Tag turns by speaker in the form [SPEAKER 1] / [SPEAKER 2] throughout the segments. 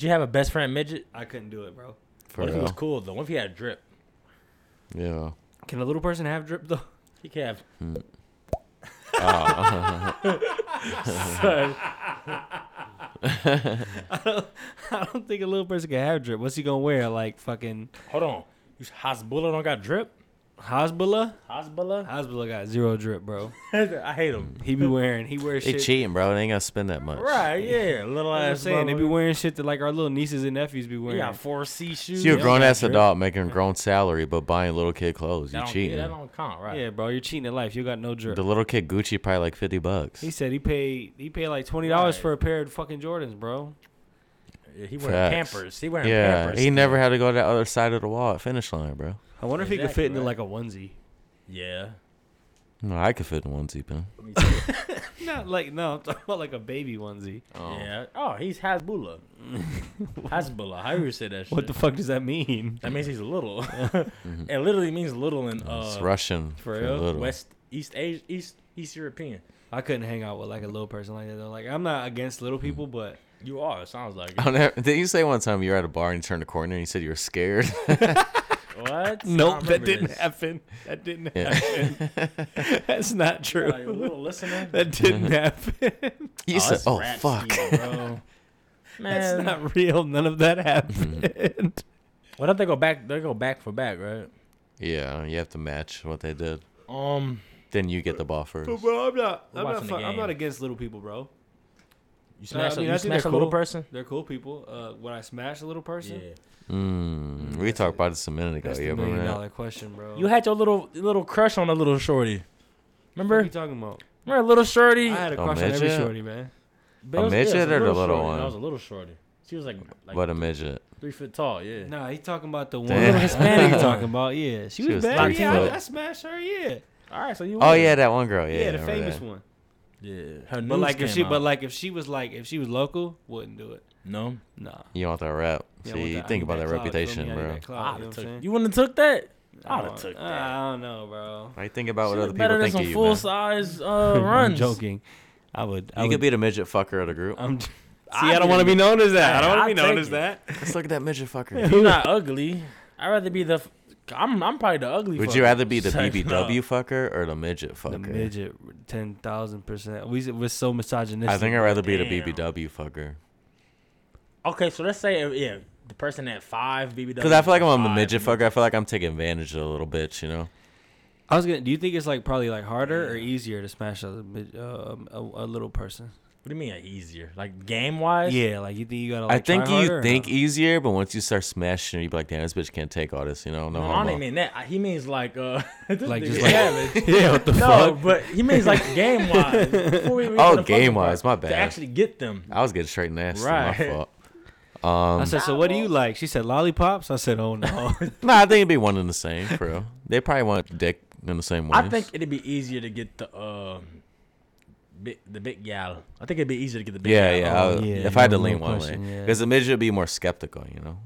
[SPEAKER 1] Do you have a best friend midget?
[SPEAKER 2] I couldn't do it, bro.
[SPEAKER 1] What
[SPEAKER 3] For
[SPEAKER 1] if he was
[SPEAKER 3] real.
[SPEAKER 1] cool though? What if he had a drip?
[SPEAKER 3] Yeah.
[SPEAKER 2] Can a little person have drip though?
[SPEAKER 1] He could have.
[SPEAKER 2] I don't think a little person can have drip. What's he gonna wear? Like fucking
[SPEAKER 1] Hold on. You s- Hasbullah don't got drip.
[SPEAKER 2] Hasbullah?
[SPEAKER 1] Hasbullah.
[SPEAKER 2] Hasbullah got zero drip, bro.
[SPEAKER 1] I hate him.
[SPEAKER 2] He be wearing he wears
[SPEAKER 3] They
[SPEAKER 2] shit.
[SPEAKER 3] cheating, bro. They ain't gonna spend that much.
[SPEAKER 1] Right. Yeah. Little
[SPEAKER 2] I'm
[SPEAKER 1] ass.
[SPEAKER 2] saying they be
[SPEAKER 1] motherfucker.
[SPEAKER 2] wearing shit that like our little nieces and nephews be
[SPEAKER 1] You
[SPEAKER 2] wearing.
[SPEAKER 1] got four C shoes.
[SPEAKER 3] So you're a
[SPEAKER 1] Yeah,
[SPEAKER 3] grown
[SPEAKER 1] that
[SPEAKER 3] ass
[SPEAKER 1] drip.
[SPEAKER 3] adult making a grown salary, but buying little kid clothes.
[SPEAKER 1] That
[SPEAKER 3] You
[SPEAKER 1] don't- yeah, That
[SPEAKER 3] cheating.
[SPEAKER 1] don't count, right?
[SPEAKER 2] Yeah, bro, you're cheating in life. You got no drip.
[SPEAKER 3] The little kid Gucci probably like fifty bucks.
[SPEAKER 2] He said he paid he paid like twenty dollars
[SPEAKER 1] Right.
[SPEAKER 2] for a pair of fucking Jordans, bro.
[SPEAKER 1] Yeah, he wearing
[SPEAKER 3] Facts.
[SPEAKER 1] Pampers. He wearing
[SPEAKER 3] Yeah,
[SPEAKER 1] Pampers.
[SPEAKER 3] he never had to go to the other side of the wall at finish line, bro.
[SPEAKER 2] I wonder if he could
[SPEAKER 1] Exactly,
[SPEAKER 2] fit into
[SPEAKER 1] right.
[SPEAKER 2] like a onesie.
[SPEAKER 1] Yeah.
[SPEAKER 3] No, I could fit in one zip in.
[SPEAKER 2] Not like no, I'm talking about like a baby onesie.
[SPEAKER 1] Yeah. Oh, he's Hasbullah. Hasbullah. How you say that shit?
[SPEAKER 2] What the fuck does that mean?
[SPEAKER 1] That means he's little. it literally means little in
[SPEAKER 3] it's
[SPEAKER 1] uh,
[SPEAKER 3] Russian.
[SPEAKER 2] for
[SPEAKER 3] For
[SPEAKER 2] real?
[SPEAKER 3] little.
[SPEAKER 1] West East Asia East East European.
[SPEAKER 2] I couldn't hang out with like a little person like that though. Like I'm not against little people, but
[SPEAKER 1] You are. It sounds like it.
[SPEAKER 3] I'll never- Did you say one time you were at a bar and you turned a corner and you said you were scared?
[SPEAKER 1] what? I don't
[SPEAKER 2] nope, that
[SPEAKER 1] remember
[SPEAKER 2] didn't
[SPEAKER 1] this.
[SPEAKER 2] happen. That didn't
[SPEAKER 3] Yeah.
[SPEAKER 2] happen. That's not
[SPEAKER 1] Are you a
[SPEAKER 2] true.
[SPEAKER 1] little listener.
[SPEAKER 2] That didn't happen.
[SPEAKER 3] You said,
[SPEAKER 1] that's
[SPEAKER 3] "Oh
[SPEAKER 1] rap
[SPEAKER 3] fuck."
[SPEAKER 1] skill, bro.
[SPEAKER 2] That's
[SPEAKER 1] Man,
[SPEAKER 2] not real. None of that happened.
[SPEAKER 1] why don't they go back? They go back for back, right?
[SPEAKER 3] Yeah, you have to match what they did.
[SPEAKER 1] Um,
[SPEAKER 3] Then you get the ball first.
[SPEAKER 2] bro, I'm not.
[SPEAKER 1] We're I'm not watching the fu- I'm
[SPEAKER 2] I'm
[SPEAKER 1] game. not
[SPEAKER 2] not against little people, bro.
[SPEAKER 1] you
[SPEAKER 2] Uh, I
[SPEAKER 1] smash, a
[SPEAKER 2] mean, I
[SPEAKER 1] you
[SPEAKER 2] think
[SPEAKER 1] smash a
[SPEAKER 2] they're
[SPEAKER 1] little
[SPEAKER 2] cool.
[SPEAKER 1] person.
[SPEAKER 2] They're cool people. Uh, would I smash a little person?
[SPEAKER 3] Mm, we talked about this a minute ago.
[SPEAKER 2] That's
[SPEAKER 1] Oh,
[SPEAKER 3] You
[SPEAKER 2] the
[SPEAKER 3] remember
[SPEAKER 2] million
[SPEAKER 3] that?
[SPEAKER 2] dollar question, bro.
[SPEAKER 1] You had your little little crush on a little shorty.
[SPEAKER 2] what are
[SPEAKER 1] Remember? Oh,
[SPEAKER 2] you talking about?
[SPEAKER 1] Remember a little
[SPEAKER 2] I
[SPEAKER 1] shorty?
[SPEAKER 2] had a
[SPEAKER 3] A
[SPEAKER 2] crush on every
[SPEAKER 3] midget?
[SPEAKER 2] shorty, man.
[SPEAKER 1] But
[SPEAKER 3] A
[SPEAKER 1] it was- it was
[SPEAKER 3] midget or the little
[SPEAKER 1] shorty.
[SPEAKER 3] one?
[SPEAKER 1] That was a little shorty. She was like like
[SPEAKER 3] what a midget!
[SPEAKER 1] three foot tall. Yeah.
[SPEAKER 2] Nah, he talking about the one
[SPEAKER 3] Damn.
[SPEAKER 2] Hispanic you talking about. Yeah, she, was,
[SPEAKER 3] was
[SPEAKER 2] bad.
[SPEAKER 1] three
[SPEAKER 2] Yeah,
[SPEAKER 3] foot.
[SPEAKER 2] I, I smashed her. Yeah,
[SPEAKER 1] All right, so you.
[SPEAKER 3] Oh
[SPEAKER 1] won.
[SPEAKER 3] yeah, that one girl. Yeah,
[SPEAKER 2] yeah, the
[SPEAKER 3] remember
[SPEAKER 2] famous
[SPEAKER 3] that.
[SPEAKER 2] one.
[SPEAKER 1] Yeah. Her
[SPEAKER 2] But
[SPEAKER 1] news
[SPEAKER 2] like if
[SPEAKER 1] came
[SPEAKER 2] she,
[SPEAKER 1] out.
[SPEAKER 2] but like Oh, if she was like if she was local, wouldn't do it.
[SPEAKER 1] no.
[SPEAKER 2] Nah.
[SPEAKER 3] You want that rap?
[SPEAKER 2] Yeah, I want
[SPEAKER 3] See, you
[SPEAKER 2] I
[SPEAKER 3] think
[SPEAKER 2] need
[SPEAKER 3] about that,
[SPEAKER 2] clout, feel
[SPEAKER 3] reputation,
[SPEAKER 2] me? I need
[SPEAKER 3] bro.
[SPEAKER 2] that
[SPEAKER 1] I'd
[SPEAKER 2] clout, you know
[SPEAKER 1] have
[SPEAKER 2] what I'm
[SPEAKER 1] took-
[SPEAKER 2] saying?
[SPEAKER 1] you wouldn't have took that.
[SPEAKER 2] I
[SPEAKER 1] I'd have
[SPEAKER 2] don't-
[SPEAKER 1] took that.
[SPEAKER 2] I don't know, bro.
[SPEAKER 3] I think about
[SPEAKER 1] She
[SPEAKER 3] what
[SPEAKER 1] look
[SPEAKER 3] other
[SPEAKER 1] better
[SPEAKER 3] people
[SPEAKER 1] than
[SPEAKER 3] think
[SPEAKER 1] some
[SPEAKER 3] of you,
[SPEAKER 1] full
[SPEAKER 3] man.
[SPEAKER 1] size uh, runs.
[SPEAKER 2] I'm joking. I would. I
[SPEAKER 3] You
[SPEAKER 2] would,
[SPEAKER 3] could be the midget fucker of the group.
[SPEAKER 2] I'm, see,
[SPEAKER 1] I'd
[SPEAKER 2] I don't want to
[SPEAKER 1] be-
[SPEAKER 2] be known as that. I don't want
[SPEAKER 1] I'd
[SPEAKER 2] to be known
[SPEAKER 1] take
[SPEAKER 2] as
[SPEAKER 1] it.
[SPEAKER 2] that.
[SPEAKER 3] Let's look at that midget fucker.
[SPEAKER 1] You're not ugly. I'd rather be the. f- I'm I'm probably the ugly.
[SPEAKER 3] Would
[SPEAKER 1] fucker.
[SPEAKER 3] you rather be the
[SPEAKER 1] Like,
[SPEAKER 3] BBW
[SPEAKER 1] no.
[SPEAKER 3] fucker or the midget
[SPEAKER 2] The
[SPEAKER 3] fucker?
[SPEAKER 2] midget, ten thousand percent. We we're so misogynistic.
[SPEAKER 3] I think I'd rather be
[SPEAKER 1] Damn.
[SPEAKER 3] the BBW fucker.
[SPEAKER 1] Okay, so let's say uh, yeah, the person at five BBW.
[SPEAKER 3] Because I feel like I'm on the
[SPEAKER 1] five,
[SPEAKER 3] midget fucker. I feel like I'm taking advantage of a little bitch, you know?
[SPEAKER 2] I was gonna. Do you think it's like probably like harder or easier to smash a mid- uh, a, a little person?
[SPEAKER 1] What do you mean uh, easier? Like game wise?
[SPEAKER 2] Yeah, like you think you gotta. Like,
[SPEAKER 3] I think
[SPEAKER 2] try harder
[SPEAKER 3] you
[SPEAKER 2] or
[SPEAKER 3] think
[SPEAKER 2] no?
[SPEAKER 3] easier, but once you start smashing her, you be like, damn, this bitch can't take all this, you know? No,
[SPEAKER 1] No, I
[SPEAKER 3] homo.
[SPEAKER 1] don't even mean that. I- He means like uh, this
[SPEAKER 2] like just
[SPEAKER 1] nigga
[SPEAKER 2] like
[SPEAKER 1] savage.
[SPEAKER 2] yeah. What the
[SPEAKER 1] No,
[SPEAKER 2] fuck?
[SPEAKER 1] but he means like game wise. Before we even get to
[SPEAKER 3] Oh,
[SPEAKER 1] the
[SPEAKER 3] game
[SPEAKER 1] fucking
[SPEAKER 3] wise,
[SPEAKER 1] part,
[SPEAKER 3] my
[SPEAKER 1] To
[SPEAKER 3] bad.
[SPEAKER 1] actually get them.
[SPEAKER 3] I was getting straight nasty.
[SPEAKER 1] Right.
[SPEAKER 3] My fault. um,
[SPEAKER 2] I said. So what do you like? She said lollipops. I said, oh no.
[SPEAKER 3] Nah, I think it'd be one and the same, for real. They probably want dick in the same way.
[SPEAKER 1] I think it'd be easier to get the um, big, the big gal. I think it'd be easier to get the big
[SPEAKER 3] Yeah,
[SPEAKER 1] gal.
[SPEAKER 3] yeah.
[SPEAKER 2] Oh,
[SPEAKER 3] I-
[SPEAKER 2] yeah,
[SPEAKER 3] if I had to
[SPEAKER 2] no- no
[SPEAKER 3] lean one
[SPEAKER 2] question,
[SPEAKER 3] way,
[SPEAKER 2] yeah.
[SPEAKER 3] because the midget would be more skeptical, you know.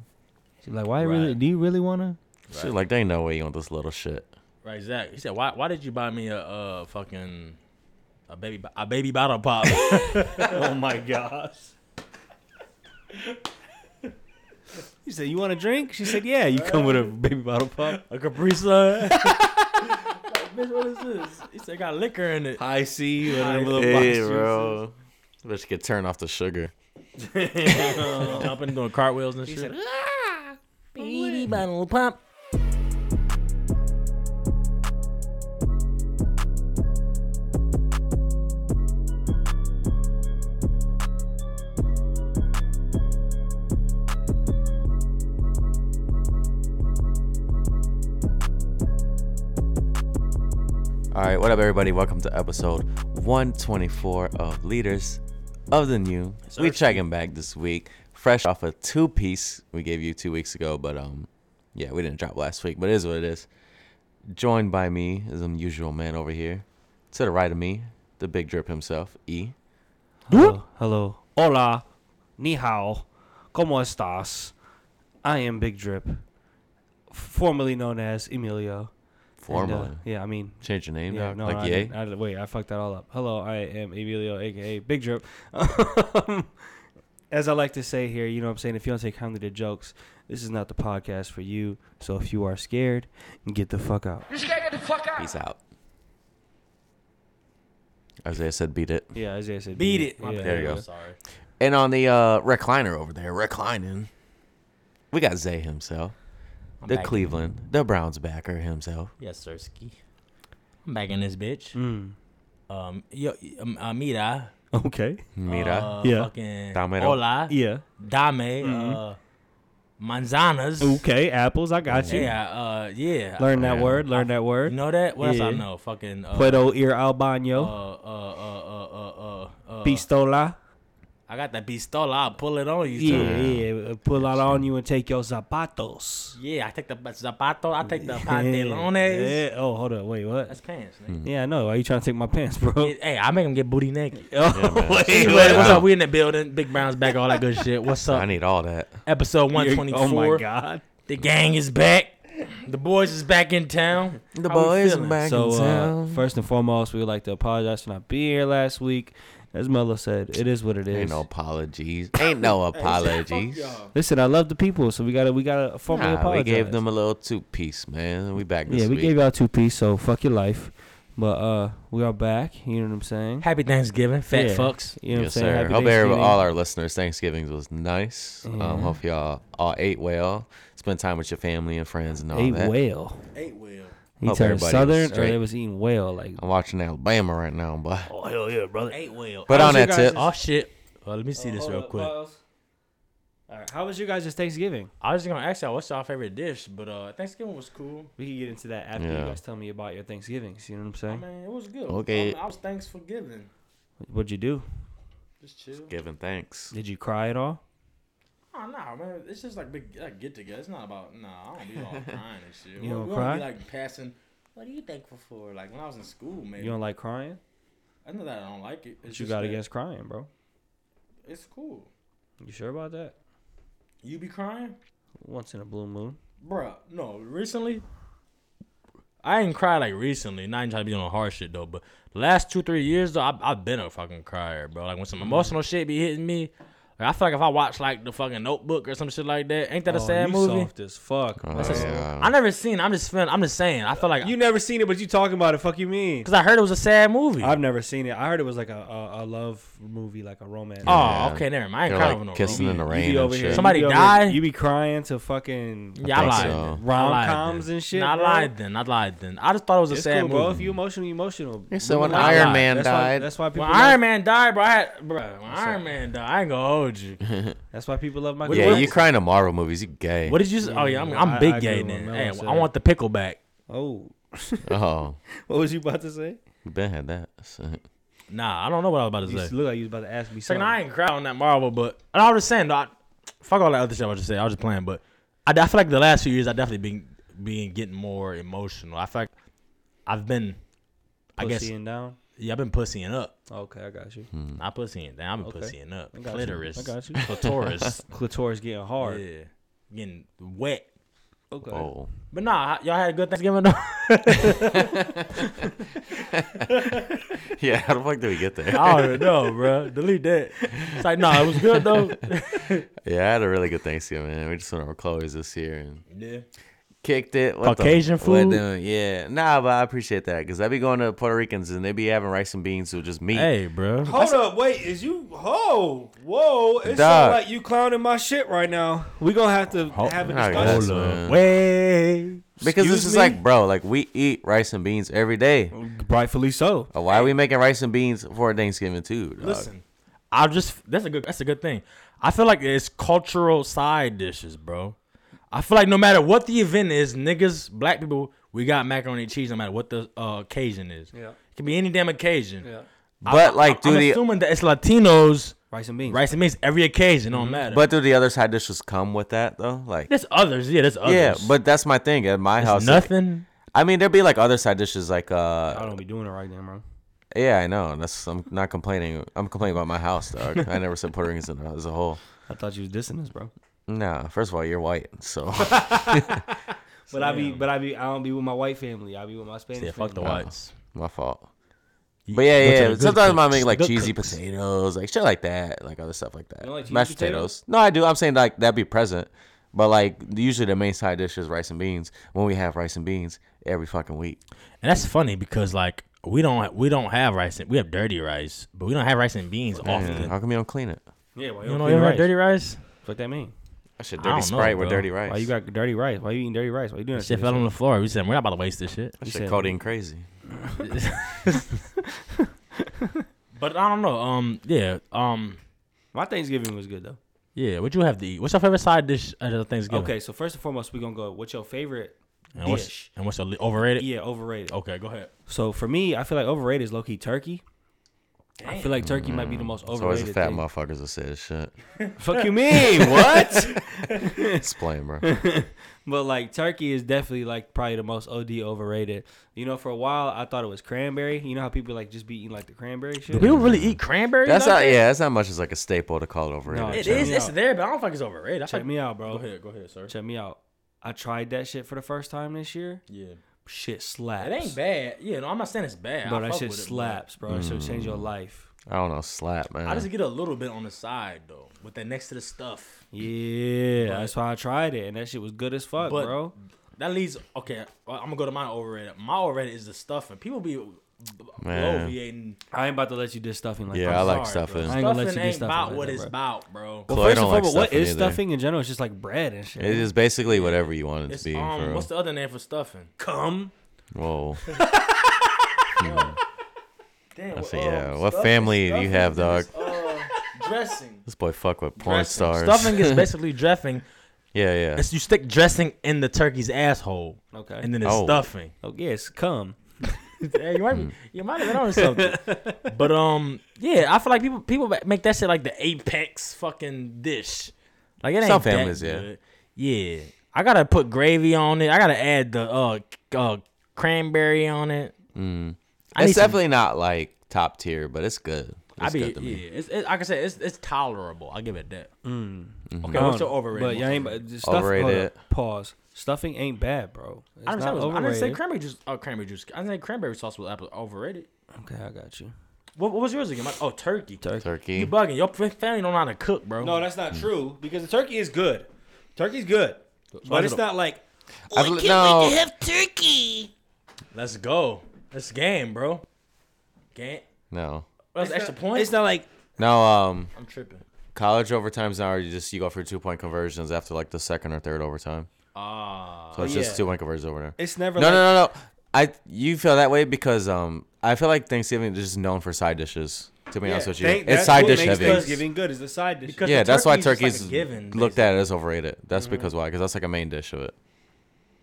[SPEAKER 2] She's like, why really?
[SPEAKER 1] Right.
[SPEAKER 2] Do you really wanna?
[SPEAKER 3] Shit, like they know way you want this little shit.
[SPEAKER 1] Right, Zach. He said, "Why? Why did you buy me a uh, fucking a baby bo- a baby bottle pop?"
[SPEAKER 2] oh my gosh. You said you want a drink? She said, yeah. You come with a baby bottle pop.
[SPEAKER 1] a Capri Sun. like, bitch, what is this? He said, "Got liquor in it."
[SPEAKER 2] I see. Whatever the
[SPEAKER 3] Hey,
[SPEAKER 2] box
[SPEAKER 3] bro. But you could turn off the sugar.
[SPEAKER 1] Jumping, doing cartwheels and
[SPEAKER 2] He
[SPEAKER 1] shit.
[SPEAKER 2] said,
[SPEAKER 1] baby bottle pop.
[SPEAKER 3] All right, what up, everybody? Welcome to episode 124 of Leaders of the New. we checking back this week, fresh off a two piece we gave you two weeks ago, but um, yeah, we didn't drop last week, but it is what it is. Joined by me is the usual man over here. To the right of me, the big drip himself, E.
[SPEAKER 2] Hello, hello. Hola. Ni hao. ¿Cómo estás? I am Big Drip, formerly known as Emilio. And, uh,
[SPEAKER 3] Formally.
[SPEAKER 2] yeah, I mean,
[SPEAKER 3] Change your name
[SPEAKER 2] yeah,
[SPEAKER 3] dog?
[SPEAKER 2] no,
[SPEAKER 3] like,
[SPEAKER 2] I,
[SPEAKER 3] yay?
[SPEAKER 2] didn't- I didn't- wait, I fucked that all up. Hello, I am Emilio, aka Big Drip. and Um, as I like to say here, you know what I'm saying? If you don't take kindly to jokes, this is not the podcast for you. So if you are scared, get the fuck out.
[SPEAKER 4] You scared? Get the fuck out.
[SPEAKER 3] Peace out. Isaiah said, "Beat it."
[SPEAKER 2] Yeah, Isaiah said
[SPEAKER 1] Beat it. My
[SPEAKER 2] Yeah,
[SPEAKER 1] bad.
[SPEAKER 3] There you
[SPEAKER 2] yeah.
[SPEAKER 3] go.
[SPEAKER 1] Sorry.
[SPEAKER 3] And on the uh, recliner over there, reclining, we got Zay himself,
[SPEAKER 1] I'm
[SPEAKER 3] the
[SPEAKER 1] back.
[SPEAKER 3] Cleveland, the Browns backer himself.
[SPEAKER 1] Yes, sir. Ski. I'm back in this bitch.
[SPEAKER 2] Mm.
[SPEAKER 1] Um, yo, um, uh, Mira.
[SPEAKER 2] Okay.
[SPEAKER 3] Mira,
[SPEAKER 1] Uh,
[SPEAKER 2] Yeah.
[SPEAKER 1] Fucking.
[SPEAKER 3] Damero.
[SPEAKER 1] Hola.
[SPEAKER 2] Yeah.
[SPEAKER 1] Dame. Uh, manzanas.
[SPEAKER 2] Okay. Apples. I got you.
[SPEAKER 1] Yeah. Uh, yeah.
[SPEAKER 2] Learn that
[SPEAKER 3] Yeah.
[SPEAKER 2] word. Learn that
[SPEAKER 1] You
[SPEAKER 2] word.
[SPEAKER 1] know that? What else I
[SPEAKER 2] Yeah.
[SPEAKER 1] know? Fucking. Uh,
[SPEAKER 2] Puedo ir al
[SPEAKER 1] uh, uh,
[SPEAKER 2] baño.
[SPEAKER 1] uh, uh, uh, uh, uh,
[SPEAKER 2] Pistola.
[SPEAKER 1] I got that pistola. I'll pull it on you.
[SPEAKER 2] Yeah,
[SPEAKER 1] too.
[SPEAKER 2] yeah. Pull out on you and take your zapatos.
[SPEAKER 1] Yeah, I take the zapato. I take the pantalones.
[SPEAKER 2] Yeah. Oh, hold up. Wait, what?
[SPEAKER 1] That's pants, nigga.
[SPEAKER 2] Yeah, I know. Why you trying to take my pants, bro?
[SPEAKER 1] Yeah, Hey, I make them get booty naked.
[SPEAKER 2] Oh, wait,
[SPEAKER 1] Hey,
[SPEAKER 2] wait,
[SPEAKER 1] what's
[SPEAKER 3] wow.
[SPEAKER 1] up? We in the building. Big Brown's back. All that good shit. What's
[SPEAKER 3] I
[SPEAKER 1] up?
[SPEAKER 3] need all that.
[SPEAKER 1] Episode
[SPEAKER 2] you're-
[SPEAKER 1] 124.
[SPEAKER 2] Oh my god.
[SPEAKER 1] The gang is back. The boys is back in town.
[SPEAKER 3] The
[SPEAKER 1] How we
[SPEAKER 3] boys
[SPEAKER 1] feeling?
[SPEAKER 3] back
[SPEAKER 2] So
[SPEAKER 3] in
[SPEAKER 2] uh,
[SPEAKER 3] town.
[SPEAKER 2] first and foremost, we would like to apologize for not being here last week. As Mello said, it is what it is.
[SPEAKER 3] Ain't no apologies. Ain't no apologies.
[SPEAKER 2] Listen, I love the people, so we gotta we gotta formally
[SPEAKER 3] Nah, we
[SPEAKER 2] apologize.
[SPEAKER 3] gave them a little two piece, man. We back this
[SPEAKER 2] yeah, we
[SPEAKER 3] week.
[SPEAKER 2] gave y'all two piece, so fuck your life. But uh, we are back. You know what I'm saying?
[SPEAKER 1] Happy Thanksgiving, fat
[SPEAKER 2] Yeah.
[SPEAKER 1] fucks.
[SPEAKER 2] You know
[SPEAKER 3] yes,
[SPEAKER 2] what I'm saying?
[SPEAKER 3] sir.
[SPEAKER 2] Happy
[SPEAKER 3] hope every,
[SPEAKER 2] Thanksgiving.
[SPEAKER 3] all our listeners' Thanksgivings was nice.
[SPEAKER 2] Yeah.
[SPEAKER 3] Um, hope y'all all ate well. Spent time with your family and friends and all
[SPEAKER 2] ate
[SPEAKER 3] that.
[SPEAKER 2] whale.
[SPEAKER 1] Eight well.
[SPEAKER 2] He
[SPEAKER 3] Hope
[SPEAKER 2] turned
[SPEAKER 3] everybody was
[SPEAKER 2] southern, or
[SPEAKER 3] straight.
[SPEAKER 2] they was eating whale. Like,
[SPEAKER 3] I'm watching Alabama right now, but
[SPEAKER 2] oh hell yeah, brother.
[SPEAKER 1] Eight well.
[SPEAKER 3] but
[SPEAKER 2] How's
[SPEAKER 3] on
[SPEAKER 2] your
[SPEAKER 3] that tip,
[SPEAKER 1] Oh shit. Well, let me see this
[SPEAKER 2] Hold
[SPEAKER 1] real
[SPEAKER 2] up,
[SPEAKER 1] quick.
[SPEAKER 2] Miles. All right, how was your guys' Thanksgiving?
[SPEAKER 1] I was just gonna ask y'all what's y'all favorite dish, but uh Thanksgiving was cool.
[SPEAKER 2] We can get into that after you
[SPEAKER 3] Yeah.
[SPEAKER 2] guys tell me about your Thanksgivings. You know what I'm
[SPEAKER 1] I
[SPEAKER 2] saying?
[SPEAKER 1] mean, it was good. Um,
[SPEAKER 3] Okay.
[SPEAKER 1] I, I was thanks for giving.
[SPEAKER 2] What'd you do?
[SPEAKER 1] Just chill.
[SPEAKER 3] giving thanks.
[SPEAKER 2] Did you cry at all?
[SPEAKER 1] Oh no, man! It's just like big like get together. It's not about no. I don't be all crying and shit.
[SPEAKER 2] You don't
[SPEAKER 1] we
[SPEAKER 2] cry?
[SPEAKER 1] Be, like passing. What are you thankful for? Like when I was in school, maybe.
[SPEAKER 2] You don't like crying?
[SPEAKER 1] I know that I don't like it. It's
[SPEAKER 2] What you
[SPEAKER 1] just
[SPEAKER 2] got
[SPEAKER 1] that
[SPEAKER 2] against crying, bro?
[SPEAKER 1] It's cool.
[SPEAKER 2] You sure about that?
[SPEAKER 1] You be crying,
[SPEAKER 2] Once in a blue moon.
[SPEAKER 1] Bruh, No, recently. I ain't cry like recently. Not even trying to be on hard shit though, but the last two three years though, I, I've been a fucking crier, bro. Like when
[SPEAKER 3] Mm.
[SPEAKER 1] some emotional shit be hitting me, like, I feel like if I watch like the fucking Notebook or some shit like that, ain't that a sad movie?
[SPEAKER 2] Oh, soft as fuck.
[SPEAKER 3] Oh,
[SPEAKER 2] bro.
[SPEAKER 3] yeah.
[SPEAKER 1] I never seen. it. I'm just feeling, I'm just saying. I feel like
[SPEAKER 2] You never seen it, but you talking about it. Fuck you mean?
[SPEAKER 1] because I heard it was a sad movie. Oh,
[SPEAKER 2] I've never seen it. I heard it was like a, a, a love movie, like a romance.
[SPEAKER 1] Oh,
[SPEAKER 3] Yeah.
[SPEAKER 1] okay, never mind. I ain't
[SPEAKER 3] They're
[SPEAKER 1] crying
[SPEAKER 3] like
[SPEAKER 1] over no
[SPEAKER 3] kissing
[SPEAKER 1] romance.
[SPEAKER 3] in the
[SPEAKER 2] You
[SPEAKER 3] rain
[SPEAKER 2] be
[SPEAKER 3] and
[SPEAKER 2] over here-
[SPEAKER 3] shit.
[SPEAKER 2] you
[SPEAKER 1] Somebody
[SPEAKER 2] be over here-
[SPEAKER 1] die?
[SPEAKER 2] You be crying to fucking
[SPEAKER 1] Yeah, I
[SPEAKER 3] think
[SPEAKER 1] lied.
[SPEAKER 3] so.
[SPEAKER 1] then. I
[SPEAKER 2] rom
[SPEAKER 1] lied
[SPEAKER 2] coms
[SPEAKER 1] then.
[SPEAKER 2] and shit.
[SPEAKER 1] Nah, I
[SPEAKER 2] bro.
[SPEAKER 1] lied then. I lied then. I just thought it was a
[SPEAKER 2] It's
[SPEAKER 1] sad
[SPEAKER 2] cool, bro. If
[SPEAKER 1] movie.
[SPEAKER 2] you emotional, you emotional.
[SPEAKER 3] Yeah, so
[SPEAKER 2] You
[SPEAKER 3] when
[SPEAKER 2] know,
[SPEAKER 1] Iron
[SPEAKER 2] why-
[SPEAKER 3] Man
[SPEAKER 2] that's why-
[SPEAKER 3] died-
[SPEAKER 2] that's why people.
[SPEAKER 1] when
[SPEAKER 2] love,
[SPEAKER 1] Iron Man died, bro, I had, bro, when Iron Man died, I ain't gonna hold you.
[SPEAKER 2] That's why people love my.
[SPEAKER 1] What-
[SPEAKER 3] yeah,
[SPEAKER 1] what-
[SPEAKER 3] you crying to Marvel movies? You gay?
[SPEAKER 1] What did you? Say? Oh yeah, I'm,
[SPEAKER 2] Yeah,
[SPEAKER 1] I'm
[SPEAKER 2] I-
[SPEAKER 1] big
[SPEAKER 2] I
[SPEAKER 1] gay
[SPEAKER 2] agree with
[SPEAKER 1] then.
[SPEAKER 2] Mel
[SPEAKER 1] Hey,
[SPEAKER 2] said.
[SPEAKER 1] I want the pickle back.
[SPEAKER 2] Oh,
[SPEAKER 3] oh,
[SPEAKER 2] what was you about to say?
[SPEAKER 3] we been had that.
[SPEAKER 1] Nah, I don't know what I was about
[SPEAKER 2] You
[SPEAKER 1] to say.
[SPEAKER 2] look like you was about to ask me
[SPEAKER 1] Second,
[SPEAKER 2] something.
[SPEAKER 1] I ain't crying on that Marvel, but and I was just saying, though, I, fuck all that other shit I was just saying. I was just playing, but I, I feel like the last few years, I definitely been being getting more emotional. I feel like I've been, I guess,
[SPEAKER 2] Pussying down.
[SPEAKER 1] yeah, I've been pussying up.
[SPEAKER 2] Okay, I got you.
[SPEAKER 1] Not pussying down. I've been
[SPEAKER 2] Okay.
[SPEAKER 1] pussying up.
[SPEAKER 2] I got you.
[SPEAKER 1] Clitoris.
[SPEAKER 2] I got you.
[SPEAKER 1] Clitoris.
[SPEAKER 2] Clitoris getting hard.
[SPEAKER 1] yeah. Getting wet.
[SPEAKER 2] Okay.
[SPEAKER 3] Oh,
[SPEAKER 1] But nah, y'all had a good Thanksgiving though.
[SPEAKER 3] yeah. How the fuck did we get there?
[SPEAKER 1] I don't know, bro. Delete that. It's like, nah, it was good though.
[SPEAKER 3] Yeah, I had a really good Thanksgiving. Man. We just went over Chloe's this year and
[SPEAKER 1] yeah.
[SPEAKER 3] kicked it. What the-
[SPEAKER 1] Caucasian
[SPEAKER 3] What
[SPEAKER 1] food?
[SPEAKER 3] the- yeah, nah, but I appreciate that because I be going to Puerto Ricans and they be having rice and beans with just meat.
[SPEAKER 1] Hey, bro.
[SPEAKER 2] Hold up, wait, is you? Oh, whoa! It's
[SPEAKER 3] Dog.
[SPEAKER 2] not like you clowning my shit right now. We gonna have to have a
[SPEAKER 3] all right,
[SPEAKER 2] discussion.
[SPEAKER 3] guys. man.
[SPEAKER 1] Way.
[SPEAKER 3] because
[SPEAKER 2] excuse
[SPEAKER 3] this is
[SPEAKER 2] me?
[SPEAKER 3] like, bro, like we eat rice and beans every day.
[SPEAKER 2] Rightfully so.
[SPEAKER 3] Uh, Why are we making rice and beans for Thanksgiving too? Dog?
[SPEAKER 1] Listen, I just that's a good that's a good thing. I feel like it's cultural side dishes, bro. I feel like no matter what the event is, niggas, black people, we got macaroni and cheese. No matter what the uh, occasion is,
[SPEAKER 2] Yeah.
[SPEAKER 1] it can be any damn occasion.
[SPEAKER 2] Yeah.
[SPEAKER 3] but like, do
[SPEAKER 1] I'm
[SPEAKER 3] the
[SPEAKER 1] assuming that it's Latinos,
[SPEAKER 2] Rice and beans.
[SPEAKER 1] rice and beans every occasion. Don't matter.
[SPEAKER 3] Mm-hmm. but do the other side dishes come with that though? Like,
[SPEAKER 1] there's others. Yeah, there's others.
[SPEAKER 3] yeah, but that's my thing at my
[SPEAKER 1] It's
[SPEAKER 3] house. like-
[SPEAKER 1] nothing.
[SPEAKER 3] I mean, there'd be like other side dishes, like
[SPEAKER 2] I
[SPEAKER 3] uh,
[SPEAKER 2] don't be doing it right now, bro.
[SPEAKER 3] yeah, I know. That's I'm not complaining. I'm complaining about my house, dog. I never said Puerto Ricans in- as a whole.
[SPEAKER 2] I thought you was dissing us, bro.
[SPEAKER 3] Nah, first of all, you're white, so
[SPEAKER 2] But I be, but I be, I don't be with my white family. I be with my Spanish.
[SPEAKER 1] yeah, fuck the
[SPEAKER 2] family.
[SPEAKER 1] whites.
[SPEAKER 3] my fault. But
[SPEAKER 1] Go
[SPEAKER 3] yeah,
[SPEAKER 1] to
[SPEAKER 3] yeah.
[SPEAKER 1] the
[SPEAKER 3] yeah.
[SPEAKER 1] good
[SPEAKER 3] Sometimes I
[SPEAKER 1] cooks,
[SPEAKER 3] make like
[SPEAKER 1] good
[SPEAKER 3] cheesy
[SPEAKER 1] cooks.
[SPEAKER 3] potatoes, like shit like that, like other stuff like that.
[SPEAKER 2] You don't like cheesy
[SPEAKER 3] Mashed
[SPEAKER 2] potatoes?
[SPEAKER 3] potatoes? No, I do. I'm saying like that'd be present, but like usually the main side dish is rice and beans. When we have rice and beans every fucking week,
[SPEAKER 1] And that's funny because like we don't we don't have rice. And, we have dirty rice, but we don't have rice and beans
[SPEAKER 3] Man,
[SPEAKER 1] often.
[SPEAKER 3] how come you don't clean it?
[SPEAKER 2] Yeah, why
[SPEAKER 1] You don't know you ever had dirty rice?
[SPEAKER 2] What that mean?
[SPEAKER 3] That shit
[SPEAKER 1] I
[SPEAKER 3] dirty
[SPEAKER 1] don't know,
[SPEAKER 3] sprite with
[SPEAKER 1] bro.
[SPEAKER 3] dirty rice.
[SPEAKER 2] Why you got dirty rice? Why you eating dirty rice? Why you doing that?
[SPEAKER 1] Shit fell on the floor. We said we're not about to waste this shit.
[SPEAKER 3] that
[SPEAKER 2] you
[SPEAKER 3] shit
[SPEAKER 2] said-
[SPEAKER 3] Cody and crazy.
[SPEAKER 1] But I don't know. Um, yeah. Um,
[SPEAKER 2] My Thanksgiving was good though.
[SPEAKER 1] yeah. What you have to eat? What's your favorite side dish at a Thanksgiving?
[SPEAKER 2] Okay, so first and foremost, we gonna go. What's your favorite
[SPEAKER 1] And what's
[SPEAKER 2] dish?
[SPEAKER 1] and what's your le- overrated?
[SPEAKER 2] Yeah, overrated.
[SPEAKER 1] Okay, go ahead.
[SPEAKER 2] So for me, I feel like overrated is low key turkey. I feel like turkey might be the most
[SPEAKER 3] Mm-hmm. It's always
[SPEAKER 2] overrated.
[SPEAKER 3] the fat
[SPEAKER 2] thing.
[SPEAKER 3] motherfuckers that say this shit.
[SPEAKER 2] Fuck you mean what?
[SPEAKER 3] Explain, bro.
[SPEAKER 2] but like turkey is definitely like probably the most OD overrated. You know, for a while I thought it was cranberry. You know how people like just be eating like the cranberry shit.
[SPEAKER 1] Do people really eat cranberry?
[SPEAKER 3] That's
[SPEAKER 1] like
[SPEAKER 3] not
[SPEAKER 1] that?
[SPEAKER 3] yeah. That's not much as like a staple to call it overrated.
[SPEAKER 2] No,
[SPEAKER 1] It
[SPEAKER 2] Check
[SPEAKER 1] is.
[SPEAKER 2] me
[SPEAKER 1] It's
[SPEAKER 2] out.
[SPEAKER 1] there, but I don't think it's overrated. I
[SPEAKER 2] Check
[SPEAKER 1] think-
[SPEAKER 2] me out, bro.
[SPEAKER 1] Go ahead. Go ahead, sir.
[SPEAKER 2] Check me out. I tried that shit for the first time this year.
[SPEAKER 1] Yeah.
[SPEAKER 2] Shit slaps.
[SPEAKER 1] It ain't bad. Yeah. No, I'm not saying it's bad.
[SPEAKER 2] Bro,
[SPEAKER 1] I
[SPEAKER 2] that
[SPEAKER 1] fuck
[SPEAKER 2] shit
[SPEAKER 1] with it, but
[SPEAKER 2] slaps, bro. That shit will
[SPEAKER 3] Mm.
[SPEAKER 2] change your life.
[SPEAKER 3] I don't know. Slap, man.
[SPEAKER 1] I just get a little bit on the side though, with that next to the stuff.
[SPEAKER 2] Yeah, that's why I tried it, and that shit was good as fuck,
[SPEAKER 1] But-
[SPEAKER 2] bro.
[SPEAKER 1] That leads. Okay, I'm gonna go to my overrated. My overrated is the stuffing. People be
[SPEAKER 3] Man.
[SPEAKER 1] bloviating.
[SPEAKER 2] I ain't about to let you diss stuffing like
[SPEAKER 3] Yeah,
[SPEAKER 2] that.
[SPEAKER 3] I
[SPEAKER 1] Sorry,
[SPEAKER 3] like stuffing.
[SPEAKER 1] Bro.
[SPEAKER 2] I ain't gonna let you do
[SPEAKER 1] Stuffing ain't
[SPEAKER 2] stuffing
[SPEAKER 1] about
[SPEAKER 2] like
[SPEAKER 1] what
[SPEAKER 2] that,
[SPEAKER 1] it's
[SPEAKER 2] bro.
[SPEAKER 1] about, bro.
[SPEAKER 3] Well,
[SPEAKER 2] Well,
[SPEAKER 3] Chloe
[SPEAKER 2] first
[SPEAKER 3] don't
[SPEAKER 2] of
[SPEAKER 3] like
[SPEAKER 2] all, what
[SPEAKER 3] stuffing
[SPEAKER 2] is
[SPEAKER 3] either.
[SPEAKER 2] stuffing in general? It's just like bread and shit.
[SPEAKER 3] it is basically whatever you want it to
[SPEAKER 1] It's,
[SPEAKER 3] be.
[SPEAKER 1] um,
[SPEAKER 3] for
[SPEAKER 1] what's
[SPEAKER 3] real.
[SPEAKER 1] the other name for stuffing?
[SPEAKER 2] Come.
[SPEAKER 3] Whoa.
[SPEAKER 1] Damn.
[SPEAKER 3] I
[SPEAKER 1] what-
[SPEAKER 3] say,
[SPEAKER 1] um,
[SPEAKER 3] yeah. What
[SPEAKER 1] stuffing-
[SPEAKER 3] family do you
[SPEAKER 1] stuffing
[SPEAKER 3] have,
[SPEAKER 1] is,
[SPEAKER 3] dog?
[SPEAKER 1] Uh, dressing.
[SPEAKER 3] This boy fuck with porn
[SPEAKER 1] Dressing.
[SPEAKER 3] stars.
[SPEAKER 1] Stuffing is basically dressing.
[SPEAKER 3] yeah, yeah.
[SPEAKER 1] It's, you stick dressing in the turkey's asshole,
[SPEAKER 2] Okay.
[SPEAKER 1] and then it's
[SPEAKER 3] Oh.
[SPEAKER 1] stuffing.
[SPEAKER 2] oh yes, come.
[SPEAKER 1] Hey, you
[SPEAKER 3] Hmm.
[SPEAKER 1] might be, you might have been on something. but um, yeah, I feel like people people make that shit like the apex fucking dish. Like it ain't
[SPEAKER 3] Some
[SPEAKER 1] that
[SPEAKER 3] families, yeah.
[SPEAKER 1] good. Yeah, I gotta put gravy on it. I gotta add the uh, uh cranberry on it. I
[SPEAKER 3] Hmm. it's
[SPEAKER 1] need some-
[SPEAKER 3] definitely not like top tier, but it's good.
[SPEAKER 1] I
[SPEAKER 3] It's
[SPEAKER 1] be
[SPEAKER 3] good to me.
[SPEAKER 1] yeah. It's, it, like I said, it's it's tolerable. I give it that.
[SPEAKER 3] Mm-hmm.
[SPEAKER 1] Okay,
[SPEAKER 2] Come.
[SPEAKER 1] what's the overrated?
[SPEAKER 2] Hmm. But
[SPEAKER 1] one?
[SPEAKER 2] you ain't about- just stuff,
[SPEAKER 3] Overrated.
[SPEAKER 2] overrated. Pause. Stuffing ain't bad, bro. It's
[SPEAKER 1] I didn't, say
[SPEAKER 2] not
[SPEAKER 1] it was, I
[SPEAKER 2] overrated.
[SPEAKER 1] didn't say cranberry juice. Oh, cranberry juice. I didn't say cranberry sauce was apple- overrated.
[SPEAKER 2] okay, I got you.
[SPEAKER 1] What, what was yours again? Mike? Oh, turkey. Turkey. You
[SPEAKER 3] Turkey.
[SPEAKER 1] bugging? Your f- family don't know how to cook, bro.
[SPEAKER 2] No, that's not true because the turkey is good. Turkey's good, but
[SPEAKER 1] is
[SPEAKER 2] it's
[SPEAKER 1] it-
[SPEAKER 2] not like
[SPEAKER 3] I've, no,
[SPEAKER 4] have turkey.
[SPEAKER 1] Let's go. That's game, bro. Game.
[SPEAKER 3] no,
[SPEAKER 1] That's extra point.
[SPEAKER 2] it's not like
[SPEAKER 3] no. Um,
[SPEAKER 1] I'm tripping.
[SPEAKER 3] college overtimes now are you just you go for two point conversions after like the second or third overtime.
[SPEAKER 1] Ah.
[SPEAKER 3] So it's
[SPEAKER 2] yeah.
[SPEAKER 3] just two point conversions over there.
[SPEAKER 2] it's never.
[SPEAKER 3] No,
[SPEAKER 2] like,
[SPEAKER 3] no, no, no. I you feel that way because um I feel like Thanksgiving is just known for side dishes. To be honest with you,
[SPEAKER 2] Thank-
[SPEAKER 3] it's
[SPEAKER 2] that's
[SPEAKER 3] side
[SPEAKER 2] what
[SPEAKER 3] dish
[SPEAKER 2] makes
[SPEAKER 3] heavy.
[SPEAKER 2] Thanksgiving good is the side dish.
[SPEAKER 1] Because-
[SPEAKER 3] Yeah,
[SPEAKER 1] the
[SPEAKER 3] that's why
[SPEAKER 1] turkey is
[SPEAKER 3] turkey's
[SPEAKER 1] just like a given,
[SPEAKER 3] looked at as overrated. That's
[SPEAKER 2] Mm-hmm.
[SPEAKER 3] because why? Because that's like a main dish of it.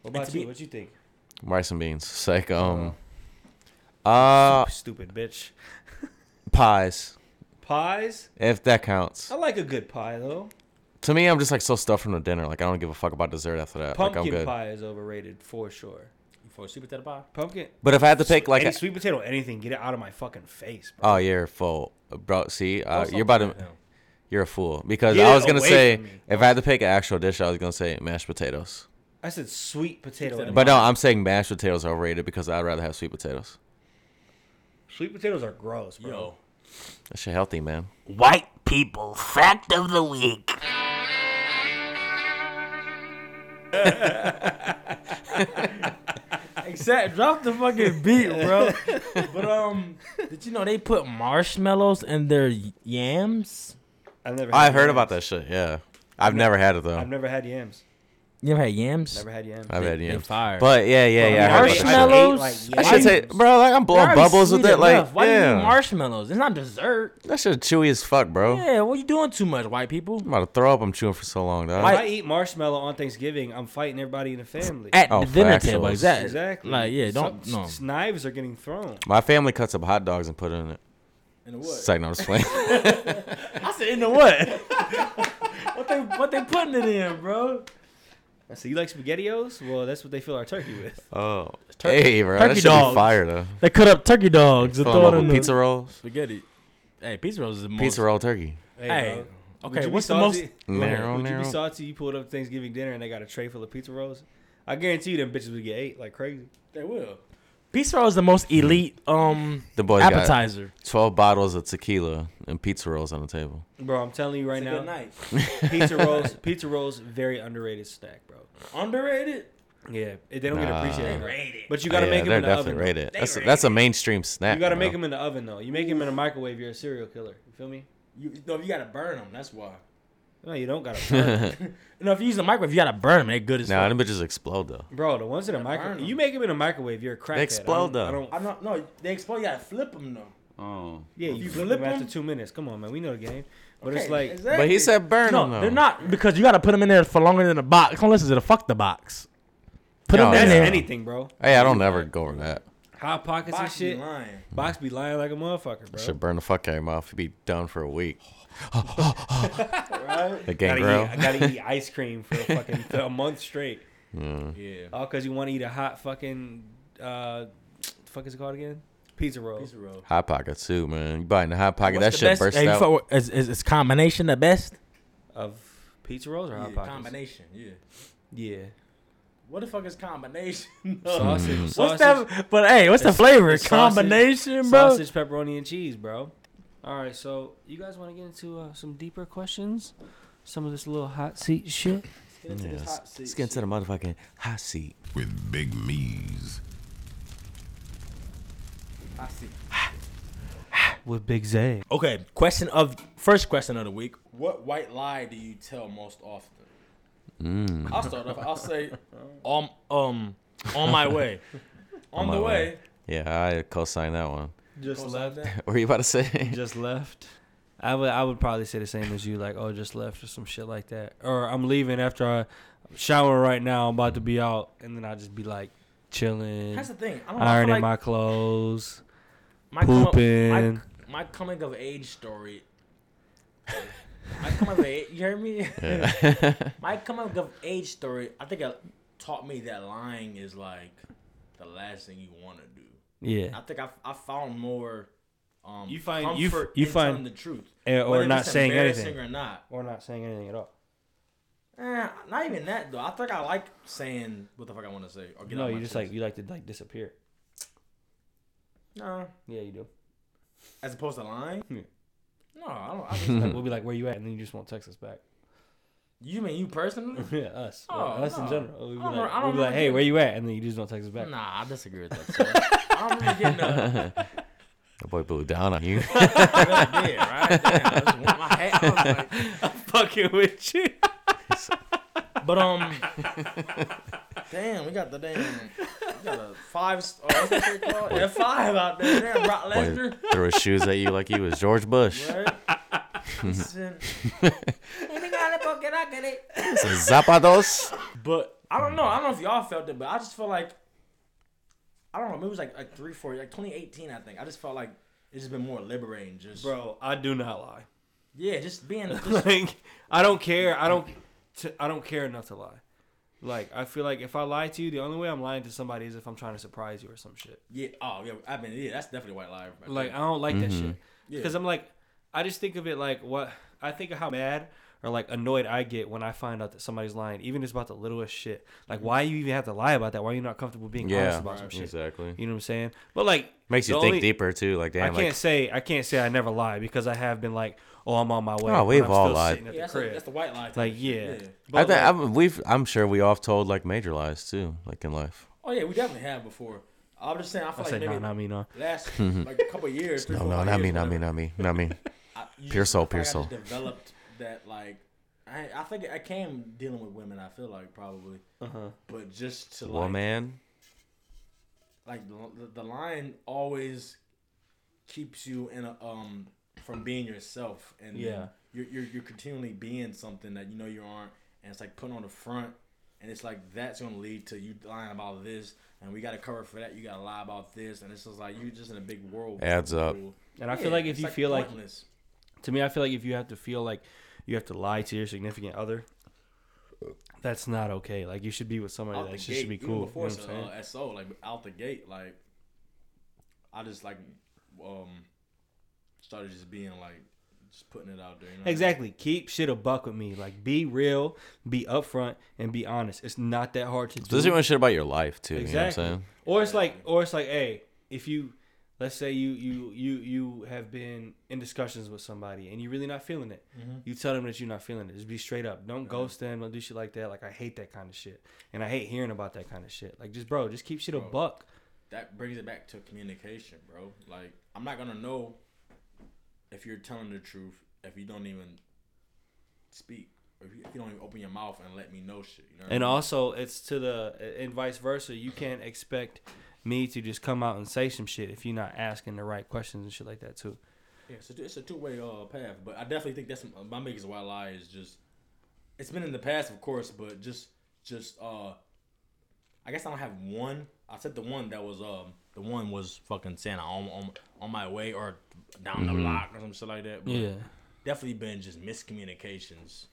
[SPEAKER 2] what
[SPEAKER 1] to
[SPEAKER 2] about
[SPEAKER 1] be-
[SPEAKER 2] you? What you think?
[SPEAKER 3] Rice and beans. It's like
[SPEAKER 2] Uh-huh.
[SPEAKER 3] um, uh,
[SPEAKER 2] Stupid bitch.
[SPEAKER 3] pies
[SPEAKER 2] Pies.
[SPEAKER 3] if that counts.
[SPEAKER 2] I like a good pie though.
[SPEAKER 3] To me, I'm just like so stuffed from the dinner. Like I don't give a fuck about dessert after that. like I'm
[SPEAKER 2] Pumpkin
[SPEAKER 3] good.
[SPEAKER 2] pie is overrated for sure.
[SPEAKER 1] For a sweet potato pie.
[SPEAKER 2] Pumpkin.
[SPEAKER 3] But if I had to pick like,
[SPEAKER 2] Any
[SPEAKER 3] a,
[SPEAKER 2] sweet potato, anything, get it out of my fucking face, bro.
[SPEAKER 3] oh, you're full, bro. See, uh,
[SPEAKER 1] Don't
[SPEAKER 3] you're about
[SPEAKER 1] stop
[SPEAKER 3] to,
[SPEAKER 1] him.
[SPEAKER 3] you're a fool. Because
[SPEAKER 2] Get
[SPEAKER 3] I was
[SPEAKER 2] it
[SPEAKER 3] gonna
[SPEAKER 2] away
[SPEAKER 3] say,
[SPEAKER 2] from me.
[SPEAKER 3] if I had to pick an actual dish, I was gonna say mashed potatoes.
[SPEAKER 2] I said sweet potato.
[SPEAKER 1] potato.
[SPEAKER 2] and-
[SPEAKER 3] But no, I'm saying mashed potatoes are overrated because I'd rather have sweet potatoes.
[SPEAKER 2] sweet potatoes are gross, bro.
[SPEAKER 1] Yo.
[SPEAKER 3] That shit healthy, man.
[SPEAKER 4] White people fact of the week.
[SPEAKER 1] Exact. Drop the fucking beat, bro. but um, did you know they put marshmallows in their y- yams?
[SPEAKER 2] I've never.
[SPEAKER 3] I
[SPEAKER 2] had
[SPEAKER 3] heard
[SPEAKER 2] yams.
[SPEAKER 3] about that shit. Yeah, I've never had it though.
[SPEAKER 2] I've never had yams.
[SPEAKER 1] You ever had yams?
[SPEAKER 2] Never had yams.
[SPEAKER 3] I've had
[SPEAKER 1] they
[SPEAKER 3] yeah.
[SPEAKER 1] fire.
[SPEAKER 3] But yeah, yeah, yeah. I heard about that shit.
[SPEAKER 2] marshmallow?
[SPEAKER 1] marshmallows.
[SPEAKER 2] Like,
[SPEAKER 3] That
[SPEAKER 2] Why
[SPEAKER 3] shit
[SPEAKER 2] you-
[SPEAKER 3] taste, bro. Like I'm
[SPEAKER 1] They're
[SPEAKER 3] blowing
[SPEAKER 1] already
[SPEAKER 3] bubbles with
[SPEAKER 1] sweet
[SPEAKER 3] it. Like,
[SPEAKER 1] enough. why you eat
[SPEAKER 3] yeah,
[SPEAKER 1] marshmallows? It's not dessert.
[SPEAKER 3] that shit chewy as fuck, bro.
[SPEAKER 1] Yeah, what you doing too much, white people?
[SPEAKER 3] I'm about to throw up. I'm chewing for so long, dog.
[SPEAKER 2] If I eat marshmallow on Thanksgiving, I'm fighting everybody in the family.
[SPEAKER 1] At
[SPEAKER 3] Oh,
[SPEAKER 1] the dinner
[SPEAKER 3] factuals.
[SPEAKER 1] table, exactly.
[SPEAKER 2] exactly.
[SPEAKER 1] Like, yeah, don't
[SPEAKER 2] Some-
[SPEAKER 1] no.
[SPEAKER 2] s- Knives are getting thrown.
[SPEAKER 3] My family cuts up hot dogs and put it in it.
[SPEAKER 1] In the
[SPEAKER 3] It's like no, I'm just playing.
[SPEAKER 1] I said, in the what? what they what they putting it in, bro?
[SPEAKER 2] I said, "You like SpaghettiOs? Well, that's what they fill our turkey with."
[SPEAKER 3] oh,
[SPEAKER 1] turkey-
[SPEAKER 3] hey, bro,
[SPEAKER 1] turkey
[SPEAKER 3] that should
[SPEAKER 1] dogs.
[SPEAKER 3] be fire though.
[SPEAKER 1] They cut up turkey dogs and
[SPEAKER 3] Fill 'em
[SPEAKER 1] throw
[SPEAKER 3] up
[SPEAKER 1] it in
[SPEAKER 3] with
[SPEAKER 1] the
[SPEAKER 3] pizza rolls,
[SPEAKER 1] spaghetti. Hey, pizza rolls is the most.
[SPEAKER 3] pizza roll turkey.
[SPEAKER 1] Hey,
[SPEAKER 2] Would
[SPEAKER 1] okay,
[SPEAKER 2] you be
[SPEAKER 1] what's the
[SPEAKER 2] salty-
[SPEAKER 1] most?
[SPEAKER 3] Narrow,
[SPEAKER 2] Would you be
[SPEAKER 3] narrow.
[SPEAKER 2] salty? You pulled up Thanksgiving dinner and they got a tray full of pizza rolls. I guarantee you, them bitches would get ate like crazy.
[SPEAKER 1] They will. Pizza roll is the most elite um
[SPEAKER 3] The boys got-
[SPEAKER 1] appetizer.
[SPEAKER 3] 12 bottles of tequila and pizza rolls on the table.
[SPEAKER 2] Bro, I'm telling you right
[SPEAKER 1] It's a good
[SPEAKER 2] now,
[SPEAKER 1] night.
[SPEAKER 2] pizza rolls, pizza rolls, very underrated snack, bro.
[SPEAKER 1] Underrated.
[SPEAKER 2] Yeah, it- they don't get
[SPEAKER 3] Nah.
[SPEAKER 2] appreciated. enough.
[SPEAKER 5] Rated.
[SPEAKER 2] But you gotta
[SPEAKER 3] Oh, yeah,
[SPEAKER 2] make them
[SPEAKER 3] they're
[SPEAKER 2] in the
[SPEAKER 3] definitely
[SPEAKER 2] oven. though.
[SPEAKER 3] rated.
[SPEAKER 5] They
[SPEAKER 3] That's a,
[SPEAKER 5] rated.
[SPEAKER 3] that's a mainstream snack.
[SPEAKER 2] You gotta make
[SPEAKER 3] bro.
[SPEAKER 2] them in the oven though. You make them in a microwave, you're a serial killer. You feel me?
[SPEAKER 1] You no, you gotta burn them. That's why.
[SPEAKER 2] No, you don't gotta. burn 'em.
[SPEAKER 1] No, if you use the microwave, you gotta burn them. They good as
[SPEAKER 3] Nah,
[SPEAKER 1] fuck.
[SPEAKER 3] them bitches explode though.
[SPEAKER 2] Bro, the ones in a
[SPEAKER 1] Gotta burn
[SPEAKER 2] microwave,
[SPEAKER 1] 'em.
[SPEAKER 2] you make them in a microwave, you're a crackhead. I
[SPEAKER 3] explode,
[SPEAKER 2] don't- I
[SPEAKER 3] though.
[SPEAKER 2] don't,
[SPEAKER 1] I'm not. No, they explode. You gotta flip them though.
[SPEAKER 6] Oh.
[SPEAKER 2] Yeah, you,
[SPEAKER 1] you
[SPEAKER 2] flip
[SPEAKER 1] flip
[SPEAKER 2] them after
[SPEAKER 1] 'em?
[SPEAKER 2] two minutes. Come on, man. We know the game. But it's
[SPEAKER 1] Okay,
[SPEAKER 2] like,
[SPEAKER 1] exactly.
[SPEAKER 3] But he said burn
[SPEAKER 1] no.
[SPEAKER 3] them. Though.
[SPEAKER 1] They're not because you gotta put them in there for longer than a box. Come listen to the fuck the box. Put
[SPEAKER 3] No,
[SPEAKER 1] them in
[SPEAKER 2] that's
[SPEAKER 1] there.
[SPEAKER 2] anything, bro.
[SPEAKER 3] Hey, I don't ever go over that.
[SPEAKER 2] Hot pockets
[SPEAKER 1] Box
[SPEAKER 2] and
[SPEAKER 1] be
[SPEAKER 2] shit.
[SPEAKER 1] lying.
[SPEAKER 2] Box be lying like a motherfucker, bro.
[SPEAKER 3] Should burn the fuck out of your mouth. You'd be done for a week.
[SPEAKER 2] Right? Gotta
[SPEAKER 3] The
[SPEAKER 2] eat,
[SPEAKER 3] gangrel.
[SPEAKER 2] I gotta eat ice cream for a fucking for a month straight.
[SPEAKER 3] Hmm.
[SPEAKER 1] Yeah.
[SPEAKER 2] All because you want to eat a hot fucking, uh, fuck is it called again? Pizza roll.
[SPEAKER 1] Pizza roll.
[SPEAKER 3] Hot pocket too, man. You bite in the hot pocket,
[SPEAKER 1] What's
[SPEAKER 3] that
[SPEAKER 1] the
[SPEAKER 3] shit
[SPEAKER 1] best-
[SPEAKER 3] bursts
[SPEAKER 1] hey, you
[SPEAKER 3] out.
[SPEAKER 1] fuck with- is, is, is combination the best?
[SPEAKER 2] Of pizza rolls or hot
[SPEAKER 1] Yeah,
[SPEAKER 2] pockets?
[SPEAKER 1] combination. Yeah.
[SPEAKER 2] Yeah.
[SPEAKER 1] What the fuck is combination?
[SPEAKER 2] Sausage. sausage.
[SPEAKER 1] What's that? But hey, what's the
[SPEAKER 2] It's-
[SPEAKER 1] flavor?
[SPEAKER 2] it's sausage-
[SPEAKER 1] combination, bro.
[SPEAKER 2] Sausage, pepperoni, and cheese, bro. All right, so you guys want to get into uh, some deeper questions? Some of this little hot seat shit.
[SPEAKER 3] Yes. Let's get into the motherfucking hot seat.
[SPEAKER 7] with big me's.
[SPEAKER 8] with Big Zay.
[SPEAKER 1] Okay, question of first question of the week. What white lie do you tell most often?
[SPEAKER 3] Mm.
[SPEAKER 1] I'll start off. I'll say, um, um, on my way, on,
[SPEAKER 3] my
[SPEAKER 1] the way.
[SPEAKER 3] way. Yeah, I co-sign that one.
[SPEAKER 2] Just
[SPEAKER 1] goes like that.
[SPEAKER 3] What were you about to say?
[SPEAKER 2] just left. I would I would probably say the same as you, like, oh, just left or some shit like that, or I'm leaving after I shower right now. I'm about to be out, and then I just be like chilling,
[SPEAKER 1] That's the thing. I don't know. I feel
[SPEAKER 2] ironing
[SPEAKER 1] like
[SPEAKER 2] my clothes.
[SPEAKER 1] my come up- my,
[SPEAKER 2] pooping.
[SPEAKER 1] my coming of age story. my coming of age. You hear me? my coming of age story. I think it taught me that lying is like the last thing you want to do. I
[SPEAKER 2] Yeah,
[SPEAKER 1] think I, I found more. Um,
[SPEAKER 2] You find- you f-
[SPEAKER 1] comfort
[SPEAKER 2] you
[SPEAKER 1] in
[SPEAKER 2] find-
[SPEAKER 1] telling the truth,
[SPEAKER 2] eh, or
[SPEAKER 1] Whether
[SPEAKER 2] not
[SPEAKER 1] it's
[SPEAKER 2] saying
[SPEAKER 1] embarrassing
[SPEAKER 2] anything.
[SPEAKER 1] or not.
[SPEAKER 2] or not saying anything at all.
[SPEAKER 1] Eh, not even that though. I think I like saying what the fuck I want to say. Or get
[SPEAKER 2] no,
[SPEAKER 1] out
[SPEAKER 2] you
[SPEAKER 1] my
[SPEAKER 2] just
[SPEAKER 1] chest.
[SPEAKER 2] like you like to like disappear.
[SPEAKER 1] nah.
[SPEAKER 2] Yeah, you do.
[SPEAKER 1] As opposed to lying.
[SPEAKER 2] Yeah.
[SPEAKER 1] No, I don't. I just,
[SPEAKER 2] Like, we'll be like, where you at, and then you just won't text us back.
[SPEAKER 1] you mean you personally?
[SPEAKER 2] yeah, us,
[SPEAKER 1] Oh,
[SPEAKER 2] Like, us in
[SPEAKER 1] no.
[SPEAKER 2] general. We'll be
[SPEAKER 1] I don't
[SPEAKER 2] like,
[SPEAKER 1] re- I
[SPEAKER 2] we'll
[SPEAKER 1] don't Mm.
[SPEAKER 2] be like,
[SPEAKER 1] really
[SPEAKER 2] hey,
[SPEAKER 1] do-
[SPEAKER 2] where you at, and then you just don't text us back.
[SPEAKER 1] Nah, I disagree with that. sir. I don't really get no.
[SPEAKER 3] That boy blew down on you.
[SPEAKER 1] I really did, right? Damn, I just want my hat. I was like,
[SPEAKER 2] fucking with you.
[SPEAKER 1] But um, damn, we got the damn, we got a five oh, star F five out there. Damn, Brock
[SPEAKER 3] boy
[SPEAKER 1] Lesnar.
[SPEAKER 3] threw his shoes at you like he was George Bush.
[SPEAKER 1] Right? Listen.
[SPEAKER 3] It's a Zapados.
[SPEAKER 1] but I don't know. I don't know if y'all felt it, but I just felt like I don't know. Maybe it was like like three, four, like 2018. I think I just felt like it's just been more liberating. Just
[SPEAKER 2] Bro, I do not lie.
[SPEAKER 1] yeah, just being just,
[SPEAKER 2] like I don't care. I don't. T- I don't care enough to lie. Like I feel like if I lie to you, the only way I'm lying to somebody is if I'm trying to surprise you or some shit.
[SPEAKER 1] yeah. Oh yeah, I mean yeah, that's definitely white lie. right
[SPEAKER 2] Like I
[SPEAKER 1] there.
[SPEAKER 2] don't like
[SPEAKER 3] Mm-hmm.
[SPEAKER 2] that shit
[SPEAKER 1] Yeah.
[SPEAKER 2] because I'm like I just think of it like what I think of how mad or like annoyed I get when I find out that somebody's lying, even if it's about the littlest shit.
[SPEAKER 1] Mm-hmm.
[SPEAKER 2] Like why you even have to lie about that? Why are you not comfortable being honest
[SPEAKER 3] Yeah,
[SPEAKER 2] about some shit?
[SPEAKER 3] exactly.
[SPEAKER 2] You know what I'm saying? But like
[SPEAKER 3] Makes you
[SPEAKER 2] the
[SPEAKER 3] think
[SPEAKER 2] only-
[SPEAKER 3] deeper too. Like
[SPEAKER 2] I
[SPEAKER 3] damn,
[SPEAKER 2] can't
[SPEAKER 3] like
[SPEAKER 2] say I can't say I never lie because I have been like, oh, I'm on my way.
[SPEAKER 3] Oh,
[SPEAKER 2] but
[SPEAKER 3] we've
[SPEAKER 2] I'm
[SPEAKER 3] all
[SPEAKER 2] still
[SPEAKER 3] lied.
[SPEAKER 2] sitting at
[SPEAKER 1] yeah, that's,
[SPEAKER 2] the
[SPEAKER 1] the
[SPEAKER 2] crib.
[SPEAKER 1] that's the white lie. type
[SPEAKER 2] Like
[SPEAKER 1] shit.
[SPEAKER 2] yeah,
[SPEAKER 3] I think I'm, we've. I'm sure we all have told like major lies too, like in life.
[SPEAKER 1] Oh yeah, we definitely have before. I'm just saying. I feel
[SPEAKER 2] I
[SPEAKER 1] like
[SPEAKER 2] said
[SPEAKER 1] maybe
[SPEAKER 2] no, not me, no.
[SPEAKER 1] last like a couple years. three,
[SPEAKER 3] No,
[SPEAKER 1] four,
[SPEAKER 3] no,
[SPEAKER 1] five
[SPEAKER 3] not me,
[SPEAKER 1] years,
[SPEAKER 3] not me,
[SPEAKER 1] whatever,
[SPEAKER 3] not me, not me.
[SPEAKER 1] I- you
[SPEAKER 3] Pure
[SPEAKER 1] just-
[SPEAKER 3] soul,
[SPEAKER 1] I feel like
[SPEAKER 3] pure
[SPEAKER 1] I just
[SPEAKER 3] soul.
[SPEAKER 1] Developed that like I I think I came dealing with women. I feel like probably, but just to like
[SPEAKER 3] Woman.
[SPEAKER 1] like the, the line always keeps you in a um from being yourself and then
[SPEAKER 2] Yeah.
[SPEAKER 1] you're, you're you're continually being something that you know you aren't and it's like putting on the front and it's like that's gonna lead to you lying about this and we gotta cover for that you gotta lie about this and it's just like you're just in a big world
[SPEAKER 3] Adds up.
[SPEAKER 2] And I feel like if you feel like,
[SPEAKER 1] pointless.
[SPEAKER 2] to me, I feel like if you have to feel like you have to lie to your significant other, that's not okay. Like you should be with somebody
[SPEAKER 1] out the
[SPEAKER 2] that
[SPEAKER 1] gate
[SPEAKER 2] should, should be
[SPEAKER 1] even
[SPEAKER 2] cool. You know
[SPEAKER 1] before
[SPEAKER 2] what I'm saying?
[SPEAKER 1] uh, so like out the gate like I just like um started just being like Just putting it out there. You know?
[SPEAKER 2] Exactly. Keep shit a buck with me. Like, be real, be upfront, and be honest. It's not that hard to do.
[SPEAKER 3] Especially when shit about your life too. You know what I'm
[SPEAKER 2] Exactly.
[SPEAKER 3] saying?
[SPEAKER 2] Or it's like, or it's like, hey, if you, let's say you you you you have been in discussions with somebody and you're really not feeling it, you tell them that you're not feeling it. Just be straight up. Don't ghost them. Don't do shit like that. Like I hate that kind of shit, and I hate hearing about that kind of shit. Like just bro, just keep shit a buck.
[SPEAKER 1] That brings it back to communication, bro. Like I'm not gonna know if you're telling the truth if you don't even speak, or if you, if you don't even open your mouth and let me know shit. You know. what I
[SPEAKER 2] And
[SPEAKER 1] mean?
[SPEAKER 2] also, it's to the and vice versa. You can't expect me to just come out and say some shit if you're not asking the right questions and shit like that too.
[SPEAKER 1] Yeah, it's a, it's a two way uh, path, but I definitely think that's my biggest white lie is just it's been in the past, of course, but just just uh, I guess I don't have one. I said the one that was um the one was fucking saying on on, on my way or down the block or some shit like that. But definitely been just miscommunications,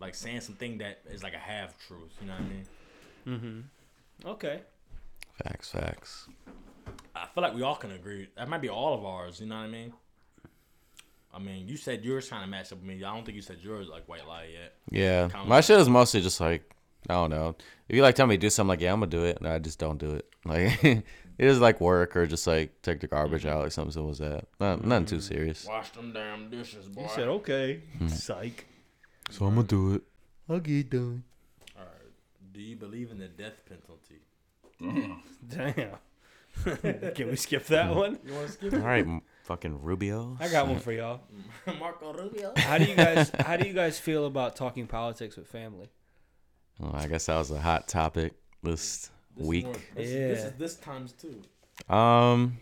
[SPEAKER 1] like saying something that is like a half truth. You know what I mean?
[SPEAKER 2] Mm-hmm. Okay.
[SPEAKER 3] Facts, facts.
[SPEAKER 1] I feel like we all can agree. That might be all of ours. You know what I mean? I mean, you said yours kind of matched up with me. I don't think you said yours like white lie yet.
[SPEAKER 3] Yeah.
[SPEAKER 1] Comment.
[SPEAKER 3] My shit is mostly just like I don't know. If you like tell me to do something like yeah, I'm gonna do it and I just don't do it. Like it is like work or just like take the
[SPEAKER 2] Mm-hmm.
[SPEAKER 3] garbage out like something simple as that. Not, nothing too serious.
[SPEAKER 1] Wash them damn dishes, boy.
[SPEAKER 3] oh.
[SPEAKER 2] okay.
[SPEAKER 3] Hmm.
[SPEAKER 2] Psych.
[SPEAKER 3] So I'm gonna do it.
[SPEAKER 1] All right. Do you believe in the death penalty?
[SPEAKER 2] Damn. Can we skip that one?
[SPEAKER 1] You want to skip
[SPEAKER 3] All right, m- fucking Rubio.
[SPEAKER 2] I got one for y'all.
[SPEAKER 1] it? Marco Rubio.
[SPEAKER 2] How do you guys how do you guys feel about talking politics with family?
[SPEAKER 3] Well, I guess that was a hot topic this, week.
[SPEAKER 1] This, yeah. this
[SPEAKER 2] Yeah.
[SPEAKER 1] is this times too.
[SPEAKER 3] Um,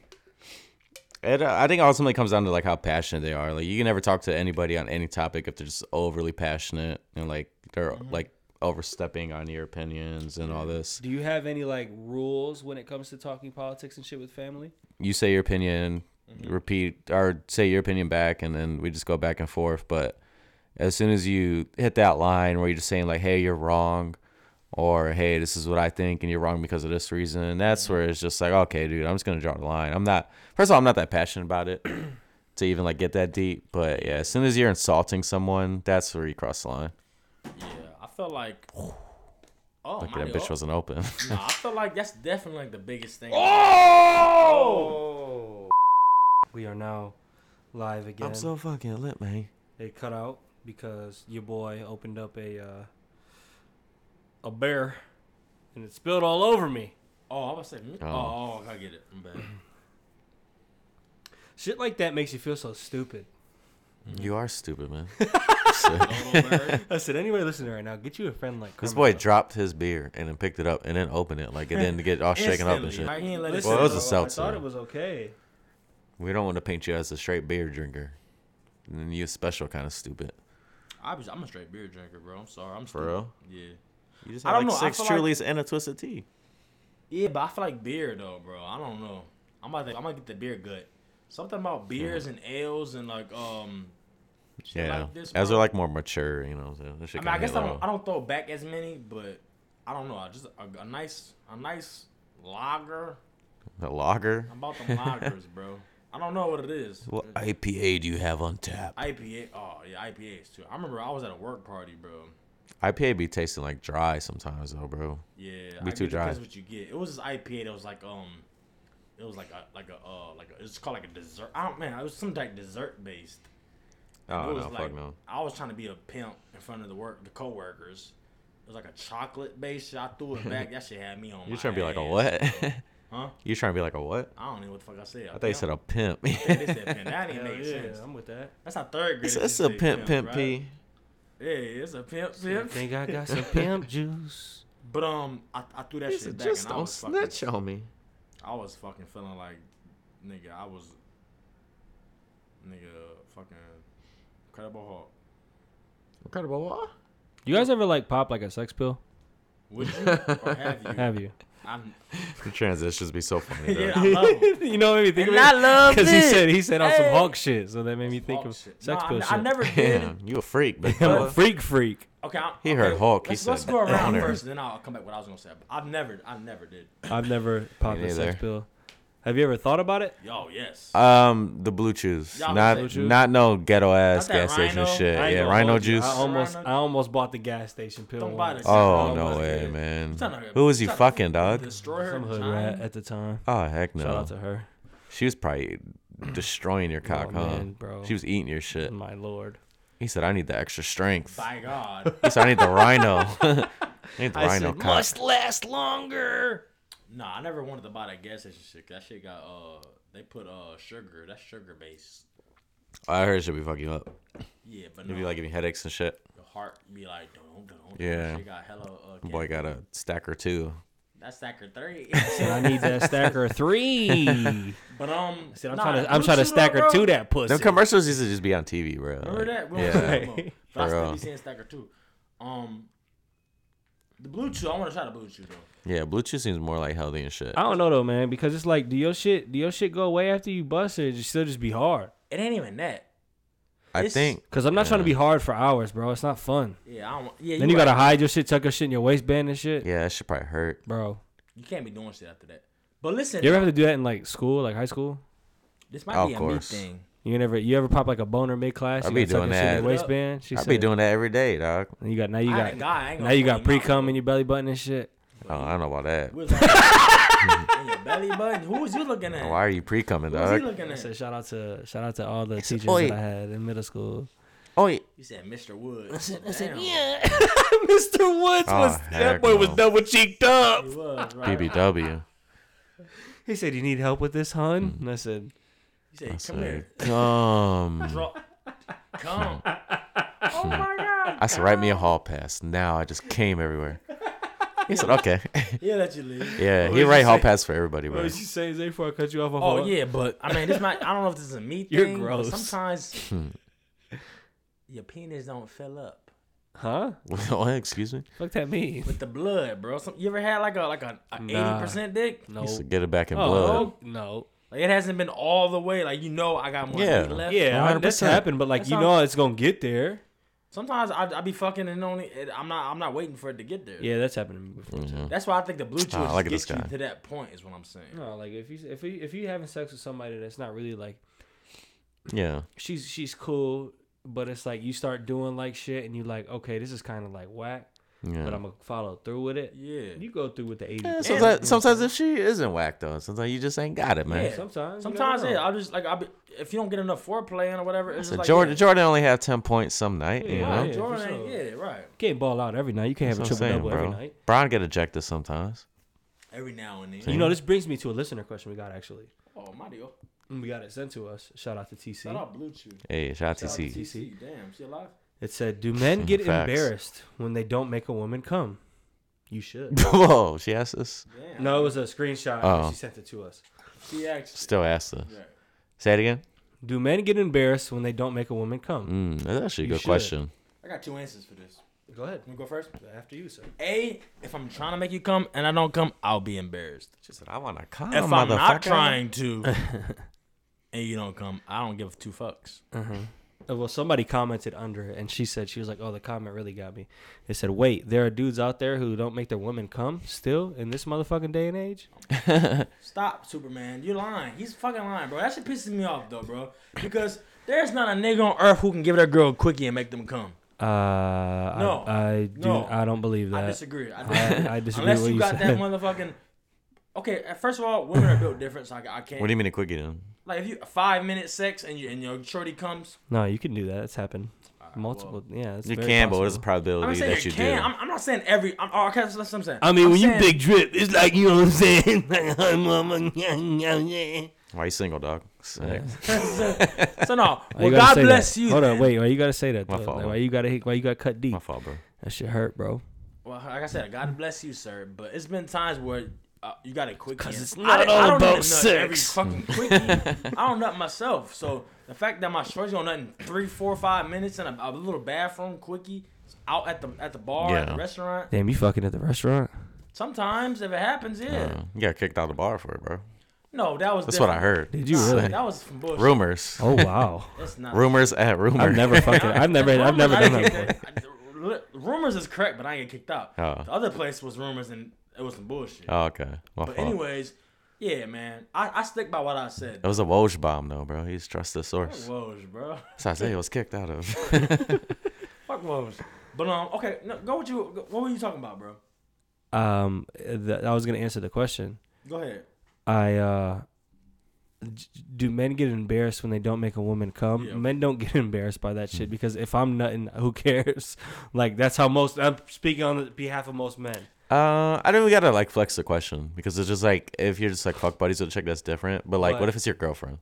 [SPEAKER 3] it, uh, I think ultimately comes down to like how passionate they are. Like you can never talk to anybody on any topic if they're just overly passionate and like they're
[SPEAKER 2] Mm-hmm.
[SPEAKER 3] like overstepping on your opinions and all this.
[SPEAKER 2] Do you have any like rules when it comes to talking politics and shit with family?
[SPEAKER 3] You say your opinion,
[SPEAKER 1] Mm-hmm.
[SPEAKER 3] repeat or say your opinion back, and then we just go back and forth. But as soon as you hit that line where you're just saying like, "Hey, you're wrong," or "Hey, this is what I think, and you're wrong because of this reason," that's
[SPEAKER 1] Mm-hmm.
[SPEAKER 3] where it's just like, "Okay, dude, I'm just gonna draw the line." I'm not. First of all, I'm not that passionate about it to even like get that deep. But yeah, as soon as you're insulting someone, that's where you cross the line.
[SPEAKER 1] Yeah, I felt like. Oh
[SPEAKER 3] Like
[SPEAKER 1] my
[SPEAKER 3] that bitch wasn't open.
[SPEAKER 1] Nah, I feel like that's definitely like the biggest thing.
[SPEAKER 3] Oh!
[SPEAKER 1] Oh,
[SPEAKER 2] We are now live again.
[SPEAKER 3] fucking lit, man.
[SPEAKER 2] it cut out because your boy opened up a uh, a bear and it spilled all over me.
[SPEAKER 1] Oh, I was saying. Oh,
[SPEAKER 3] Oh.
[SPEAKER 1] oh, I get it. I'm bad.
[SPEAKER 2] Shit like that makes you feel so stupid.
[SPEAKER 1] Mm-hmm.
[SPEAKER 3] You are stupid, man.
[SPEAKER 1] Don't know, Barry.
[SPEAKER 2] I said, anybody listening right now, get you a friend like
[SPEAKER 3] This
[SPEAKER 2] Kermit,
[SPEAKER 3] boy
[SPEAKER 2] though.
[SPEAKER 3] dropped his beer and then picked it up and then opened it like it didn't get all shaken up and
[SPEAKER 1] Instantly.
[SPEAKER 3] shit.
[SPEAKER 1] Like, he ain't let it
[SPEAKER 3] Well, it was a
[SPEAKER 1] sit.
[SPEAKER 2] though, I
[SPEAKER 3] seltzer.
[SPEAKER 2] thought it was okay.
[SPEAKER 3] We don't want to paint you as a straight beer drinker. And then you a special kind of stupid.
[SPEAKER 1] I was, I'm a straight beer drinker, bro. I'm sorry. I'm
[SPEAKER 3] For real?
[SPEAKER 1] stupid. Yeah.
[SPEAKER 3] You just
[SPEAKER 1] I
[SPEAKER 3] had
[SPEAKER 1] don't
[SPEAKER 3] like
[SPEAKER 1] know, I
[SPEAKER 3] six
[SPEAKER 1] feel like-
[SPEAKER 3] Trulies and a twisted tea.
[SPEAKER 1] Yeah, but I feel like beer though, bro. I don't know. I'm about to, I'm gonna get the beer gut. Something about beers and ales and like um. shit
[SPEAKER 3] Yeah.
[SPEAKER 1] like this, bro.
[SPEAKER 3] as they're like more mature, you know. what I'm saying? This
[SPEAKER 1] I
[SPEAKER 3] shit
[SPEAKER 1] mean, I
[SPEAKER 3] kinda
[SPEAKER 1] guess
[SPEAKER 3] hit
[SPEAKER 1] I don't,
[SPEAKER 3] low.
[SPEAKER 1] I don't throw back as many, but I don't know. I just a, a nice a nice lager.
[SPEAKER 3] The lager.
[SPEAKER 1] I'm about the lagers, bro. I don't know what it is.
[SPEAKER 3] What IPA do you have on tap?
[SPEAKER 1] IPA. Oh yeah, IPAs too. I remember I was at a work party, bro.
[SPEAKER 3] IPA be tasting like dry sometimes though, bro.
[SPEAKER 1] Yeah,
[SPEAKER 3] Be too
[SPEAKER 1] it depends
[SPEAKER 3] dry.
[SPEAKER 1] What you get? It was this IPA that was like um, it was like a like a uh like a, it's called like a dessert. I don't man, it was some like dessert based.
[SPEAKER 3] Oh
[SPEAKER 1] it
[SPEAKER 3] no,
[SPEAKER 1] was like
[SPEAKER 3] fuck no.
[SPEAKER 1] I was trying to be a pimp in front of the work the coworkers. It was like a chocolate based. shit. I threw it back. that shit had me on.
[SPEAKER 3] You
[SPEAKER 1] my
[SPEAKER 3] trying to be like a
[SPEAKER 1] ass.
[SPEAKER 3] what?
[SPEAKER 1] Huh?
[SPEAKER 3] you trying to be like a what?
[SPEAKER 1] I don't know what the fuck I said.
[SPEAKER 3] I thought you said a pimp.
[SPEAKER 1] They said pimp. That didn't
[SPEAKER 2] Hell
[SPEAKER 1] make
[SPEAKER 2] yeah,
[SPEAKER 1] sense.
[SPEAKER 2] I'm with that.
[SPEAKER 1] That's our third grade.
[SPEAKER 3] It's, it's a pimp, pimp,
[SPEAKER 1] right?
[SPEAKER 3] p.
[SPEAKER 1] Yeah, it's a pimp, pimp.
[SPEAKER 2] Think I got some pimp juice.
[SPEAKER 1] But um, I, I threw that
[SPEAKER 3] He
[SPEAKER 1] shit
[SPEAKER 3] said,
[SPEAKER 1] back
[SPEAKER 3] Just
[SPEAKER 1] and I
[SPEAKER 3] don't
[SPEAKER 1] was fucking
[SPEAKER 3] snitch on me.
[SPEAKER 1] I was fucking feeling like, nigga, I was, nigga, fucking Incredible Hulk.
[SPEAKER 3] Incredible what?
[SPEAKER 2] You guys ever like pop like a sex pill?
[SPEAKER 1] Would you or have you?
[SPEAKER 2] Have you?
[SPEAKER 1] I'm,
[SPEAKER 3] The transitions be so funny. Though.
[SPEAKER 1] yeah, I love him.
[SPEAKER 2] you know what made me think of
[SPEAKER 9] I love
[SPEAKER 2] Because he
[SPEAKER 9] it.
[SPEAKER 2] said he said on some
[SPEAKER 9] Hey.
[SPEAKER 2] hawk shit, so that made me think of
[SPEAKER 1] Hulk shit.
[SPEAKER 2] sex
[SPEAKER 1] No,
[SPEAKER 2] pill
[SPEAKER 1] I,
[SPEAKER 2] shit.
[SPEAKER 1] I never did.
[SPEAKER 3] Damn, you a freak, big
[SPEAKER 2] I'm a
[SPEAKER 3] fella.
[SPEAKER 2] freak freak.
[SPEAKER 1] Okay, I'm,
[SPEAKER 3] He
[SPEAKER 1] okay,
[SPEAKER 3] heard Hulk, he
[SPEAKER 1] Let's, let's
[SPEAKER 3] said
[SPEAKER 1] go around
[SPEAKER 3] boner.
[SPEAKER 1] first, then I'll come back. with What I was gonna say, I've never, I never did.
[SPEAKER 2] I've never popped
[SPEAKER 3] Me
[SPEAKER 2] a sex
[SPEAKER 3] neither.
[SPEAKER 2] pill. Have you ever thought about it?
[SPEAKER 1] Yo, yes.
[SPEAKER 3] Um, the blue chews,
[SPEAKER 1] Y'all
[SPEAKER 3] not
[SPEAKER 1] blue
[SPEAKER 7] chews?
[SPEAKER 3] not no ghetto ass
[SPEAKER 1] Not that
[SPEAKER 3] gas station
[SPEAKER 1] Rhino.
[SPEAKER 3] shit.
[SPEAKER 1] I ain't
[SPEAKER 3] Yeah,
[SPEAKER 1] gonna
[SPEAKER 3] Rhino
[SPEAKER 1] hold you.
[SPEAKER 3] juice.
[SPEAKER 7] I almost
[SPEAKER 1] Serrano-
[SPEAKER 7] I almost bought the gas station pill.
[SPEAKER 1] Don't buy
[SPEAKER 7] once.
[SPEAKER 1] the
[SPEAKER 3] Oh
[SPEAKER 1] Serrano
[SPEAKER 3] no
[SPEAKER 1] Buster.
[SPEAKER 3] way,
[SPEAKER 1] You
[SPEAKER 3] man.
[SPEAKER 1] trying to-
[SPEAKER 3] Who was he
[SPEAKER 1] you trying to
[SPEAKER 3] fucking dog?
[SPEAKER 1] Destroy her
[SPEAKER 7] Some hood
[SPEAKER 1] vagina?
[SPEAKER 7] rat at the time.
[SPEAKER 3] Oh heck
[SPEAKER 7] Shout
[SPEAKER 3] no.
[SPEAKER 7] out to her. Oh,
[SPEAKER 3] She was probably destroying your cock, huh?
[SPEAKER 7] man, bro.
[SPEAKER 3] She was eating your shit.
[SPEAKER 7] My lord.
[SPEAKER 3] He said, "I need the extra strength."
[SPEAKER 1] By God.
[SPEAKER 3] He said, "I need the rhino." I need the
[SPEAKER 7] I
[SPEAKER 3] rhino
[SPEAKER 7] said,
[SPEAKER 3] cock.
[SPEAKER 7] must last longer.
[SPEAKER 1] No, I never wanted to buy that gas station shit. 'cause That shit got uh, they put uh sugar. That's sugar based.
[SPEAKER 3] I heard it should be fucking you up.
[SPEAKER 1] Yeah, but
[SPEAKER 3] It'd
[SPEAKER 1] no,
[SPEAKER 3] be like giving headaches and shit.
[SPEAKER 1] the heart be like, don't, don't.
[SPEAKER 3] Yeah.
[SPEAKER 1] She got hella. Uh,
[SPEAKER 3] Boy got a stack or two.
[SPEAKER 1] That's stacker three.
[SPEAKER 2] I need that stacker three.
[SPEAKER 1] but um,
[SPEAKER 7] Said, I'm
[SPEAKER 1] nah,
[SPEAKER 7] trying to I'm
[SPEAKER 1] Blue
[SPEAKER 2] Blue
[SPEAKER 7] trying to
[SPEAKER 2] Chew,
[SPEAKER 7] stack her
[SPEAKER 2] bro.
[SPEAKER 7] to that pussy.
[SPEAKER 3] Them commercials used to just be on TV, bro.
[SPEAKER 1] Remember
[SPEAKER 3] Like,
[SPEAKER 1] that? We don't
[SPEAKER 3] Yeah.
[SPEAKER 1] see no more. But I
[SPEAKER 3] For
[SPEAKER 1] still
[SPEAKER 3] real.
[SPEAKER 1] be seeing stacker two. Um, the blue chew. I want to try the blue chew though.
[SPEAKER 3] Yeah, blue chew seems more like healthy and shit.
[SPEAKER 2] I don't know though, man, because it's like, do your shit, do your shit go away after you bust it? It just- still just be hard.
[SPEAKER 1] It ain't even that.
[SPEAKER 3] I
[SPEAKER 1] It's-
[SPEAKER 3] think.
[SPEAKER 2] Cause I'm not trying to be hard for hours, bro. It's not fun.
[SPEAKER 1] Yeah, I don't. Yeah,
[SPEAKER 2] Then you gotta hide your shit, tuck your shit in your waistband and shit,
[SPEAKER 3] Yeah, that should probably hurt.
[SPEAKER 2] bro.
[SPEAKER 1] You can't be doing shit after that. But listen,
[SPEAKER 2] You ever have to do that in like school, like high school?
[SPEAKER 1] this might
[SPEAKER 3] Of
[SPEAKER 1] be a me
[SPEAKER 3] course.
[SPEAKER 1] thing.
[SPEAKER 2] You never, you ever pop like a boner mid class?
[SPEAKER 3] I
[SPEAKER 2] You
[SPEAKER 3] be
[SPEAKER 2] gotta tuck
[SPEAKER 3] doing
[SPEAKER 2] your shit in
[SPEAKER 1] that.
[SPEAKER 2] your waistband. She
[SPEAKER 3] I'd
[SPEAKER 2] said,
[SPEAKER 3] be doing that every day, dog.
[SPEAKER 2] And you got now you
[SPEAKER 1] I
[SPEAKER 2] got
[SPEAKER 1] ain't a guy, I ain't
[SPEAKER 2] now
[SPEAKER 1] gonna
[SPEAKER 2] you
[SPEAKER 1] point
[SPEAKER 2] got
[SPEAKER 1] him out,
[SPEAKER 2] pre cum in your belly button and shit.
[SPEAKER 3] Oh, I don't know about that.
[SPEAKER 1] We was like- in your belly button. Who was you looking at?
[SPEAKER 3] Oh,
[SPEAKER 2] Oh,
[SPEAKER 3] Why are you pre coming,
[SPEAKER 1] Who was he
[SPEAKER 3] dog?
[SPEAKER 1] looking
[SPEAKER 2] I
[SPEAKER 1] at?
[SPEAKER 2] said shout out to shout out to all the teachers
[SPEAKER 3] "Oi."
[SPEAKER 2] that I had in middle school.
[SPEAKER 3] Oh, yeah.
[SPEAKER 1] You said Mr. Woods. I said,
[SPEAKER 4] Yeah.
[SPEAKER 2] Mr. Woods
[SPEAKER 3] Oh, was- that heck boy was no.
[SPEAKER 2] double cheeked up.
[SPEAKER 1] He was, right?
[SPEAKER 3] BBW.
[SPEAKER 2] He said, "You need help with this, hun?"
[SPEAKER 3] Mm.
[SPEAKER 2] And I said,
[SPEAKER 1] He said, come
[SPEAKER 3] Say,
[SPEAKER 1] here.
[SPEAKER 2] mm.
[SPEAKER 3] Come.
[SPEAKER 1] Draw. Come.
[SPEAKER 2] Oh
[SPEAKER 3] I said, write me a hall pass. Now I just came everywhere. He said, okay.
[SPEAKER 1] He'll let you leave.
[SPEAKER 3] Yeah,
[SPEAKER 2] What
[SPEAKER 3] he
[SPEAKER 2] did you
[SPEAKER 3] write hall
[SPEAKER 2] say?
[SPEAKER 3] pass for everybody, bro.
[SPEAKER 2] you saying, Zay, before I cut you off?"
[SPEAKER 1] Oh, yeah, but I mean, this might, I don't know if this is a me thing. but
[SPEAKER 2] You're gross. Hmm.
[SPEAKER 1] Sometimes your penis don't fill up
[SPEAKER 2] Huh?
[SPEAKER 3] What? Excuse me.
[SPEAKER 2] Fuck that mean?
[SPEAKER 1] with the blood, bro. Some, you ever had like a like a eighty
[SPEAKER 2] Nah.
[SPEAKER 1] percent dick?
[SPEAKER 2] No.
[SPEAKER 3] He said, get it back in blood.
[SPEAKER 2] Oh, no.
[SPEAKER 1] Like it hasn't been all the way. Like you know, I got more
[SPEAKER 3] Yeah.
[SPEAKER 1] meat left.
[SPEAKER 2] Yeah, I- that's
[SPEAKER 3] 100%.
[SPEAKER 2] happened, but like
[SPEAKER 1] That's
[SPEAKER 2] you
[SPEAKER 1] how-
[SPEAKER 2] know, it's gonna get there.
[SPEAKER 1] Sometimes I I be fucking and only it, I'm not I'm not waiting for it to get there.
[SPEAKER 2] Yeah, that's happened to me before.
[SPEAKER 3] Mm-hmm.
[SPEAKER 2] too.
[SPEAKER 1] That's why I think the blue chew
[SPEAKER 3] Ah,
[SPEAKER 1] just
[SPEAKER 3] look at
[SPEAKER 1] gets
[SPEAKER 3] this
[SPEAKER 1] you
[SPEAKER 3] guy.
[SPEAKER 1] to that point is what I'm saying.
[SPEAKER 2] No, like if you if you if you having sex with somebody that's not really like
[SPEAKER 3] Yeah.
[SPEAKER 2] she's she's cool, but it's like you start doing like shit and you like, okay, this is kind of like whack, but
[SPEAKER 3] Yeah.
[SPEAKER 2] I'm gonna follow through with it.
[SPEAKER 1] Yeah.
[SPEAKER 2] You go through with the eighty.
[SPEAKER 3] Yeah, sometimes, sometimes if she isn't whack though, sometimes you just ain't got it, man.
[SPEAKER 1] Yeah.
[SPEAKER 2] Sometimes, you
[SPEAKER 1] Sometimes
[SPEAKER 2] never
[SPEAKER 1] yeah,
[SPEAKER 2] know.
[SPEAKER 1] I'll just like I'll be if you don't get enough foreplay in or whatever. It's
[SPEAKER 3] So
[SPEAKER 1] just like,
[SPEAKER 3] Jordan,
[SPEAKER 1] yeah,
[SPEAKER 3] Jordan only have ten points some night, you
[SPEAKER 2] Yeah,
[SPEAKER 3] know.
[SPEAKER 1] right,
[SPEAKER 2] for
[SPEAKER 1] Jordan ain't
[SPEAKER 2] sure.
[SPEAKER 1] yeah, right.
[SPEAKER 2] can't ball out every night. You can't have a
[SPEAKER 3] That's
[SPEAKER 2] triple
[SPEAKER 3] what I'm saying,
[SPEAKER 2] double every
[SPEAKER 3] bro.
[SPEAKER 2] night.
[SPEAKER 3] Brown get ejected sometimes.
[SPEAKER 1] Every now and then.
[SPEAKER 2] You know, this brings me to a listener question we got actually.
[SPEAKER 1] Oh, my deal.
[SPEAKER 2] We got it sent to us. Shout out to
[SPEAKER 1] Shout
[SPEAKER 2] TC.
[SPEAKER 1] out Blue Chew.
[SPEAKER 3] Hey, shout out to
[SPEAKER 1] Shout out to
[SPEAKER 3] C.
[SPEAKER 1] TC. Damn, she alive?
[SPEAKER 2] It said, "Do men get
[SPEAKER 3] Facts.
[SPEAKER 2] embarrassed when they don't make a woman come?" You should.
[SPEAKER 3] Whoa, she asked us.
[SPEAKER 1] Damn.
[SPEAKER 2] no, it was a screenshot.
[SPEAKER 3] Oh.
[SPEAKER 2] She sent it to us.
[SPEAKER 1] She actually.
[SPEAKER 3] Still asked us.
[SPEAKER 1] Right.
[SPEAKER 3] Say it again.
[SPEAKER 2] Do men get embarrassed when they don't make a woman come?
[SPEAKER 3] Mm, that's actually a
[SPEAKER 2] You
[SPEAKER 3] good
[SPEAKER 2] should.
[SPEAKER 3] question.
[SPEAKER 1] I got two answers for this.
[SPEAKER 2] Go ahead.
[SPEAKER 1] You wanna go first?
[SPEAKER 2] After you, sir.
[SPEAKER 1] A, if I'm trying to make you come and I don't come, I'll be embarrassed.
[SPEAKER 3] She said, "I want to come,
[SPEAKER 1] if I'm not trying to and you don't come, I don't give two fucks.
[SPEAKER 2] Uh, Well, somebody commented under it, and she said she was like, "Oh, the comment really got me." They said, "Wait, there are dudes out there who don't make their women come still in this motherfucking day and age."
[SPEAKER 1] Stop, Superman. You're lying. He's fucking lying, bro. That shit pisses me off, though, bro. Because there's not a nigga on earth who can give their girl a quickie and make them come.
[SPEAKER 2] Uh, no,
[SPEAKER 1] No.
[SPEAKER 2] I, do.
[SPEAKER 1] No.
[SPEAKER 2] I don't believe
[SPEAKER 1] I
[SPEAKER 2] that.
[SPEAKER 1] disagree. I disagree.
[SPEAKER 2] I, I disagree.
[SPEAKER 1] Unless
[SPEAKER 2] with
[SPEAKER 1] you
[SPEAKER 2] you
[SPEAKER 1] got that
[SPEAKER 2] said.
[SPEAKER 1] motherfucking. Okay, uh, first of all, women are built different, so I, I can't.
[SPEAKER 3] What do you mean a quickie then?
[SPEAKER 1] Like, if you five minute sex and you and your shorty comes,
[SPEAKER 2] No, you can do that. It's happened
[SPEAKER 1] Uh,
[SPEAKER 2] multiple. yeah, it's
[SPEAKER 3] You
[SPEAKER 2] very
[SPEAKER 3] can, but what is
[SPEAKER 2] possible.
[SPEAKER 3] the
[SPEAKER 1] I'm not
[SPEAKER 3] probability
[SPEAKER 1] saying
[SPEAKER 3] that
[SPEAKER 1] you
[SPEAKER 3] you
[SPEAKER 1] can.
[SPEAKER 3] do?
[SPEAKER 1] I'm, I'm not saying every. I'm, oh, okay, that's that's what I'm saying.
[SPEAKER 2] I mean,
[SPEAKER 1] I'm
[SPEAKER 2] when you
[SPEAKER 1] saying-
[SPEAKER 2] big drip, it's like you know what I'm saying.
[SPEAKER 3] Why you single, dog? Sick.
[SPEAKER 1] So no,
[SPEAKER 2] Why
[SPEAKER 1] well,
[SPEAKER 2] gotta
[SPEAKER 1] God
[SPEAKER 2] say that?
[SPEAKER 1] bless you.
[SPEAKER 2] Hold
[SPEAKER 1] then.
[SPEAKER 2] on, wait. Why you gotta say that?
[SPEAKER 3] My
[SPEAKER 2] though?
[SPEAKER 3] fault,
[SPEAKER 2] Like,
[SPEAKER 3] bro.
[SPEAKER 2] why you gotta hit? Why you gotta cut deep?
[SPEAKER 3] My fault, bro.
[SPEAKER 2] That shit hurt, bro.
[SPEAKER 1] Well, like I said, God bless you, sir. But it's been times where uh, you got it quick. Because
[SPEAKER 2] it's not all about sex.
[SPEAKER 1] Every fucking quickie. I don't nut myself, so the fact that my shorts don't nut in three, four, five minutes in a, a little bathroom quickie out at the at the bar at the
[SPEAKER 3] Yeah.
[SPEAKER 1] restaurant.
[SPEAKER 2] Damn, you fucking at the restaurant?
[SPEAKER 1] Sometimes if it happens, yeah.
[SPEAKER 3] Uh, you got kicked out of the bar for it, bro.
[SPEAKER 1] No, that was
[SPEAKER 3] That's what I
[SPEAKER 1] different.
[SPEAKER 3] heard.
[SPEAKER 2] Did you
[SPEAKER 1] Nah,
[SPEAKER 2] really?
[SPEAKER 1] That was from bullshit.
[SPEAKER 3] Rumors.
[SPEAKER 2] Oh wow.
[SPEAKER 1] That's not.
[SPEAKER 3] Rumors at rumor.
[SPEAKER 2] I've never fucking. I've never. I've never
[SPEAKER 1] Rumors, I
[SPEAKER 2] done
[SPEAKER 1] didn't
[SPEAKER 2] that. Before.
[SPEAKER 1] get that- I- Rumors is correct, but I ain't get kicked out.
[SPEAKER 3] Oh.
[SPEAKER 1] The other place was rumors and it was some bullshit.
[SPEAKER 3] Oh, okay. My
[SPEAKER 1] But
[SPEAKER 3] fault.
[SPEAKER 1] anyways, Yeah, man. I, I stick by what I said.
[SPEAKER 3] It was a Woj bomb though, bro. He's trusted source.
[SPEAKER 1] Woj, bro.
[SPEAKER 3] So I say he was kicked out of.
[SPEAKER 1] Fuck Woj. But um, okay, no, go with you. go- What were you talking about, bro?
[SPEAKER 2] Um, th- I was gonna answer the question.
[SPEAKER 1] Go ahead.
[SPEAKER 2] I uh, d- do men get embarrassed when they don't make a woman come?
[SPEAKER 1] Yeah.
[SPEAKER 2] Men don't get embarrassed by that shit because if I'm nutting, who cares? like that's how most. I'm speaking on the behalf of most men.
[SPEAKER 3] Uh, I don't even gotta like flex the question because it's just like if you're just like fuck buddies with a chick, that's different. But like,
[SPEAKER 2] But-
[SPEAKER 3] what if it's your girlfriend?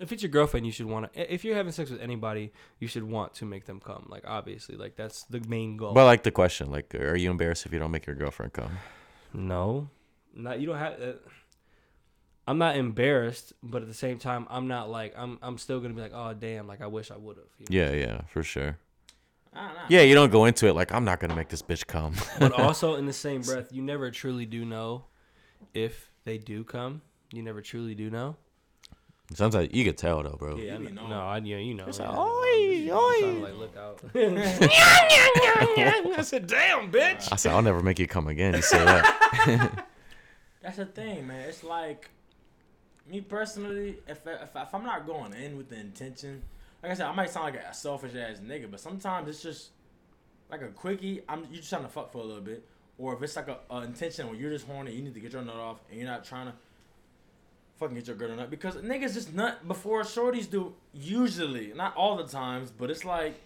[SPEAKER 2] If it's your girlfriend, you should want to. If you're having sex with anybody, you should want to make them come. Like obviously, like that's the main goal.
[SPEAKER 3] But like the question, like, are you embarrassed if you don't make your girlfriend come?
[SPEAKER 2] No, not you don't have. Uh, I'm not embarrassed, but at the same time, I'm not like I'm. I'm still gonna be like, oh damn, like I wish I would have. You know?
[SPEAKER 3] Yeah, yeah, for sure.
[SPEAKER 1] I don't know.
[SPEAKER 3] Yeah, you don't go into it like I'm not gonna make this bitch come.
[SPEAKER 2] But also in the same breath, you never truly do know if they do come. You never truly do know.
[SPEAKER 3] Sometimes you could tell though, bro.
[SPEAKER 2] Yeah,
[SPEAKER 1] You be
[SPEAKER 2] no,
[SPEAKER 1] knowing.
[SPEAKER 2] no, I yeah, you know. yeah.
[SPEAKER 3] Oi, oi.
[SPEAKER 2] I'm like, look out.
[SPEAKER 3] I said, damn, bitch. I said, I'll never make you come again. You say that.
[SPEAKER 1] That's the thing, man. It's like me personally, if if, if I'm not going in with the intention, like I said, I might sound like a selfish ass nigga, but sometimes it's just like a quickie. I'm you just trying to fuck for a little bit, or if it's like a, a intention where you're just horny, you need to get your nut off, and you're not trying to fucking get your girl nut because niggas just nut before shorties do usually, not all the times, but it's like.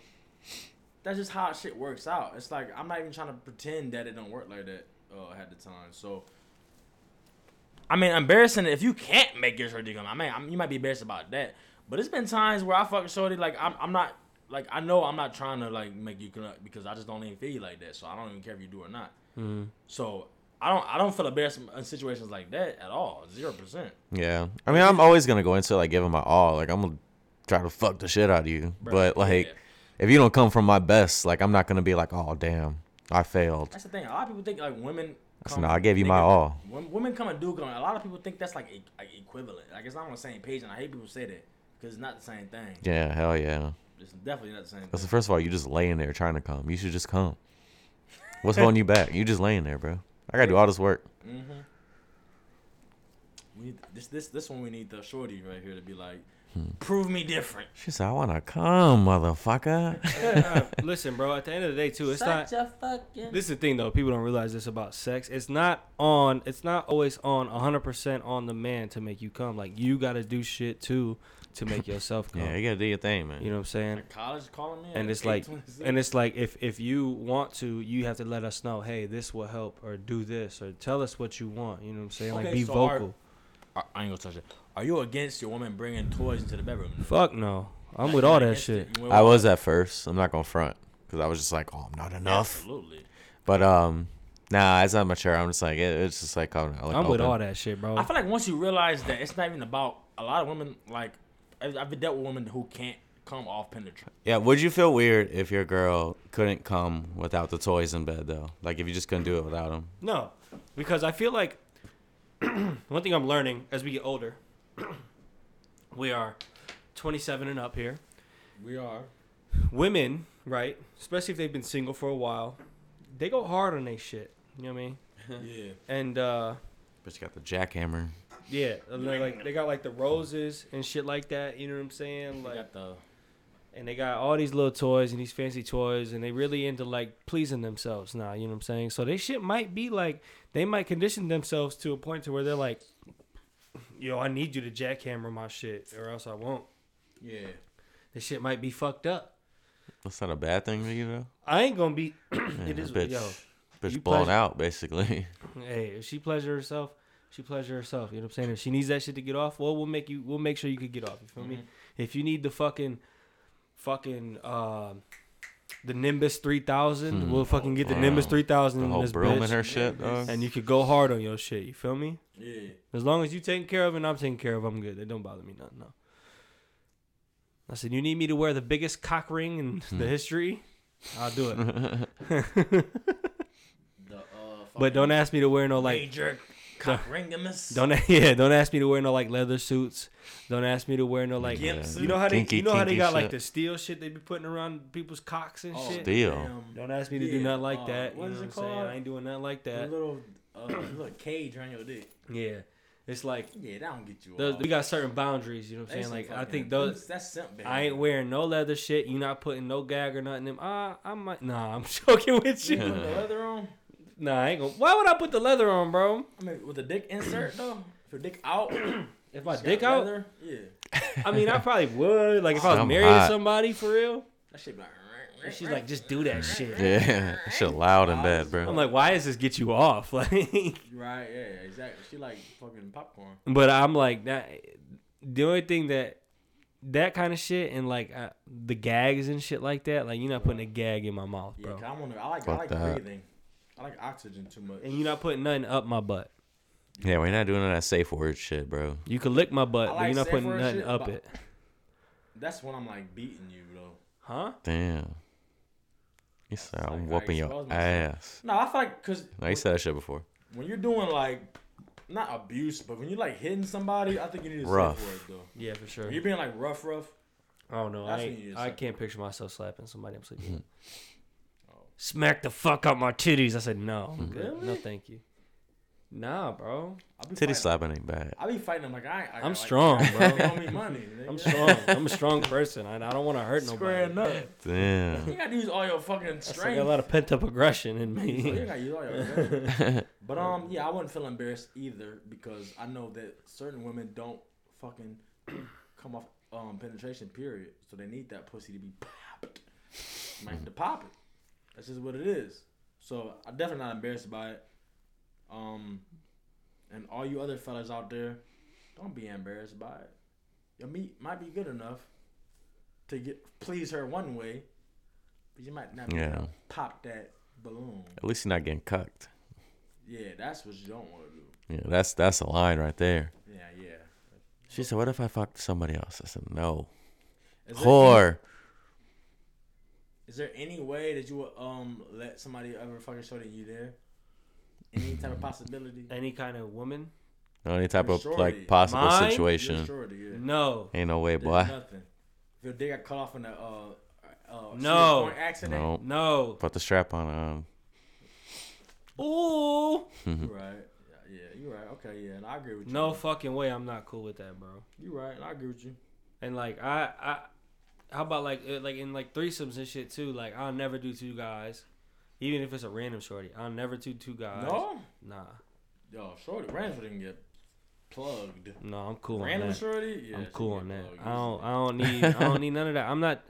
[SPEAKER 1] That's just how shit works out. It's like I'm not even trying to pretend that it don't work like that uh, at the time. So I mean, embarrassing if you can't make your shorty come. I mean, I'm, you might be embarrassed about that. But it's been times where I fuck shorty like I'm, I'm not like I know I'm not trying to like make you come because I just don't even feel you like that. So I don't even care if you do or not.
[SPEAKER 3] Mm-hmm.
[SPEAKER 1] So I don't I don't feel embarrassed in situations like that at all. Zero percent.
[SPEAKER 3] yeah. I mean, I'm always gonna go into it, like giving my all. Like I'm gonna try to fuck the shit out of you. but like,
[SPEAKER 1] yeah.
[SPEAKER 3] if you don't come from my best, like I'm not gonna be like, oh damn, I failed.
[SPEAKER 1] That's the thing. A lot of people think like women.
[SPEAKER 3] So, no, I gave you my
[SPEAKER 1] niggas-
[SPEAKER 3] all.
[SPEAKER 1] Wom- Women come and do come. A lot of people think that's like, e- like equivalent. Like it's not on the same page, and I hate people say that because it's not the same thing.
[SPEAKER 3] Yeah, hell yeah.
[SPEAKER 1] It's definitely not the same.
[SPEAKER 3] Because
[SPEAKER 1] thing.
[SPEAKER 3] first of all, you just laying there trying to come. You should just come. What's holding you back? You just laying there, bro. I gotta do all this work.
[SPEAKER 1] We need, this this this one we need the shorty right here to be like,
[SPEAKER 2] Hmm.
[SPEAKER 1] prove me different.
[SPEAKER 3] She said, "I wanna come, motherfucker."
[SPEAKER 2] Listen, bro. At the end of the day, too, it's not.
[SPEAKER 4] Such a fucking.
[SPEAKER 2] This is the thing though, people don't realize this about sex. It's not on it's not always on 100% on the man to make you come. Like you got to do shit too to make yourself come.
[SPEAKER 3] yeah, you gotta do your thing, man.
[SPEAKER 2] You know what I'm saying?
[SPEAKER 1] College calling me,
[SPEAKER 2] And it's like and it's like if if you want to, you have to let us know, "Hey, this will help or do this or tell us what you want." You know what I'm saying? Like
[SPEAKER 1] Okay,
[SPEAKER 2] be
[SPEAKER 1] so are-
[SPEAKER 2] vocal.
[SPEAKER 1] I, I ain't gonna touch it. Are you against your woman bringing toys into the bedroom?
[SPEAKER 2] Fuck no. I'm with all that
[SPEAKER 1] Against it?
[SPEAKER 2] shit.
[SPEAKER 1] You ain't
[SPEAKER 3] I
[SPEAKER 1] with-
[SPEAKER 3] was at first. I'm not gonna front because I was just like, "Oh, I'm not enough."
[SPEAKER 1] absolutely.
[SPEAKER 3] But um, nah, it's not mature. I'm just like, it, it's just like, I'm, like
[SPEAKER 2] I'm with
[SPEAKER 3] open.
[SPEAKER 2] all that shit, bro.
[SPEAKER 1] I feel like once you realize that it's not even about a lot of women. Like I've, I've been dealt with women who can't come off penetrant.
[SPEAKER 3] Yeah. Would you feel weird if your girl couldn't come without the toys in bed though? Like if you just couldn't do it without them?
[SPEAKER 2] No, because I feel like one thing I'm learning as we get older, we are 27 and up here.
[SPEAKER 1] We are.
[SPEAKER 2] Women, right, especially if they've been single for a while, they go hard on they shit. You know what I mean?
[SPEAKER 1] Yeah.
[SPEAKER 2] And uh,
[SPEAKER 3] But you got the jackhammer.
[SPEAKER 2] yeah, and they're like they got like the roses and shit like that. You know what I'm saying?
[SPEAKER 1] I
[SPEAKER 2] Like,
[SPEAKER 1] got the
[SPEAKER 2] and they got all these little toys and these fancy toys, and they really into like pleasing themselves now. You know what I'm saying? So they shit might be like they might condition themselves to a point to where they're like, yo, I need you to jackhammer my shit, or else I won't.
[SPEAKER 1] yeah.
[SPEAKER 2] This shit might be fucked up.
[SPEAKER 3] That's not a bad thing, you know.
[SPEAKER 2] I ain't gonna be. it
[SPEAKER 3] Yeah,
[SPEAKER 2] is
[SPEAKER 3] bitch,
[SPEAKER 2] yo.
[SPEAKER 3] bitch
[SPEAKER 2] you
[SPEAKER 3] blown
[SPEAKER 2] pleasure-
[SPEAKER 3] out basically.
[SPEAKER 2] Hey, if she pleasure herself, she pleasure herself. You know what I'm saying? If she needs that shit to get off, well, we'll make you. We'll make sure you can get off. You feel me? If you need the fucking, fucking, um, the Nimbus 3000, we'll fucking get the Nimbus
[SPEAKER 3] wow.
[SPEAKER 2] 3000
[SPEAKER 3] Hmm. The
[SPEAKER 2] in
[SPEAKER 3] whole
[SPEAKER 2] Mm, this
[SPEAKER 3] broom
[SPEAKER 2] bitch,
[SPEAKER 3] in her shit, dog.
[SPEAKER 2] and you could go hard on your shit. You feel me?
[SPEAKER 1] Yeah.
[SPEAKER 2] As long as you taken care of and I'm taken care of, I'm good. It don't bother me nothing. No. I said, you need me to wear the biggest cock ring in
[SPEAKER 3] Hmm.
[SPEAKER 2] the history? I'll do it.
[SPEAKER 1] The uh.
[SPEAKER 2] but don't ask me to wear no like
[SPEAKER 1] major cockringamus.
[SPEAKER 2] Don't yeah, don't ask me to wear no like leather suits. Don't ask me to wear no like
[SPEAKER 1] Gimp
[SPEAKER 2] you
[SPEAKER 1] suit.
[SPEAKER 2] know how they
[SPEAKER 3] Kinky,
[SPEAKER 2] you know how they
[SPEAKER 3] kinky
[SPEAKER 2] got like
[SPEAKER 3] shit.
[SPEAKER 2] the steel shit they be putting around people's cocks and
[SPEAKER 1] Oh,
[SPEAKER 2] shit.
[SPEAKER 3] Steel.
[SPEAKER 1] damn.
[SPEAKER 2] Don't ask me to do
[SPEAKER 1] Yeah,
[SPEAKER 2] nothing like
[SPEAKER 1] uh,
[SPEAKER 2] that.
[SPEAKER 1] what
[SPEAKER 2] you
[SPEAKER 1] is
[SPEAKER 2] know
[SPEAKER 1] it
[SPEAKER 2] what I'm saying?
[SPEAKER 1] called?
[SPEAKER 2] I ain't doing nothing like
[SPEAKER 1] A
[SPEAKER 2] that.
[SPEAKER 1] little uh, little cage around your dick.
[SPEAKER 2] Yeah. It's like
[SPEAKER 1] Yeah, that don't get you.
[SPEAKER 2] those,
[SPEAKER 1] off.
[SPEAKER 2] we got certain boundays. You know what I'm
[SPEAKER 1] They
[SPEAKER 2] saying?
[SPEAKER 1] some
[SPEAKER 2] Like I
[SPEAKER 1] fucking
[SPEAKER 2] think those.
[SPEAKER 1] boots. That's simp, baby.
[SPEAKER 2] I ain't wearing no leather shit. You not putting no gag or nothing. in Ah, I might. Nah, I'm joking with you.
[SPEAKER 1] Put the leather on.
[SPEAKER 2] Nah, I ain't gonna. Why would I put the leather on, bro?
[SPEAKER 1] I mean, with the dick insert though. If your dick out,
[SPEAKER 2] If my
[SPEAKER 1] it's got
[SPEAKER 2] dick out,
[SPEAKER 1] leather, Yeah,
[SPEAKER 2] I mean, I probably would. Like if I was
[SPEAKER 3] I'm
[SPEAKER 2] married
[SPEAKER 3] hot.
[SPEAKER 2] to somebody for real,
[SPEAKER 1] that shit be like.
[SPEAKER 2] and she's like, just do that shit.
[SPEAKER 3] Yeah, that shit loud in bed,
[SPEAKER 2] I'm
[SPEAKER 3] bro.
[SPEAKER 2] like, why does this get you off? Like,
[SPEAKER 1] Right. Yeah. Exactly. She like fucking popcorn.
[SPEAKER 2] but I'm like that. The only thing that that kind of shit and like uh, the gags and shit like that, like you're not putting a gag in my mouth,
[SPEAKER 1] Yeah.
[SPEAKER 2] bro,
[SPEAKER 1] 'cause I want to. I like. I
[SPEAKER 3] Fuck
[SPEAKER 1] like
[SPEAKER 3] that.
[SPEAKER 1] breathing. I like oxygen too much.
[SPEAKER 2] and you're not putting nothing up my butt.
[SPEAKER 3] Yeah, we're not doing none of that safe word shit, bro.
[SPEAKER 2] You can lick my butt,
[SPEAKER 1] I
[SPEAKER 2] but
[SPEAKER 1] like
[SPEAKER 2] you're not
[SPEAKER 1] safe
[SPEAKER 2] putting
[SPEAKER 1] word
[SPEAKER 2] nothing
[SPEAKER 1] shit,
[SPEAKER 2] up
[SPEAKER 1] but-
[SPEAKER 2] it,
[SPEAKER 1] That's when I'm like beating you though.
[SPEAKER 2] huh?
[SPEAKER 3] Damn. You said
[SPEAKER 1] like
[SPEAKER 3] I'm
[SPEAKER 1] I
[SPEAKER 3] whooping your
[SPEAKER 1] expose myself.
[SPEAKER 3] ass.
[SPEAKER 1] No, I feel like because
[SPEAKER 3] No, you said that shit before.
[SPEAKER 1] when you're doing like not abuse, but when you're like hitting somebody, I think you need to rough.
[SPEAKER 3] Rough.
[SPEAKER 1] safe word though.
[SPEAKER 2] Yeah, for sure.
[SPEAKER 1] When you're being like rough, rough.
[SPEAKER 2] I don't know. I,
[SPEAKER 1] That's what you
[SPEAKER 2] ain't-
[SPEAKER 1] just
[SPEAKER 2] I
[SPEAKER 1] said.
[SPEAKER 2] can't picture myself slapping somebody I'm sleeping with. Smack the fuck out my titties. I said, no, I'm good. No, thank you. Nah, bro.
[SPEAKER 1] I'll be
[SPEAKER 3] Titty
[SPEAKER 1] fighting.
[SPEAKER 3] slapping ain't bad.
[SPEAKER 1] I be fighting them like I. I
[SPEAKER 2] I'm
[SPEAKER 1] like,
[SPEAKER 2] strong, bro.
[SPEAKER 1] you owe me money.
[SPEAKER 2] I'm strong. I'm a strong person. I, I don't want to hurt nobody.
[SPEAKER 1] Squaring up.
[SPEAKER 3] Damn.
[SPEAKER 1] You gotta use all your fucking
[SPEAKER 2] It's like
[SPEAKER 1] strength.
[SPEAKER 2] a lot of pent up aggression in
[SPEAKER 1] So
[SPEAKER 2] me.
[SPEAKER 1] you gotta use all your guns. But um, yeah, I wouldn't feel embarrassed either because I know that certain women don't fucking come off um penetration period, so they need that pussy to be popped, like to pop it. That's just what it is. So I'm definitely not embarrassed by it. Um, and all you other fellas out there, don't be embarrassed by it. Your meat might be good enough to get please her one way, but you might not be able
[SPEAKER 3] Yeah.
[SPEAKER 1] to pop that balloon.
[SPEAKER 3] At least you're not getting cucked.
[SPEAKER 1] Yeah, that's what you don't want to do.
[SPEAKER 3] Yeah, that's that's a line right there.
[SPEAKER 1] Yeah, yeah.
[SPEAKER 3] She said, "What if I fucked somebody else?" I said, "No,
[SPEAKER 1] Is there any-
[SPEAKER 3] whore."
[SPEAKER 1] is there any way that you would um let somebody ever fucking show that you there? Any type of possibility?
[SPEAKER 2] Any kind of woman?
[SPEAKER 3] No, any type
[SPEAKER 1] You're
[SPEAKER 3] of like
[SPEAKER 1] shorty.
[SPEAKER 3] possible
[SPEAKER 2] Mine?
[SPEAKER 1] You're
[SPEAKER 3] situation.
[SPEAKER 1] sure to yeah.
[SPEAKER 2] No.
[SPEAKER 3] Ain't no way,
[SPEAKER 1] There's
[SPEAKER 3] boy.
[SPEAKER 1] Nothing. If your dick got cut off in a uh, uh
[SPEAKER 2] No.
[SPEAKER 1] serious car accident,
[SPEAKER 3] No,
[SPEAKER 2] No.
[SPEAKER 3] put the strap on. Um,
[SPEAKER 2] Ooh.
[SPEAKER 1] You're right? Yeah, yeah, you're right. Okay, yeah, and I agree with you.
[SPEAKER 2] No fucking way. I'm not cool with that, bro.
[SPEAKER 1] you're right. And I agree with you.
[SPEAKER 2] And like I, I, how about like uh, like in like threesomes and shit too? Like I'll never do two guys, even if it's a random shorty. I'll never do two guys.
[SPEAKER 1] No,
[SPEAKER 2] Nah.
[SPEAKER 1] yo, shorty, random shorty can get plugged.
[SPEAKER 2] No, I'm cool on
[SPEAKER 1] Random
[SPEAKER 2] that.
[SPEAKER 1] shorty, yeah,
[SPEAKER 2] I'm
[SPEAKER 1] she
[SPEAKER 2] cool
[SPEAKER 1] get
[SPEAKER 2] on that.
[SPEAKER 1] plugged.
[SPEAKER 2] I don't. I don't need. I don't need none of that. I'm not.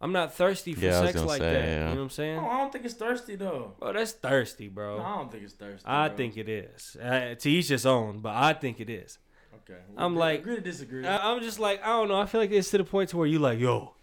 [SPEAKER 2] I'm not thirsty for
[SPEAKER 3] Yeah, I was
[SPEAKER 2] sex
[SPEAKER 3] gonna
[SPEAKER 2] like
[SPEAKER 3] say,
[SPEAKER 2] that.
[SPEAKER 3] yeah.
[SPEAKER 2] You know what I'm saying?
[SPEAKER 1] No, I don't think it's thirsty though.
[SPEAKER 2] Bro, that's thirsty, bro.
[SPEAKER 1] No, I don't think it's thirsty.
[SPEAKER 2] Oh. I
[SPEAKER 1] bro.
[SPEAKER 2] think it is. Uh, to each his own, but I think it is.
[SPEAKER 1] Okay.
[SPEAKER 2] I'm
[SPEAKER 1] agree-
[SPEAKER 2] like-
[SPEAKER 1] agree to disagree.
[SPEAKER 2] I, I'm just like I don't know. I feel like it's to the point to where you like, yo,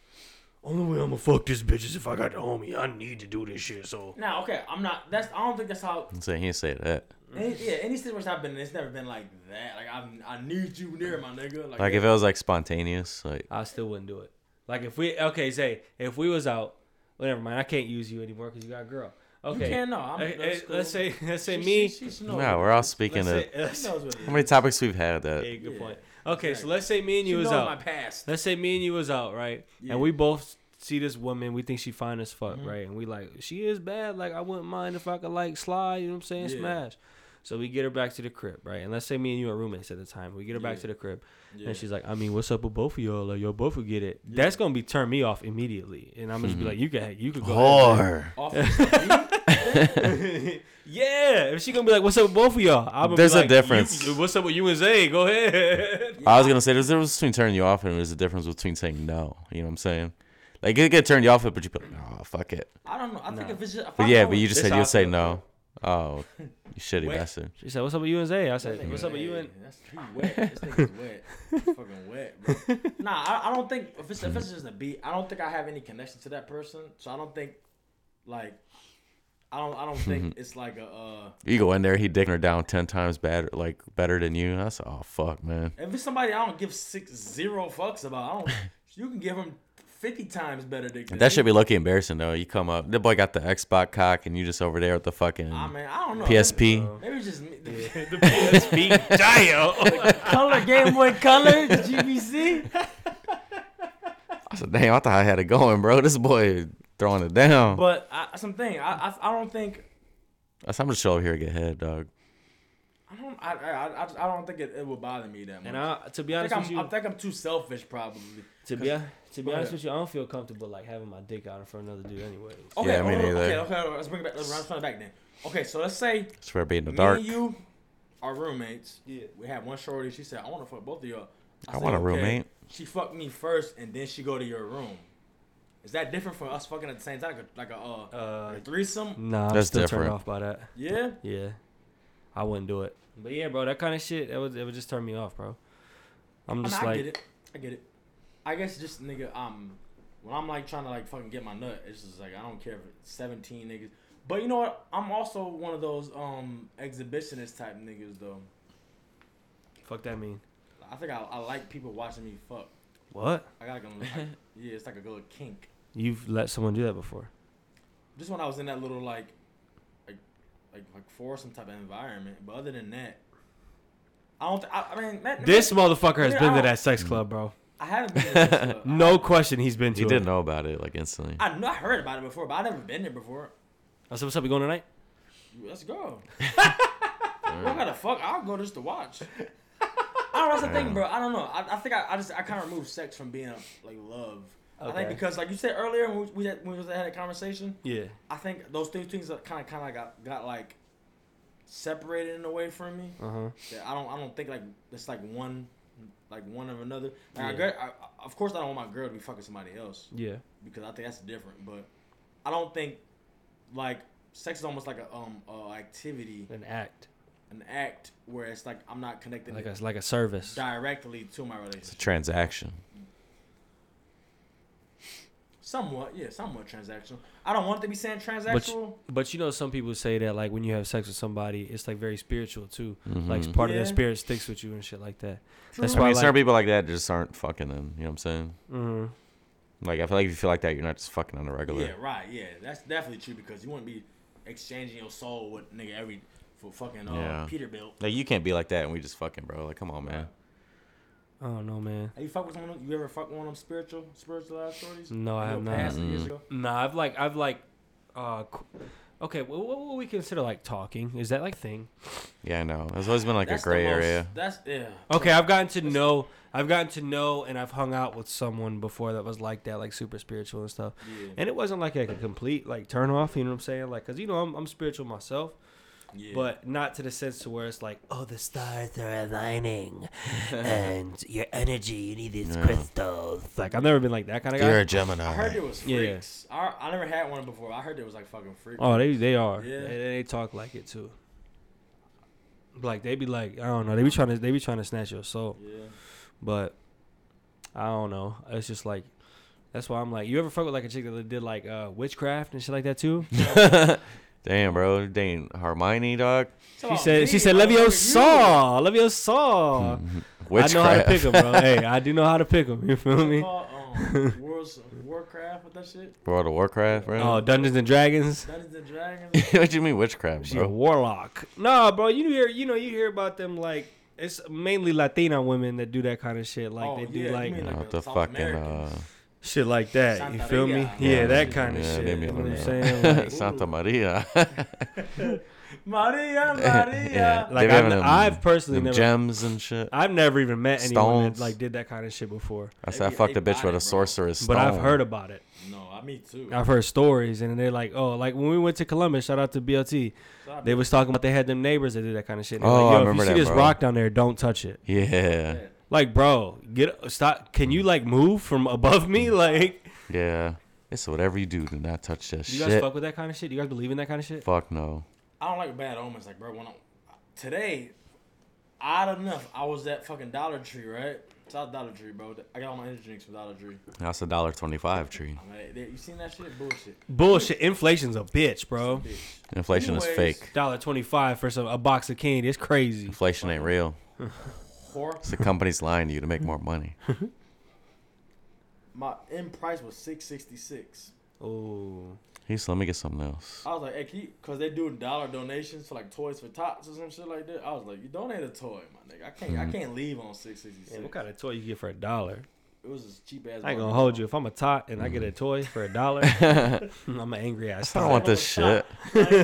[SPEAKER 2] only way I'm gonna fuck this bitch is if I got the homie. I need to do this shit. So
[SPEAKER 1] now, okay, I'm not. That's. I don't think that's how.
[SPEAKER 3] I'm saying he didn't say that.
[SPEAKER 1] Any, yeah, any situation I've been in, it's never been like that. Like I, I need you near my nigga. Like,
[SPEAKER 3] Like if it was like spontaneous, like
[SPEAKER 2] I still wouldn't do it. Like if we okay, say if we was out, well, never mind. I can't use you anymore because you got a girl. Okay,
[SPEAKER 1] can, no, I'm-
[SPEAKER 2] Eh, eh,
[SPEAKER 1] that's cool.
[SPEAKER 2] let's say let's say
[SPEAKER 1] She-
[SPEAKER 2] me.
[SPEAKER 1] she- she knows.
[SPEAKER 3] no, we're all speaking
[SPEAKER 2] let's
[SPEAKER 3] of
[SPEAKER 2] say, let's
[SPEAKER 1] She
[SPEAKER 2] say,
[SPEAKER 1] knows what it is.
[SPEAKER 3] how many topics we've had that.
[SPEAKER 2] yeah, good
[SPEAKER 1] Yeah,
[SPEAKER 2] point. Okay, so
[SPEAKER 1] exactly.
[SPEAKER 2] let's say me and
[SPEAKER 1] She
[SPEAKER 2] you was
[SPEAKER 1] knows
[SPEAKER 2] out.
[SPEAKER 1] my past.
[SPEAKER 2] let's say me and you was out, right? And we both see this woman, we think she fine as fuck, right? And we like, she is bad. Like I wouldn't mind if I could like slide, you know what I'm saying?
[SPEAKER 1] Yeah.
[SPEAKER 2] Smash. So we get her back to the crib, right? And let's say me and you are roommates at the time. We get her back to the crib. And she's like, I mean, what's up with both of y'all? Like, yo, both would get it. That's gonna be turn me off immediately. And I'm gonna just
[SPEAKER 3] Mm-hmm.
[SPEAKER 2] be like, you can you could go. ahead, man.
[SPEAKER 3] Whore.
[SPEAKER 1] Off of me?
[SPEAKER 2] Yeah. If she gonna be like, what's up with both of y'all? I'm gonna
[SPEAKER 3] There's
[SPEAKER 2] be
[SPEAKER 3] a
[SPEAKER 2] like, "You-
[SPEAKER 3] difference.
[SPEAKER 2] what's up with you and Zay? Go ahead.
[SPEAKER 3] I was gonna say there's a difference between turning you off and there's a difference between saying no. You know what I'm saying? Like you get turned you off, but you be like, oh fuck it.
[SPEAKER 1] I don't know. I think if it's just. If
[SPEAKER 3] But
[SPEAKER 1] I
[SPEAKER 3] yeah,
[SPEAKER 1] know
[SPEAKER 3] but you just
[SPEAKER 2] This
[SPEAKER 3] said you'll
[SPEAKER 2] how I
[SPEAKER 3] say
[SPEAKER 2] feel.
[SPEAKER 3] no. Oh, you shitty bastard.
[SPEAKER 2] She said, what's up with you and Zay? I said, what's up with
[SPEAKER 1] Hey,
[SPEAKER 2] you and
[SPEAKER 1] That's he wet. This nigga's wet. fucking wet, bro. Nah, I, I don't think if it's if it's just a beat, I don't think I have any connection to that person. So I don't think, like, I don't I don't think it's like a. uh
[SPEAKER 3] You go in there, he dicking her down ten times better, like better than you. That's oh fuck, man.
[SPEAKER 1] If it's somebody I don't give six zero fucks about, I don't. you can give them fifty times better dick. Than
[SPEAKER 3] That should be lucky embarrassing though. You come up, the boy got the Xbox cock, and you just over there with the fucking
[SPEAKER 1] I mean, I don't know.
[SPEAKER 3] PSP.
[SPEAKER 1] Maybe it's just me.
[SPEAKER 2] the PSP dial.
[SPEAKER 1] color Game Boy Color GBC.
[SPEAKER 3] I said, damn, I thought I had it going, bro. This boy throwing it down.
[SPEAKER 1] But I, that's something. I, I I don't think
[SPEAKER 3] I said, I'm gonna show up here and get head, dog.
[SPEAKER 1] I don't. I I, I, I don't think it, it would bother me that much.
[SPEAKER 2] And I, to be
[SPEAKER 1] I
[SPEAKER 2] honest
[SPEAKER 1] think
[SPEAKER 2] with
[SPEAKER 1] I'm,
[SPEAKER 2] you,
[SPEAKER 1] I think I'm too selfish, probably.
[SPEAKER 2] to be to be
[SPEAKER 1] Go ahead.
[SPEAKER 2] honest with you, I don't feel comfortable like having my dick out in front of another dude. Anyways,
[SPEAKER 1] Okay, oh,
[SPEAKER 3] Yeah, me
[SPEAKER 1] okay,
[SPEAKER 3] neither.
[SPEAKER 1] okay, okay, let's bring it back. Let's bring it back then. Okay, so let's say
[SPEAKER 3] It's for being in the
[SPEAKER 1] me
[SPEAKER 3] dark.
[SPEAKER 1] and you are roommates.
[SPEAKER 7] Yeah.
[SPEAKER 1] We had one shorty. She said, "I want to fuck both of y'all."
[SPEAKER 3] I
[SPEAKER 1] said,
[SPEAKER 3] want a roommate.
[SPEAKER 1] She fucked me first, and then she go to your room. Is that different from us fucking at the same time, like a, like a, uh,
[SPEAKER 2] uh,
[SPEAKER 1] a threesome?
[SPEAKER 2] nah, I'm
[SPEAKER 3] That's
[SPEAKER 2] still
[SPEAKER 3] different.
[SPEAKER 2] turned off by that.
[SPEAKER 1] Yeah.
[SPEAKER 2] Yeah, I wouldn't do it. But yeah, bro, that kind of shit, that would it would just turn me off, bro. I'm
[SPEAKER 1] I, mean,
[SPEAKER 2] just
[SPEAKER 1] I
[SPEAKER 2] like,
[SPEAKER 1] get it. I get it. I guess just nigga, um, when I'm like trying to like fucking get my nut, it's just like I don't care if it's 17 niggas. But you know what? I'm also one of those um exhibitionist type niggas though.
[SPEAKER 2] fuck that mean.
[SPEAKER 1] I think I, I like people watching me fuck.
[SPEAKER 2] What?
[SPEAKER 1] I gotta go. Like, yeah, it's like a good kink.
[SPEAKER 2] You've let someone do that before?
[SPEAKER 1] Just when I was in that little like, like, like, like foursome type of environment. But other than that, I don't. Th- I, I mean, that,
[SPEAKER 2] This motherfucker has
[SPEAKER 1] Yeah,
[SPEAKER 2] been
[SPEAKER 1] I-
[SPEAKER 2] to that sex club, bro.
[SPEAKER 1] I haven't been. To this club.
[SPEAKER 2] No question, he's been to.
[SPEAKER 3] Mm. He
[SPEAKER 2] it.
[SPEAKER 3] didn't know about it like instantly.
[SPEAKER 1] I know I heard about it before, but I've never been there before.
[SPEAKER 2] I said, "What's up? We going tonight?"
[SPEAKER 1] Let's go. I gotta fuck. I'll go just to watch. I don't know. That's the thing, bro. I don't know. I, I think I, I just I kind of removed sex from being like love. I think
[SPEAKER 2] Okay.
[SPEAKER 1] because like you said earlier when we, we had, when we had a conversation,
[SPEAKER 2] Yeah.
[SPEAKER 1] I think those two things that kind of kind of got got like separated in a way from me.
[SPEAKER 2] Uh huh.
[SPEAKER 1] That I don't I don't think like it's like one like one of another. Like I,
[SPEAKER 2] Yeah.
[SPEAKER 1] get- I, I- of course I don't want my girl to be fucking somebody else
[SPEAKER 2] Yeah.
[SPEAKER 1] because I think that's different. But I don't think like sex is almost like a um uh, activity
[SPEAKER 2] An act,
[SPEAKER 1] an act where it's like I'm not connected
[SPEAKER 2] like a like a service.
[SPEAKER 1] directly to my
[SPEAKER 3] It's a
[SPEAKER 1] relationship.
[SPEAKER 3] transaction.
[SPEAKER 1] Somewhat, yeah, somewhat transactional. I don't want it to be saying
[SPEAKER 2] But
[SPEAKER 1] transactional.
[SPEAKER 2] you, but you know, some people say that like when you have sex with somebody, it's like very spiritual too. Like part of
[SPEAKER 1] Yeah.
[SPEAKER 2] their spirit sticks with you and shit like that. That's
[SPEAKER 3] I
[SPEAKER 2] why
[SPEAKER 3] mean,
[SPEAKER 2] like,
[SPEAKER 3] certain people like that just aren't fucking them. You know what I'm saying?
[SPEAKER 2] mhm.
[SPEAKER 3] Like, I feel like if you feel like that, you're not just fucking on the regular.
[SPEAKER 1] Yeah, right. Yeah, that's definitely true because you wouldn't be exchanging your soul with nigga every for fucking uh,
[SPEAKER 3] Yeah.
[SPEAKER 1] Peterbilt.
[SPEAKER 3] Like, you can't be like that and we just fucking, bro. Like, come on, man.
[SPEAKER 2] I don't know, man.
[SPEAKER 1] Have you fuck with one? Of, you ever fuck with one of them spiritual spiritualized stories?
[SPEAKER 2] No, I have not. Nah, I've like I've like, uh, qu- okay. What, what would we consider like talking? Is that like a thing?
[SPEAKER 3] Yeah, I know. It's always been like a gray area.
[SPEAKER 1] That's yeah.
[SPEAKER 2] Okay, I've gotten to know I've gotten to know and I've hung out with someone before that was like that, like super spiritual and stuff.
[SPEAKER 1] Yeah.
[SPEAKER 2] And it wasn't like a complete like turn off, you know what I'm saying? Like, cause you know I'm I'm spiritual myself,
[SPEAKER 1] yeah.
[SPEAKER 2] but not to the sense to where it's like, oh,
[SPEAKER 4] The stars are aligning, and your energy, you need these crystals.
[SPEAKER 2] like I've never been like that kind of guy.
[SPEAKER 3] You're a
[SPEAKER 1] I heard
[SPEAKER 3] Gemini.
[SPEAKER 1] there was
[SPEAKER 2] Yeah.
[SPEAKER 1] freaks. I, I never had one before. I heard there was like fucking freaks.
[SPEAKER 2] Oh, they they are.
[SPEAKER 1] Yeah.
[SPEAKER 2] They, they talk like it too. Like they be like, I don't know. They be trying to they be trying to snatch your soul,
[SPEAKER 1] Yeah.
[SPEAKER 2] but I don't know. It's just like that's why I'm like, you ever fuck with like a chick that did like uh, witchcraft and shit like that too?
[SPEAKER 3] Damn, bro. Dang, Hermione, dog.
[SPEAKER 1] Come
[SPEAKER 2] She
[SPEAKER 1] on,
[SPEAKER 2] said, she
[SPEAKER 1] please, motherfucker,
[SPEAKER 2] said,
[SPEAKER 1] you-
[SPEAKER 2] "Love your saw, love your saw." I know how to
[SPEAKER 3] Hmm, Witchcraft.
[SPEAKER 2] pick 'em, bro. hey, I do know how to pick 'em. You feel me?
[SPEAKER 1] Call, um, Worlds of Warcraft with that shit.
[SPEAKER 3] World of Warcraft,
[SPEAKER 2] Oh,
[SPEAKER 3] bro.
[SPEAKER 2] Dungeons and Dragons.
[SPEAKER 1] Dungeons and Dragons.
[SPEAKER 3] what do you mean witchcraft,
[SPEAKER 2] She a
[SPEAKER 3] bro?
[SPEAKER 2] warlock. Nah, bro. You hear, you know, you hear about them like it's mainly Latina women that do that kind of shit. Like
[SPEAKER 1] Oh,
[SPEAKER 2] they do
[SPEAKER 1] yeah, you
[SPEAKER 2] like
[SPEAKER 1] mean,
[SPEAKER 3] Not
[SPEAKER 1] like,
[SPEAKER 3] Uh, the
[SPEAKER 1] the South
[SPEAKER 3] fucking.
[SPEAKER 1] Americans.
[SPEAKER 3] Uh,
[SPEAKER 2] shit like that. you feel me?
[SPEAKER 1] Santeria.
[SPEAKER 2] Yeah,
[SPEAKER 1] Yeah,
[SPEAKER 2] that kind of
[SPEAKER 3] yeah,
[SPEAKER 2] shit.
[SPEAKER 3] leave me
[SPEAKER 2] You know what
[SPEAKER 3] alone.
[SPEAKER 2] I'm saying? Like,
[SPEAKER 3] Santa Maria.
[SPEAKER 1] Maria, Maria.
[SPEAKER 3] Yeah.
[SPEAKER 2] like
[SPEAKER 3] They be
[SPEAKER 2] I've,
[SPEAKER 3] having
[SPEAKER 2] n-
[SPEAKER 3] them-
[SPEAKER 2] I've personally
[SPEAKER 3] Them
[SPEAKER 2] never,
[SPEAKER 3] gems and shit.
[SPEAKER 2] I've never even met anyone
[SPEAKER 3] Stones.
[SPEAKER 2] that like did that kind of shit before.
[SPEAKER 3] I said I
[SPEAKER 1] They-
[SPEAKER 3] fucked
[SPEAKER 1] they
[SPEAKER 3] a bitch
[SPEAKER 1] bought
[SPEAKER 3] with
[SPEAKER 1] it,
[SPEAKER 3] a
[SPEAKER 1] bro.
[SPEAKER 3] sorcerer's stone.
[SPEAKER 2] But I've heard about it.
[SPEAKER 1] No, I me too.
[SPEAKER 2] I've heard stories, and they're like, oh, like when we went to Columbus, shout out to BLT.
[SPEAKER 1] Sorry.
[SPEAKER 2] They was talking about they had them neighbors that do that kind of shit. They're
[SPEAKER 3] Oh, I
[SPEAKER 2] like, yo, if
[SPEAKER 3] remember
[SPEAKER 2] you see
[SPEAKER 3] that,
[SPEAKER 2] this
[SPEAKER 3] bro.
[SPEAKER 2] rock down there, don't touch it.
[SPEAKER 3] Yeah,
[SPEAKER 2] Like, bro, get stop. Can you like move from above me? Like,
[SPEAKER 3] yeah. It's whatever you do, do not touch that
[SPEAKER 2] you guys
[SPEAKER 3] shit.
[SPEAKER 2] fuck with that kind of shit? You guys believe in that kind of shit?
[SPEAKER 3] Fuck no.
[SPEAKER 1] I don't like bad omens. Like, bro, when I, today, odd enough, I was at fucking Dollar Tree, right? It's out Dollar Tree, bro. I got all my energy drinks from Dollar Tree.
[SPEAKER 3] That's a dollar twenty-five tree.
[SPEAKER 1] I'm like, you seen that shit? Bullshit,
[SPEAKER 2] Bullshit. Inflation's a bitch, bro.
[SPEAKER 1] bitch.
[SPEAKER 3] Inflation is
[SPEAKER 1] Anyways.
[SPEAKER 3] fake.
[SPEAKER 2] Dollar twenty five for some a box of candy. It's crazy.
[SPEAKER 3] Inflation ain't real.
[SPEAKER 1] Whore.
[SPEAKER 3] It's the company's lying to you to make more money.
[SPEAKER 1] My end price was six sixty six.
[SPEAKER 2] Oh,
[SPEAKER 3] He said, "Let me get something else."
[SPEAKER 1] I was like, hey, can you, cause they doing dollar donations for like toys for tots or some shit like that. I was
[SPEAKER 2] Mm-hmm.
[SPEAKER 1] like, you donate a toy, my nigga. I can't, I can't leave on six sixty six.
[SPEAKER 2] what kind of toy you get for a dollar?
[SPEAKER 1] It was this cheap ass.
[SPEAKER 2] I ain't gonna hold you. If I'm a tot and I get a
[SPEAKER 3] Mm-hmm.
[SPEAKER 2] toy for a dollar, I'm an angry ass
[SPEAKER 3] I don't
[SPEAKER 2] tot.
[SPEAKER 3] want this shit.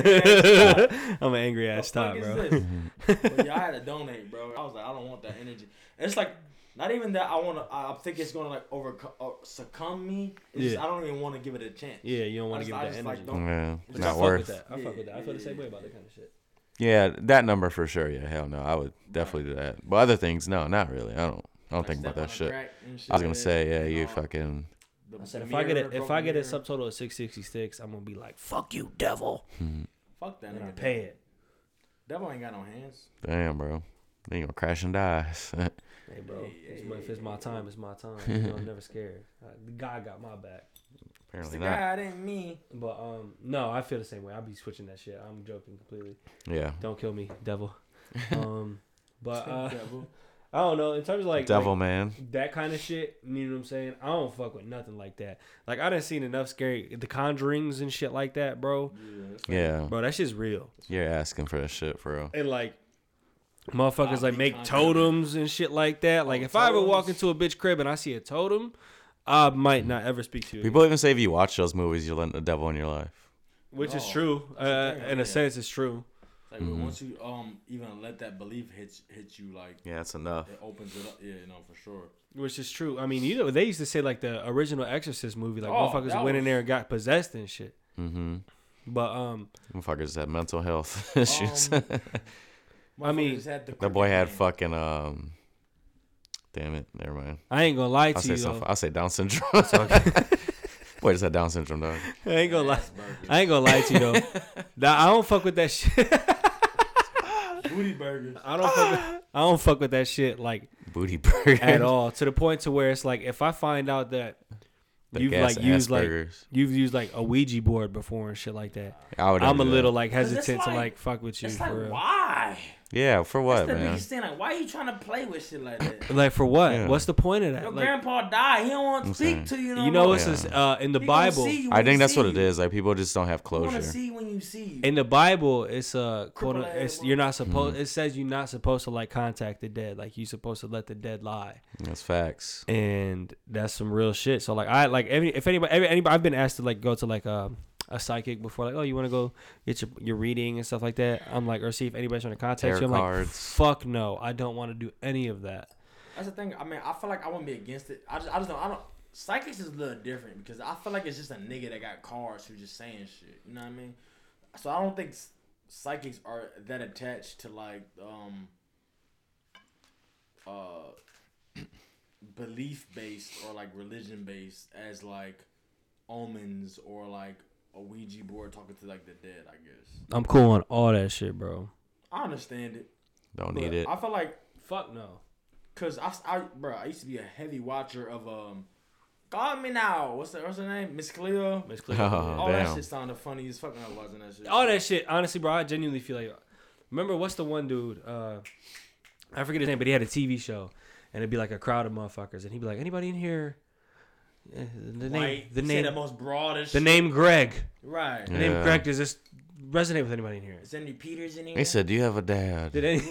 [SPEAKER 2] I'm an angry ass tot, bro.
[SPEAKER 1] but yeah, I had to donate, bro. I was like, I don't want that energy. And it's like, not even that I want to. I I think it's gonna like overcome, uh, succumb me. It's just
[SPEAKER 2] Yeah.
[SPEAKER 1] I don't even want to give it a chance.
[SPEAKER 2] Yeah, you don't
[SPEAKER 1] I
[SPEAKER 2] want
[SPEAKER 1] just,
[SPEAKER 2] to give
[SPEAKER 1] I
[SPEAKER 2] it that
[SPEAKER 1] just,
[SPEAKER 2] energy.
[SPEAKER 1] like don't.
[SPEAKER 3] Yeah,
[SPEAKER 2] But I
[SPEAKER 3] not
[SPEAKER 2] fuck
[SPEAKER 3] worth.
[SPEAKER 2] With that. I fuck with that. I feel the same way about that kind of shit.
[SPEAKER 3] Yeah, that number for sure. Yeah, hell no, I would definitely do that. But other things, no, not really. I don't. I don't think
[SPEAKER 1] step
[SPEAKER 3] about
[SPEAKER 1] on
[SPEAKER 3] that
[SPEAKER 1] the
[SPEAKER 3] shit.
[SPEAKER 1] crack and
[SPEAKER 3] I was
[SPEAKER 1] shit.
[SPEAKER 3] gonna say, yeah, you
[SPEAKER 1] No.
[SPEAKER 3] fucking.
[SPEAKER 1] The-
[SPEAKER 2] I said
[SPEAKER 1] the
[SPEAKER 2] if I get
[SPEAKER 1] mirror,
[SPEAKER 2] it, if
[SPEAKER 1] broken
[SPEAKER 2] I get a
[SPEAKER 1] mirror.
[SPEAKER 2] subtotal of 666, I'm gonna be like, fuck you, devil,
[SPEAKER 3] hmm,
[SPEAKER 1] fuck that
[SPEAKER 2] and I
[SPEAKER 1] nigga.
[SPEAKER 2] pay it.
[SPEAKER 1] Devil ain't got no hands.
[SPEAKER 3] Damn, bro. Then you gonna crash and die.
[SPEAKER 2] Hey, bro, it's my, if it's my time, it's my time. You know, I'm never scared. Uh, God got my back.
[SPEAKER 3] Apparently
[SPEAKER 1] The
[SPEAKER 3] not.
[SPEAKER 1] guy didn't mean.
[SPEAKER 2] But um, no, I feel the same way. I'll be switching that shit. I'm joking completely.
[SPEAKER 3] Yeah.
[SPEAKER 2] Don't kill me, devil. Um, but uh,
[SPEAKER 1] Devil.
[SPEAKER 2] I don't know. In terms of like
[SPEAKER 3] Devil
[SPEAKER 2] like,
[SPEAKER 3] man.
[SPEAKER 2] that kind of shit, you know what I'm saying? I don't fuck with nothing like that. Like I done seen enough scary the Conjuring's and shit like that, bro.
[SPEAKER 3] Yeah.
[SPEAKER 2] Bro, that shit's real.
[SPEAKER 3] You're asking for that shit, bro.
[SPEAKER 2] And like motherfuckers
[SPEAKER 1] I'll
[SPEAKER 2] like
[SPEAKER 1] be
[SPEAKER 2] make
[SPEAKER 1] Conjuring.
[SPEAKER 2] totems and shit like that. Like
[SPEAKER 1] Oh,
[SPEAKER 2] if I ever walk
[SPEAKER 1] totems.
[SPEAKER 2] into a bitch crib and I see a totem, I might not ever speak to you. again.
[SPEAKER 3] People even say if you watch those movies, you're letting the devil in your life.
[SPEAKER 2] Which is
[SPEAKER 1] No,
[SPEAKER 2] true. Uh,
[SPEAKER 1] the thing,
[SPEAKER 2] in a
[SPEAKER 1] yeah.
[SPEAKER 2] sense, it's true.
[SPEAKER 1] Like
[SPEAKER 3] Mm-hmm.
[SPEAKER 1] once you um even let that belief hit hit you like
[SPEAKER 3] Yeah, that's enough.
[SPEAKER 1] it opens it up. Yeah, you know for sure.
[SPEAKER 2] Which is true. I mean, you know, they used to say like the original Exorcist movie, like
[SPEAKER 1] Oh,
[SPEAKER 2] motherfuckers
[SPEAKER 1] that
[SPEAKER 2] went in
[SPEAKER 1] was-
[SPEAKER 2] there and got possessed and shit.
[SPEAKER 3] Mm-hmm.
[SPEAKER 2] But um,
[SPEAKER 3] Motherfuckers had mental
[SPEAKER 2] Oh,
[SPEAKER 3] health issues.
[SPEAKER 1] Um,
[SPEAKER 2] I mean,
[SPEAKER 1] Motherfuckers had the
[SPEAKER 3] that boy
[SPEAKER 1] crooked
[SPEAKER 3] had
[SPEAKER 1] hand.
[SPEAKER 3] fucking um. Damn it, never mind.
[SPEAKER 2] I ain't gonna lie to
[SPEAKER 3] I'll say
[SPEAKER 2] you.
[SPEAKER 3] so.
[SPEAKER 2] though.
[SPEAKER 3] I'll say Down syndrome. Wait, is that Down syndrome, dog?
[SPEAKER 2] I ain't gonna lie.
[SPEAKER 1] burgers.
[SPEAKER 2] I ain't gonna lie to you though. Nah, I don't fuck with that shit.
[SPEAKER 1] booty burgers.
[SPEAKER 2] I don't. Fuck with, I don't fuck with that shit like
[SPEAKER 3] Booty burger
[SPEAKER 2] at all. To the point to where it's like, if I find out that
[SPEAKER 3] The
[SPEAKER 2] you've
[SPEAKER 3] gas
[SPEAKER 2] like used like
[SPEAKER 3] Asperger's.
[SPEAKER 2] you've used like a Ouija board before and shit like that,
[SPEAKER 3] I would
[SPEAKER 2] I'm
[SPEAKER 3] never
[SPEAKER 2] a
[SPEAKER 3] do that.
[SPEAKER 2] little like
[SPEAKER 1] 'Cause it's
[SPEAKER 2] hesitant to
[SPEAKER 1] like-
[SPEAKER 2] like fuck with you
[SPEAKER 1] It's
[SPEAKER 2] for
[SPEAKER 1] like
[SPEAKER 2] real.
[SPEAKER 1] why?
[SPEAKER 3] Yeah, for what,
[SPEAKER 1] That's the
[SPEAKER 3] man?
[SPEAKER 1] biggest thing. Like why you trying to play with shit like that?
[SPEAKER 2] Like for what?
[SPEAKER 3] Yeah.
[SPEAKER 2] What's the point of that?
[SPEAKER 1] Your
[SPEAKER 2] Like,
[SPEAKER 1] grandpa died. He don't want to speak
[SPEAKER 3] saying.
[SPEAKER 1] to you. No
[SPEAKER 2] you know,
[SPEAKER 1] more.
[SPEAKER 2] it's
[SPEAKER 3] Yeah.
[SPEAKER 2] just, uh, in the
[SPEAKER 1] He gonna
[SPEAKER 2] Bible.
[SPEAKER 1] see you
[SPEAKER 3] I
[SPEAKER 1] when he
[SPEAKER 3] think that's
[SPEAKER 1] see
[SPEAKER 3] what it
[SPEAKER 1] you.
[SPEAKER 3] is. Like people just don't have
[SPEAKER 1] He wanna
[SPEAKER 3] closure.
[SPEAKER 1] see when you see you.
[SPEAKER 2] in the Bible, it's uh, quote,
[SPEAKER 1] Cripple
[SPEAKER 2] it's
[SPEAKER 1] animal.
[SPEAKER 2] you're not
[SPEAKER 3] Mm-hmm.
[SPEAKER 2] supposed. It says you're not supposed to like contact the dead. Like you're supposed to let the dead lie,
[SPEAKER 3] That's facts.
[SPEAKER 2] and that's some real shit. So like I like any, if anybody, every, anybody, I've been asked to like go to like um a psychic before. Like oh, you want to go get your your reading and stuff like that. I'm like or see if anybody's trying to contact
[SPEAKER 3] Tarot
[SPEAKER 2] you. I'm
[SPEAKER 3] cards.
[SPEAKER 2] like fuck no, I don't want to do any of that.
[SPEAKER 1] That's the thing. I mean, I feel like I wouldn't be against it. I just, I just don't. I don't. Psychics is a little different because I feel like it's just a nigga that got cards who just saying shit. You know what I mean? So I don't think s- psychics are that attached to like um uh belief based or like religion based as like omens or like a Ouija board talking to like the dead. I guess
[SPEAKER 2] I'm cool on all that shit, bro.
[SPEAKER 1] I understand it.
[SPEAKER 3] Don't
[SPEAKER 1] but
[SPEAKER 3] need it.
[SPEAKER 1] I feel like
[SPEAKER 2] Fuck no.
[SPEAKER 1] Cause I, I bro, I used to be a heavy watcher of um, call me now. What's the what's her name? Miss Cleo. Miss Cleo.
[SPEAKER 3] Oh,
[SPEAKER 1] All that
[SPEAKER 3] damn.
[SPEAKER 1] shit sounded funny as fuck when I was watching that shit.
[SPEAKER 2] all that shit. Honestly, bro, I genuinely feel like. Remember what's the one dude? Uh, I forget his name, but he had a TV show, and it'd be like a crowd of motherfuckers, and he'd be like, "Anybody in here?" Eh, The name,
[SPEAKER 1] White,
[SPEAKER 2] the
[SPEAKER 1] say the
[SPEAKER 2] name,
[SPEAKER 1] most broadest.
[SPEAKER 2] the name Greg.
[SPEAKER 1] Right.
[SPEAKER 2] The name
[SPEAKER 3] Yeah.
[SPEAKER 2] Greg. Does this resonate with anybody in here?
[SPEAKER 1] Is Andy Peters in here?
[SPEAKER 3] They said, "Do you have a dad?"
[SPEAKER 2] Did any,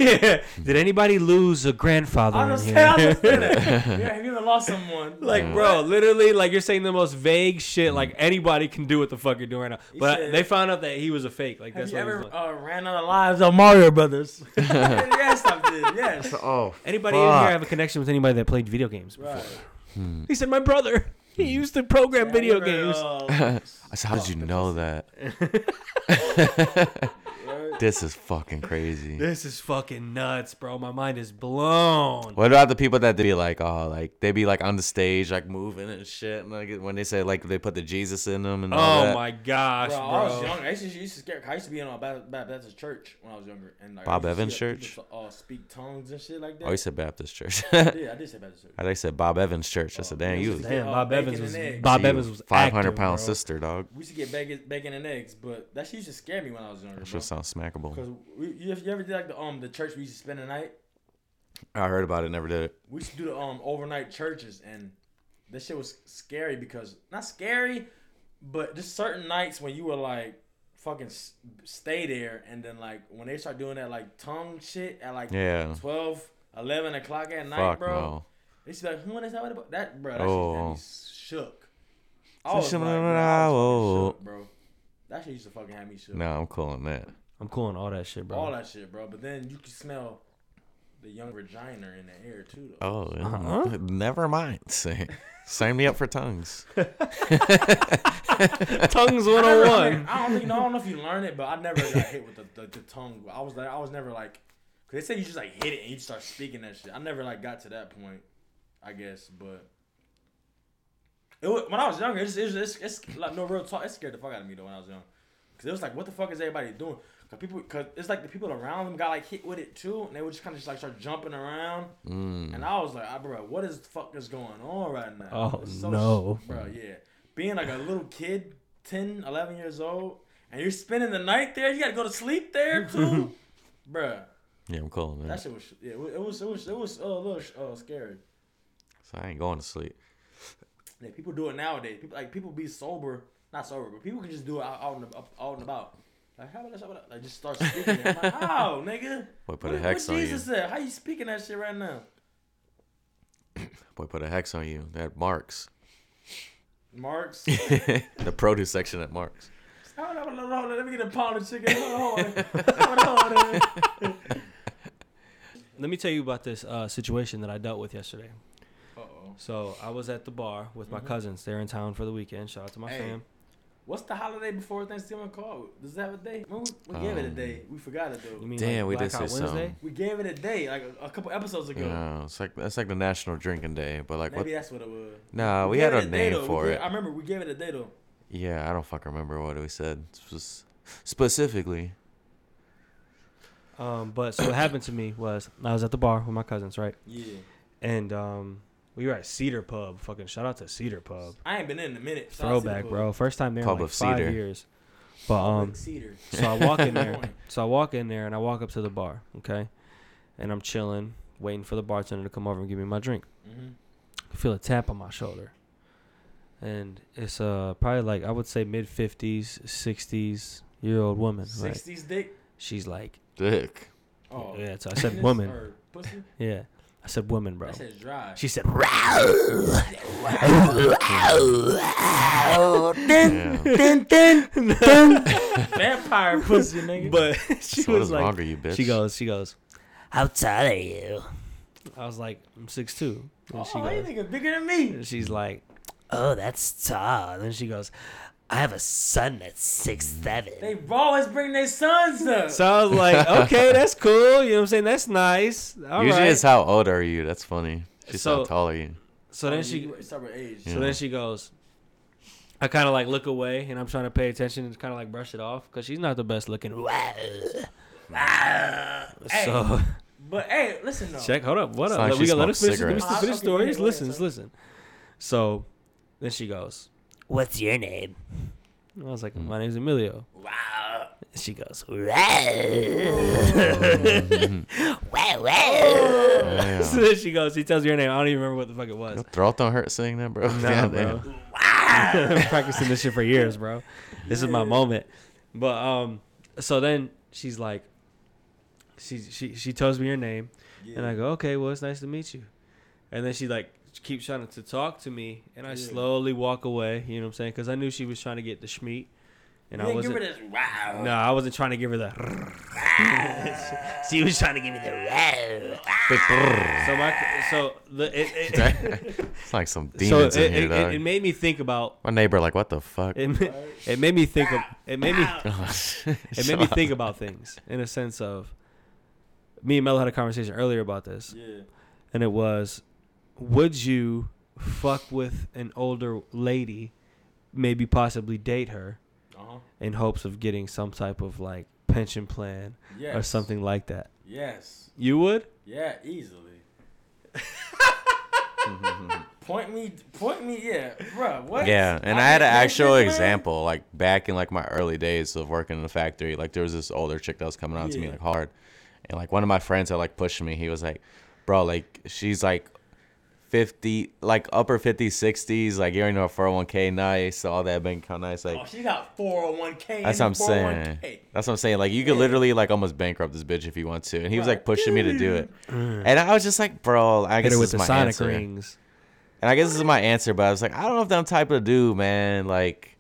[SPEAKER 2] did anybody lose a grandfather
[SPEAKER 1] I
[SPEAKER 2] in
[SPEAKER 1] understand.
[SPEAKER 2] here?
[SPEAKER 1] I understand that. Yeah, have you ever lost someone?
[SPEAKER 2] Like, bro, literally, like you're saying the most vague shit.
[SPEAKER 1] Mm.
[SPEAKER 2] Like anybody can do what the fuck you're doing right now. But
[SPEAKER 1] said-
[SPEAKER 2] they found out that he was a fake. Like
[SPEAKER 1] have
[SPEAKER 2] that's
[SPEAKER 1] you
[SPEAKER 2] what
[SPEAKER 1] ever
[SPEAKER 2] he was like.
[SPEAKER 1] uh, ran out of lives of Mario Brothers? yes, I did. Yes.
[SPEAKER 3] Oh,
[SPEAKER 2] Anybody in
[SPEAKER 3] Fuck.
[SPEAKER 2] here have a connection with anybody that played video games?
[SPEAKER 1] Right.
[SPEAKER 2] He said, "My brother. He used to program video
[SPEAKER 1] Have Mm. you
[SPEAKER 2] games."
[SPEAKER 1] ever,
[SPEAKER 3] I said, "How did you know that?"
[SPEAKER 1] uh,
[SPEAKER 3] This is fucking crazy.
[SPEAKER 2] This is fucking nuts, bro. My mind is blown.
[SPEAKER 3] What about the people that they be like, oh, like they be like on the stage, like moving and shit, and like when they say like they put the Jesus in them and all
[SPEAKER 2] Oh
[SPEAKER 3] that.
[SPEAKER 2] my gosh,
[SPEAKER 1] Bro,
[SPEAKER 2] bro.
[SPEAKER 1] I was young. I used to, used to scare. I used to be in a Bap- Bap- Baptist church when I was younger, and like, I
[SPEAKER 3] Bob
[SPEAKER 1] used to
[SPEAKER 3] Evans
[SPEAKER 1] see, like,
[SPEAKER 3] church?
[SPEAKER 1] people, uh, speak tongues and shit like that.
[SPEAKER 3] Oh, you said Baptist church.
[SPEAKER 1] I
[SPEAKER 3] I
[SPEAKER 1] did. I did say Baptist church.
[SPEAKER 3] said Bob Evans church. I said, damn, you.
[SPEAKER 1] was-
[SPEAKER 2] Damn,
[SPEAKER 1] Uh,
[SPEAKER 2] Bob
[SPEAKER 1] bacon
[SPEAKER 2] Evans
[SPEAKER 1] and
[SPEAKER 2] was
[SPEAKER 1] eggs.
[SPEAKER 2] Bob Evens was
[SPEAKER 3] five hundred pound
[SPEAKER 2] pounds.
[SPEAKER 3] sister, dog.
[SPEAKER 1] We used to get bacon, bacon and eggs, but that shit used to scare me when I was younger,
[SPEAKER 3] That shit
[SPEAKER 1] bro.
[SPEAKER 3] sounds smackable.
[SPEAKER 1] Cause we, you, you ever did like the um the church we used to spend the night?
[SPEAKER 3] I heard about it, never did it.
[SPEAKER 1] We used to do the um overnight churches, and that shit was scary because not scary, but just certain nights when you were like fucking s- stay there, and then like when they start doing that like tongue shit at like
[SPEAKER 3] Yeah.
[SPEAKER 1] 12, 11 o'clock at night,
[SPEAKER 3] Fuck
[SPEAKER 1] bro.
[SPEAKER 3] no.
[SPEAKER 1] They should be like, who in this how about that, bro? That
[SPEAKER 3] Oh.
[SPEAKER 1] shit had me shook. I
[SPEAKER 3] So
[SPEAKER 1] was
[SPEAKER 3] shit,
[SPEAKER 1] like,
[SPEAKER 3] bro,
[SPEAKER 1] bro, I was
[SPEAKER 3] oh.
[SPEAKER 1] fucking shook, bro. That shit used to fucking have me shook.
[SPEAKER 3] No, I'm calling that.
[SPEAKER 2] I'm calling all that shit, bro.
[SPEAKER 1] All that shit, bro. But then you can smell the young vagina in the air too, though.
[SPEAKER 3] Oh, yeah.
[SPEAKER 2] Uh-huh.
[SPEAKER 3] never mind. Sign me up for tongues.
[SPEAKER 2] Tongues
[SPEAKER 1] I, never-
[SPEAKER 2] 101.
[SPEAKER 1] I don't think, no, I don't know if you learn it, but I never got hit with the, the, the tongue. I was like, I was never like, cause they say you just like hit it and you start speaking that shit. I never like got to that point, I guess. But it was, when I was younger, it's, it's, it's, it's like no real talk. It scared the fuck out of me though when I was young, cause it was like, what the fuck is everybody doing? Cause people, cause it's like the people around them got like hit with it too, and they would just kind of just like start jumping around.
[SPEAKER 2] Mm.
[SPEAKER 1] And I was like, ah, bro, what is the fuck is going on right now?
[SPEAKER 2] Oh,
[SPEAKER 1] It's
[SPEAKER 2] no.
[SPEAKER 1] bro, yeah. Being like a little kid, 10, 11 years old, and you're spending the night there. You gotta go to sleep there too, Bruh,
[SPEAKER 3] Yeah, I'm calling
[SPEAKER 1] That
[SPEAKER 3] that.
[SPEAKER 1] shit was yeah. It was it was it was uh, a little uh, scary.
[SPEAKER 3] So I ain't going to sleep.
[SPEAKER 1] Yeah, people do it nowadays. People like people be sober, not sober, but people can just do it out, out and up, out and about. Like how about that? How about that? Like just start speaking. it. I'm like, how, nigga?
[SPEAKER 3] Boy, put a hex on
[SPEAKER 1] Jesus
[SPEAKER 3] you.
[SPEAKER 1] said? How you speaking that shit right now?
[SPEAKER 3] Boy, put a hex on you. That marks.
[SPEAKER 1] Marks.
[SPEAKER 3] the produce section at Marks.
[SPEAKER 1] Hold on, hold on, hold on. Let me get a pound of chicken. Hold on, hold on. Hold on.
[SPEAKER 2] Let me tell you about this uh, situation that I dealt with yesterday.
[SPEAKER 1] Uh-oh.
[SPEAKER 2] So I was at the bar with my cousins. They're in town for the weekend. Shout out to my
[SPEAKER 1] Hey.
[SPEAKER 2] fam.
[SPEAKER 1] What's the holiday before Thanksgiving called? Does it have a day? Man, we, we gave it a
[SPEAKER 3] Um,
[SPEAKER 1] day. We forgot it though.
[SPEAKER 2] You mean
[SPEAKER 3] Damn, we did
[SPEAKER 2] Blackout
[SPEAKER 3] say something.
[SPEAKER 1] We gave it a day like a, a couple episodes ago.
[SPEAKER 3] No, it's like that's like the National Drinking Day, but like what?
[SPEAKER 1] Maybe that's what it was.
[SPEAKER 3] Nah, we had
[SPEAKER 1] gave
[SPEAKER 3] a
[SPEAKER 1] it day,
[SPEAKER 3] name
[SPEAKER 1] though.
[SPEAKER 3] for
[SPEAKER 1] We
[SPEAKER 3] it.
[SPEAKER 1] gave- I remember we gave it a day though.
[SPEAKER 3] Yeah, I don't fucking remember what we said Spe- specifically.
[SPEAKER 2] Um, but so what happened to me was I was at the bar with my cousins, right?
[SPEAKER 1] Yeah.
[SPEAKER 2] And um, we were at Cedar Pub. Fucking shout out to Cedar Pub.
[SPEAKER 1] I ain't been in a minute. so I see the
[SPEAKER 2] Throwback,
[SPEAKER 1] book.
[SPEAKER 2] bro. First time there
[SPEAKER 3] Pub
[SPEAKER 2] in like
[SPEAKER 3] of
[SPEAKER 2] five
[SPEAKER 3] Cedar.
[SPEAKER 2] years. But um,
[SPEAKER 1] Like cedar.
[SPEAKER 2] So I walk in there.
[SPEAKER 1] Point.
[SPEAKER 2] So I walk in there and I walk up to the bar, okay? And I'm chilling, waiting for the bartender to come over and give me my drink.
[SPEAKER 1] Mhm.
[SPEAKER 2] I feel a tap on my shoulder. And it's uh probably like I would say mid 50s, 60s year old woman, right?
[SPEAKER 1] 60s dick.
[SPEAKER 2] She's like,
[SPEAKER 3] Dick.
[SPEAKER 1] Oh.
[SPEAKER 2] yeah, so I said
[SPEAKER 1] penis
[SPEAKER 2] woman.
[SPEAKER 1] or Pussy?
[SPEAKER 2] Yeah. I said woman, bro.
[SPEAKER 1] That shit's dry.
[SPEAKER 2] She said, "Rah."
[SPEAKER 3] Yeah.
[SPEAKER 1] Vampire pussy, nigga.
[SPEAKER 2] but she
[SPEAKER 3] what
[SPEAKER 2] was
[SPEAKER 3] is wrong
[SPEAKER 2] like,
[SPEAKER 3] with you, bitch?
[SPEAKER 2] she goes, she goes.
[SPEAKER 4] How tall are you?
[SPEAKER 2] I was like, I'm 6'2". And she
[SPEAKER 1] oh, you
[SPEAKER 2] goes,
[SPEAKER 1] nigga bigger than me.
[SPEAKER 2] and she's like,
[SPEAKER 4] Oh, that's tall. Then she goes, I have a son that's six seven.
[SPEAKER 1] They always bring their sons up.
[SPEAKER 2] So I was like, okay, that's cool. You know what I'm saying? That's nice. All right.
[SPEAKER 3] Usually it's how old are you? That's funny. She's how
[SPEAKER 2] So-
[SPEAKER 3] tall are you?
[SPEAKER 2] so
[SPEAKER 1] Oh,
[SPEAKER 2] then she,
[SPEAKER 1] start with age.
[SPEAKER 2] so then she goes. I kind of like look away, and I'm trying to pay attention and kind of like brush it off because she's not the best looking.
[SPEAKER 1] Hey,
[SPEAKER 2] So
[SPEAKER 1] Ah. but hey, listen though.
[SPEAKER 2] check, hold up, what
[SPEAKER 3] It's
[SPEAKER 2] up?
[SPEAKER 3] like
[SPEAKER 2] Let-
[SPEAKER 3] she
[SPEAKER 2] we gotta let us
[SPEAKER 3] smokes
[SPEAKER 2] finish. Let me
[SPEAKER 1] cigarettes.
[SPEAKER 2] finish the
[SPEAKER 1] Okay,
[SPEAKER 2] story.
[SPEAKER 1] yeah,
[SPEAKER 2] Just
[SPEAKER 1] go ahead,
[SPEAKER 2] listen, just
[SPEAKER 1] sorry.
[SPEAKER 2] listen. So then she goes.
[SPEAKER 4] What's your name?
[SPEAKER 2] I was
[SPEAKER 3] Hmm.
[SPEAKER 2] like, my name's Emilio.
[SPEAKER 4] Wow.
[SPEAKER 2] She goes.
[SPEAKER 3] Oh,
[SPEAKER 4] Wow, wow.
[SPEAKER 2] So
[SPEAKER 3] Yeah.
[SPEAKER 2] then she goes. She tells me her name. I don't even remember what the fuck it was.
[SPEAKER 3] Throat don't hurt saying that, bro.
[SPEAKER 2] Nah, bro. I'm practicing this shit for years, bro. This is my moment. But um, so then she's like, she she she tells me your name, and I go, okay, well it's nice to meet you. And then she like keeps trying to talk to me, and I slowly walk away. You know what I'm saying? Because I knew she was trying to get the schmeat, and
[SPEAKER 1] You
[SPEAKER 2] I
[SPEAKER 1] didn't give her
[SPEAKER 2] wasn't.
[SPEAKER 1] this. Wow.
[SPEAKER 2] No, I wasn't trying to give her the.
[SPEAKER 4] She was trying to give me the wow.
[SPEAKER 2] So my so the it, it,
[SPEAKER 3] It's like some
[SPEAKER 2] so
[SPEAKER 3] demons
[SPEAKER 2] it,
[SPEAKER 3] in here,
[SPEAKER 2] it,
[SPEAKER 3] dog.
[SPEAKER 2] it, it made me think about
[SPEAKER 3] My neighbor, like, what the fuck?
[SPEAKER 2] it. ma- It made me think of it made me. it
[SPEAKER 3] it
[SPEAKER 2] made me think about things in a sense of me and Melo had a conversation earlier about this,
[SPEAKER 1] Yeah.
[SPEAKER 2] and it was, would you fuck with an older lady, maybe possibly date her
[SPEAKER 1] Uh huh.
[SPEAKER 2] in hopes of getting some type of like pension plan
[SPEAKER 1] Yes.
[SPEAKER 2] or something like that?
[SPEAKER 1] Yes.
[SPEAKER 2] You would?
[SPEAKER 1] Yeah, easily. point me, point me, yeah, bruh. What?
[SPEAKER 3] Yeah, and I had an actual
[SPEAKER 1] man.
[SPEAKER 3] example, like back in like my early days of working in the factory. Like there was this older chick that was coming on to me
[SPEAKER 1] Yeah.
[SPEAKER 3] like hard, and like one of my friends had like pushed me. He was like, "Bro, like she's like 50, like upper 50s, 60s. Like you already know 401k nice, all that bank account nice. Like
[SPEAKER 1] Oh, she got 401k.
[SPEAKER 3] that's what I'm saying. That's what I'm saying. Like you could literally like almost bankrupt this bitch if you want to. And he was like pushing me to do it. And I was just like, bro, I
[SPEAKER 2] Mm. Hit
[SPEAKER 3] guess
[SPEAKER 2] her
[SPEAKER 3] this
[SPEAKER 2] with
[SPEAKER 3] is
[SPEAKER 2] the
[SPEAKER 3] my
[SPEAKER 2] Sonic
[SPEAKER 3] answer.
[SPEAKER 2] rings.
[SPEAKER 3] And I guess this is my answer, but I was like, I don't know if I'm type of dude, man. Like,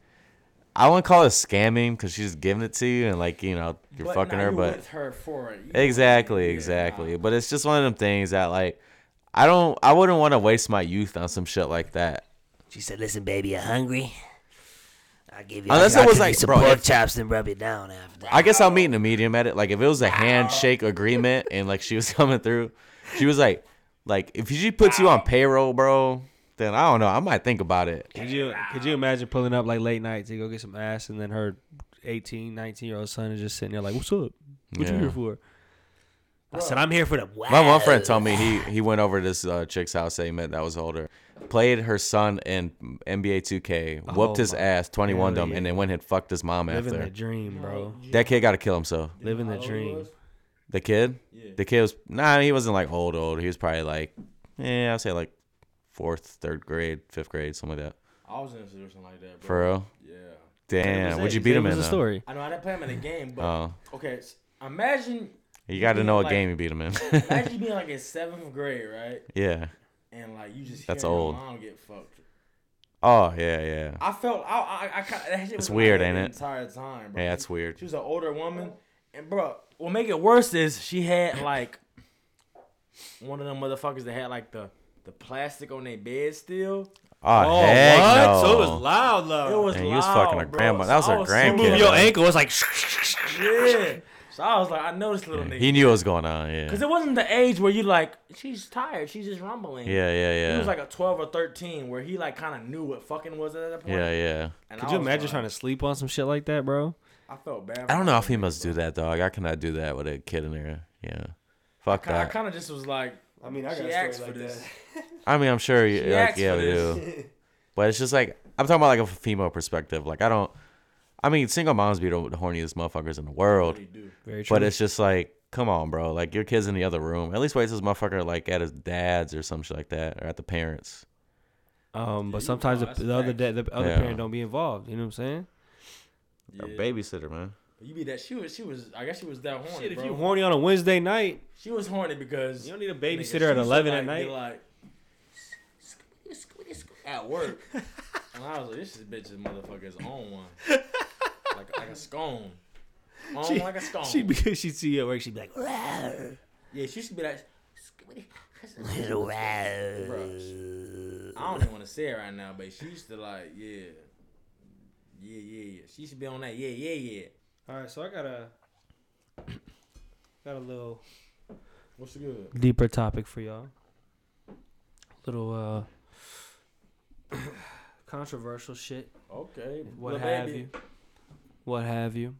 [SPEAKER 3] I wouldn't call it scamming because she's giving it to you and like you know you're fucking her, but
[SPEAKER 1] her for it.
[SPEAKER 3] exactly, exactly. But it's just one of them things that like I don't, I wouldn't want to waste my youth on some shit like that.
[SPEAKER 4] She said, "Listen, baby, you hungry? I'll give you.
[SPEAKER 3] Unless
[SPEAKER 4] I'll
[SPEAKER 3] it was
[SPEAKER 4] give you
[SPEAKER 3] Oh, like,
[SPEAKER 4] some
[SPEAKER 3] bro,
[SPEAKER 4] pork
[SPEAKER 3] if-
[SPEAKER 4] chops and rub it down after that.
[SPEAKER 3] I guess I'll meet in a medium at it. Like if it was a handshake agreement and like she was coming through, she was like, like if she puts you on payroll, bro, then I don't know. I might think about it.
[SPEAKER 2] Could you could you imagine pulling up like late night to go get some ass and then her 18, 19 year old son is just sitting there like, "What's up? What you
[SPEAKER 3] Yeah.
[SPEAKER 2] here for?" I said, "I'm here for the wow."
[SPEAKER 3] My one friend told me he he went over to this uh, chick's house that he met that was older, played her son in NBA 2K, whooped
[SPEAKER 2] Oh
[SPEAKER 3] his
[SPEAKER 2] my-
[SPEAKER 3] ass, 21
[SPEAKER 2] hell
[SPEAKER 3] them,
[SPEAKER 2] yeah.
[SPEAKER 3] and then went and fucked his mom
[SPEAKER 2] living the
[SPEAKER 3] after.
[SPEAKER 2] dream, bro.
[SPEAKER 3] That kid got to kill himself.
[SPEAKER 2] Living the dream.
[SPEAKER 3] The kid, the kid was nah, he wasn't like old old. He was probably like, yeah, I'd say like fourth, third grade, fifth grade, something like that.
[SPEAKER 1] I was in a situation like that, bro.
[SPEAKER 3] For real.
[SPEAKER 1] Yeah.
[SPEAKER 3] Damn, would you beat him in
[SPEAKER 2] the
[SPEAKER 3] though?
[SPEAKER 2] story?
[SPEAKER 1] I know I didn't play him in a game, but
[SPEAKER 3] Oh,
[SPEAKER 1] okay. s- Imagine,
[SPEAKER 3] you got to
[SPEAKER 1] being
[SPEAKER 3] know what
[SPEAKER 1] like-
[SPEAKER 3] game you beat him in.
[SPEAKER 1] imagine you being like in seventh grade, right?
[SPEAKER 3] yeah.
[SPEAKER 1] And like you just
[SPEAKER 3] That's
[SPEAKER 1] hearing
[SPEAKER 3] old.
[SPEAKER 1] Your mom get fucked.
[SPEAKER 3] Oh yeah, yeah.
[SPEAKER 1] I felt I I, I, kinda- that shit was in my
[SPEAKER 3] weird,
[SPEAKER 1] head
[SPEAKER 3] ain't
[SPEAKER 1] the
[SPEAKER 3] it?
[SPEAKER 1] Entire time, bro.
[SPEAKER 3] Yeah, that's weird.
[SPEAKER 1] She was an older woman, and bro, what make it worse is she had like one of them motherfuckers that had like the the plastic on their bed still.
[SPEAKER 3] Oh, heck no.
[SPEAKER 2] So it was loud, loud.
[SPEAKER 1] It was
[SPEAKER 3] Uh, And
[SPEAKER 1] loud,
[SPEAKER 3] he was fucking her
[SPEAKER 1] bro.
[SPEAKER 3] grandma. That was
[SPEAKER 1] I
[SPEAKER 3] her grandkid.
[SPEAKER 1] So,
[SPEAKER 3] Move
[SPEAKER 2] Your
[SPEAKER 3] Yeah.
[SPEAKER 2] ankle was like,
[SPEAKER 1] yeah. So I was like, I know this little nigga.
[SPEAKER 3] He knew what was going on. Yeah.
[SPEAKER 1] Cause it wasn't the age where you like she's tired, she's just rumbling.
[SPEAKER 3] Yeah, yeah, yeah.
[SPEAKER 1] He was like a twelve or thirteen where he like kind of knew what fucking was at that point.
[SPEAKER 3] yeah, yeah.
[SPEAKER 1] And
[SPEAKER 2] could
[SPEAKER 1] I
[SPEAKER 2] you
[SPEAKER 1] was
[SPEAKER 2] imagine
[SPEAKER 1] like-
[SPEAKER 2] trying to sleep on some shit like that, bro?
[SPEAKER 1] I felt bad.
[SPEAKER 3] I don't know how females do that, dog. I cannot do that with a kid in there. Yeah. Fuck
[SPEAKER 1] I
[SPEAKER 3] that.
[SPEAKER 1] kind of just was like,
[SPEAKER 7] I mean, I got
[SPEAKER 1] she
[SPEAKER 7] a
[SPEAKER 1] asked
[SPEAKER 7] story
[SPEAKER 1] for
[SPEAKER 7] like
[SPEAKER 1] this.
[SPEAKER 7] that.
[SPEAKER 3] I mean, I'm sure you,
[SPEAKER 1] She
[SPEAKER 3] like,
[SPEAKER 1] asked
[SPEAKER 3] yeah,
[SPEAKER 1] for
[SPEAKER 3] we
[SPEAKER 1] this.
[SPEAKER 3] do. But it's just like, I'm talking about like a female perspective. Like, I don't, I mean, single moms be the, the horniest motherfuckers in the world.
[SPEAKER 2] Very true.
[SPEAKER 3] But it's just like, come on, bro. Like, your kid's in the other room. At least wait till this motherfucker, like, at his dad's or some shit like that, or at the parents.
[SPEAKER 2] um, but sometimes the, the other dad, the other
[SPEAKER 3] Yeah.
[SPEAKER 2] parent don't be involved. You know what I'm saying?
[SPEAKER 3] A babysitter, man.
[SPEAKER 1] You be that she was she was I guess she was that horny.
[SPEAKER 2] Shit, if
[SPEAKER 1] bro.
[SPEAKER 2] you horny on a Wednesday night,
[SPEAKER 1] she was horny because
[SPEAKER 2] you don't need a
[SPEAKER 1] nigga,
[SPEAKER 2] babysitter
[SPEAKER 1] she
[SPEAKER 2] at
[SPEAKER 1] used to,
[SPEAKER 2] 11 at
[SPEAKER 1] like, be
[SPEAKER 2] night.
[SPEAKER 1] Like at work, and I was like, this is bitch's motherfucker's on one, like like a scone, on like a scone.
[SPEAKER 2] She'd be, she'd see you at work. She'd be like,
[SPEAKER 1] yeah, she used to be like.
[SPEAKER 4] Little wow.
[SPEAKER 1] Bruh, I don't even want to say it right now, but she used to like, yeah, yeah, yeah, yeah. She should be on that, yeah, yeah, yeah.
[SPEAKER 2] "All right, so I got a got a little
[SPEAKER 1] What's good?
[SPEAKER 2] deeper topic for y'all. Little uh controversial shit,
[SPEAKER 1] Okay,
[SPEAKER 2] what
[SPEAKER 1] Lil
[SPEAKER 2] have
[SPEAKER 1] baby.
[SPEAKER 2] you. What have you.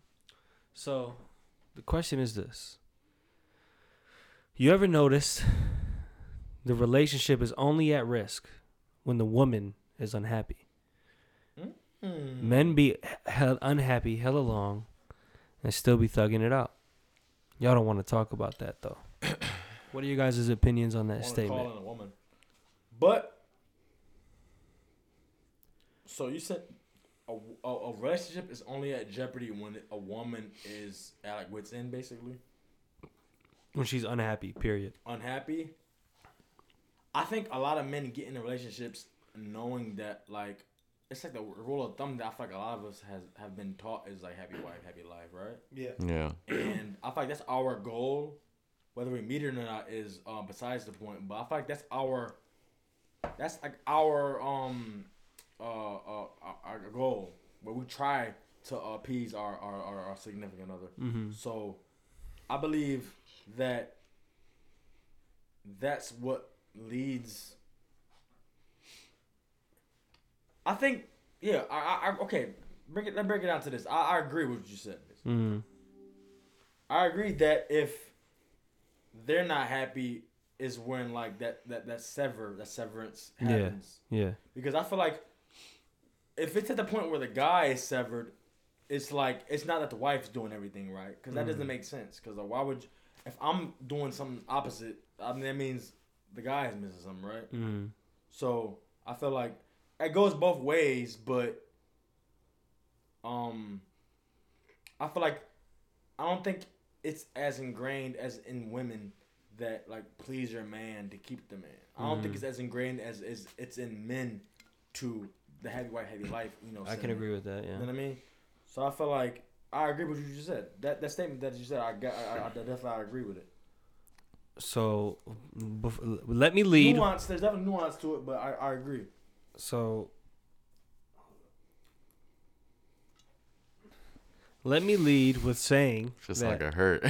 [SPEAKER 2] So, the question is this. You ever notice the relationship is only at risk when the woman is unhappy?
[SPEAKER 7] Hmm.
[SPEAKER 2] Men be held unhappy hella long and still be thugging it out. Y'all don't want to talk about that though. what are your guys' opinions on that
[SPEAKER 1] wanna
[SPEAKER 2] statement?
[SPEAKER 1] Call in a woman. But so you said a, a, a relationship is only at jeopardy when a woman is at like wits end, basically
[SPEAKER 2] When she's unhappy, period.
[SPEAKER 1] unhappy. I think a lot of men get into relationships knowing that like it's like the rule of thumb that I feel like a lot of us has have been taught is like happy wife, happy life, right?
[SPEAKER 3] Yeah.
[SPEAKER 1] and I feel like that's our goal, whether we meet it or not, is um, besides the point. But I feel like that's our, that's like our um, uh, uh our, our goal, where we try to uh, appease our our, our, our significant other. So, I believe that that's what leads. I think, yeah, I, I, I okay. Break it. Let's break it down to this. I, I agree with what you said. Mason. I agree that if they're not happy is when like that that that sever that severance happens
[SPEAKER 2] Yeah.
[SPEAKER 1] because I feel like if it's at the point where the guy is severed, it's like it's not that the wife's doing everything right because that doesn't make sense. Because like, why would if I'm doing something opposite, I mean that means the guy is missing something, right? So I feel like it goes both ways, but um, I feel like I don't think it's as ingrained as in women that like please your man to keep the man. I don't
[SPEAKER 7] Mm.
[SPEAKER 1] think it's as ingrained as is it's in men to the heavy white heavy life. You know,
[SPEAKER 7] I can
[SPEAKER 2] Mm.
[SPEAKER 1] sentiment.
[SPEAKER 7] agree with that.
[SPEAKER 1] You
[SPEAKER 7] Yeah.
[SPEAKER 1] know what I mean? So I feel like I agree with what you just said. That that statement that you said, I got, I, I definitely I agree with it.
[SPEAKER 2] So bef- let me lead.
[SPEAKER 1] Nuance, there's definitely nuance to it, but I, I agree.
[SPEAKER 2] So let me lead with saying
[SPEAKER 3] Just
[SPEAKER 2] that,
[SPEAKER 3] like a hurt.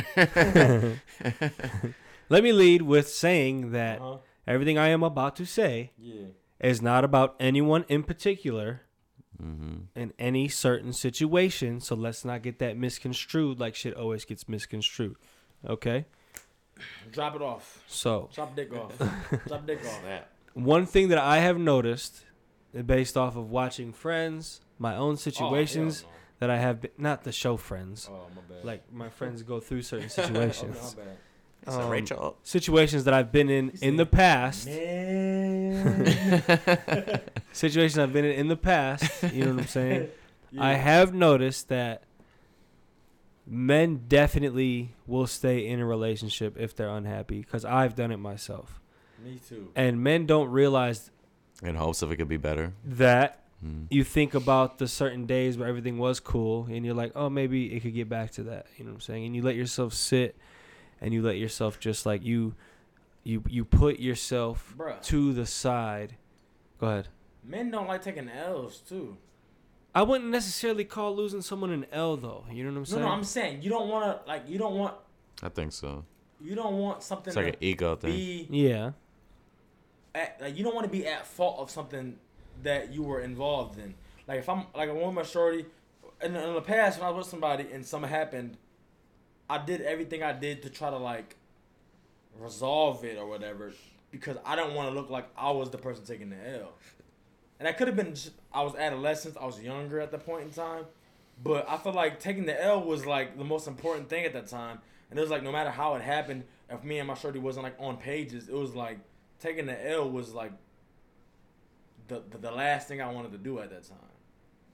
[SPEAKER 2] let me lead with saying that
[SPEAKER 1] Uh-huh.
[SPEAKER 2] everything I am about to say
[SPEAKER 1] Yeah.
[SPEAKER 2] is not about anyone in particular
[SPEAKER 3] mm-hmm.
[SPEAKER 2] in any certain situation. So let's not get that misconstrued like shit always gets misconstrued. Okay?
[SPEAKER 1] Drop it off.
[SPEAKER 2] So
[SPEAKER 1] Chop dick off. Chop dick off.
[SPEAKER 2] one thing that I have noticed based off of watching friends, my own situations that I have been not the show friends.
[SPEAKER 1] Oh, my bad. Oh,
[SPEAKER 2] Like my friends go through certain situations.
[SPEAKER 1] my bad.
[SPEAKER 4] Oh,
[SPEAKER 2] Um,
[SPEAKER 3] Rachel.
[SPEAKER 2] situations that I've been in in the past. situations I've been in in the past. You know what I'm saying? I have noticed that men definitely will stay in a relationship if they're unhappy because I've done it myself.
[SPEAKER 1] Me too.
[SPEAKER 2] And men don't realize
[SPEAKER 3] In hopes of it could be better.
[SPEAKER 2] that
[SPEAKER 3] Mm.
[SPEAKER 2] you think about the certain days where everything was cool and you're like, oh, maybe it could get back to that. You know what I'm saying? And you let yourself sit and you let yourself just like you you you put yourself
[SPEAKER 1] Bruh.
[SPEAKER 2] to the side. Go ahead.
[SPEAKER 1] Men don't like taking L's too.
[SPEAKER 2] I wouldn't necessarily call losing someone an L though. You know what
[SPEAKER 1] No,
[SPEAKER 2] I'm saying?
[SPEAKER 1] no, I'm saying you don't want to like you don't want
[SPEAKER 3] I think so.
[SPEAKER 1] you don't want something
[SPEAKER 3] It's like an
[SPEAKER 1] to
[SPEAKER 3] ego thing.
[SPEAKER 1] be
[SPEAKER 2] yeah.
[SPEAKER 1] at, like you don't want to be at fault of something that you were involved in. Like if I'm like a woman shorty, in, in the past when I was with somebody and something happened, I did everything I did to try to like resolve it or whatever because I don't want to look like I was the person taking the L. And I could have been j- I was adolescent, I was younger at that point in time, but I felt like taking the L was like the most important thing at that time. And it was like no matter how it happened, if me and my shorty wasn't like on pages, it was like taking the L was like the, the the last thing I wanted to do at that time.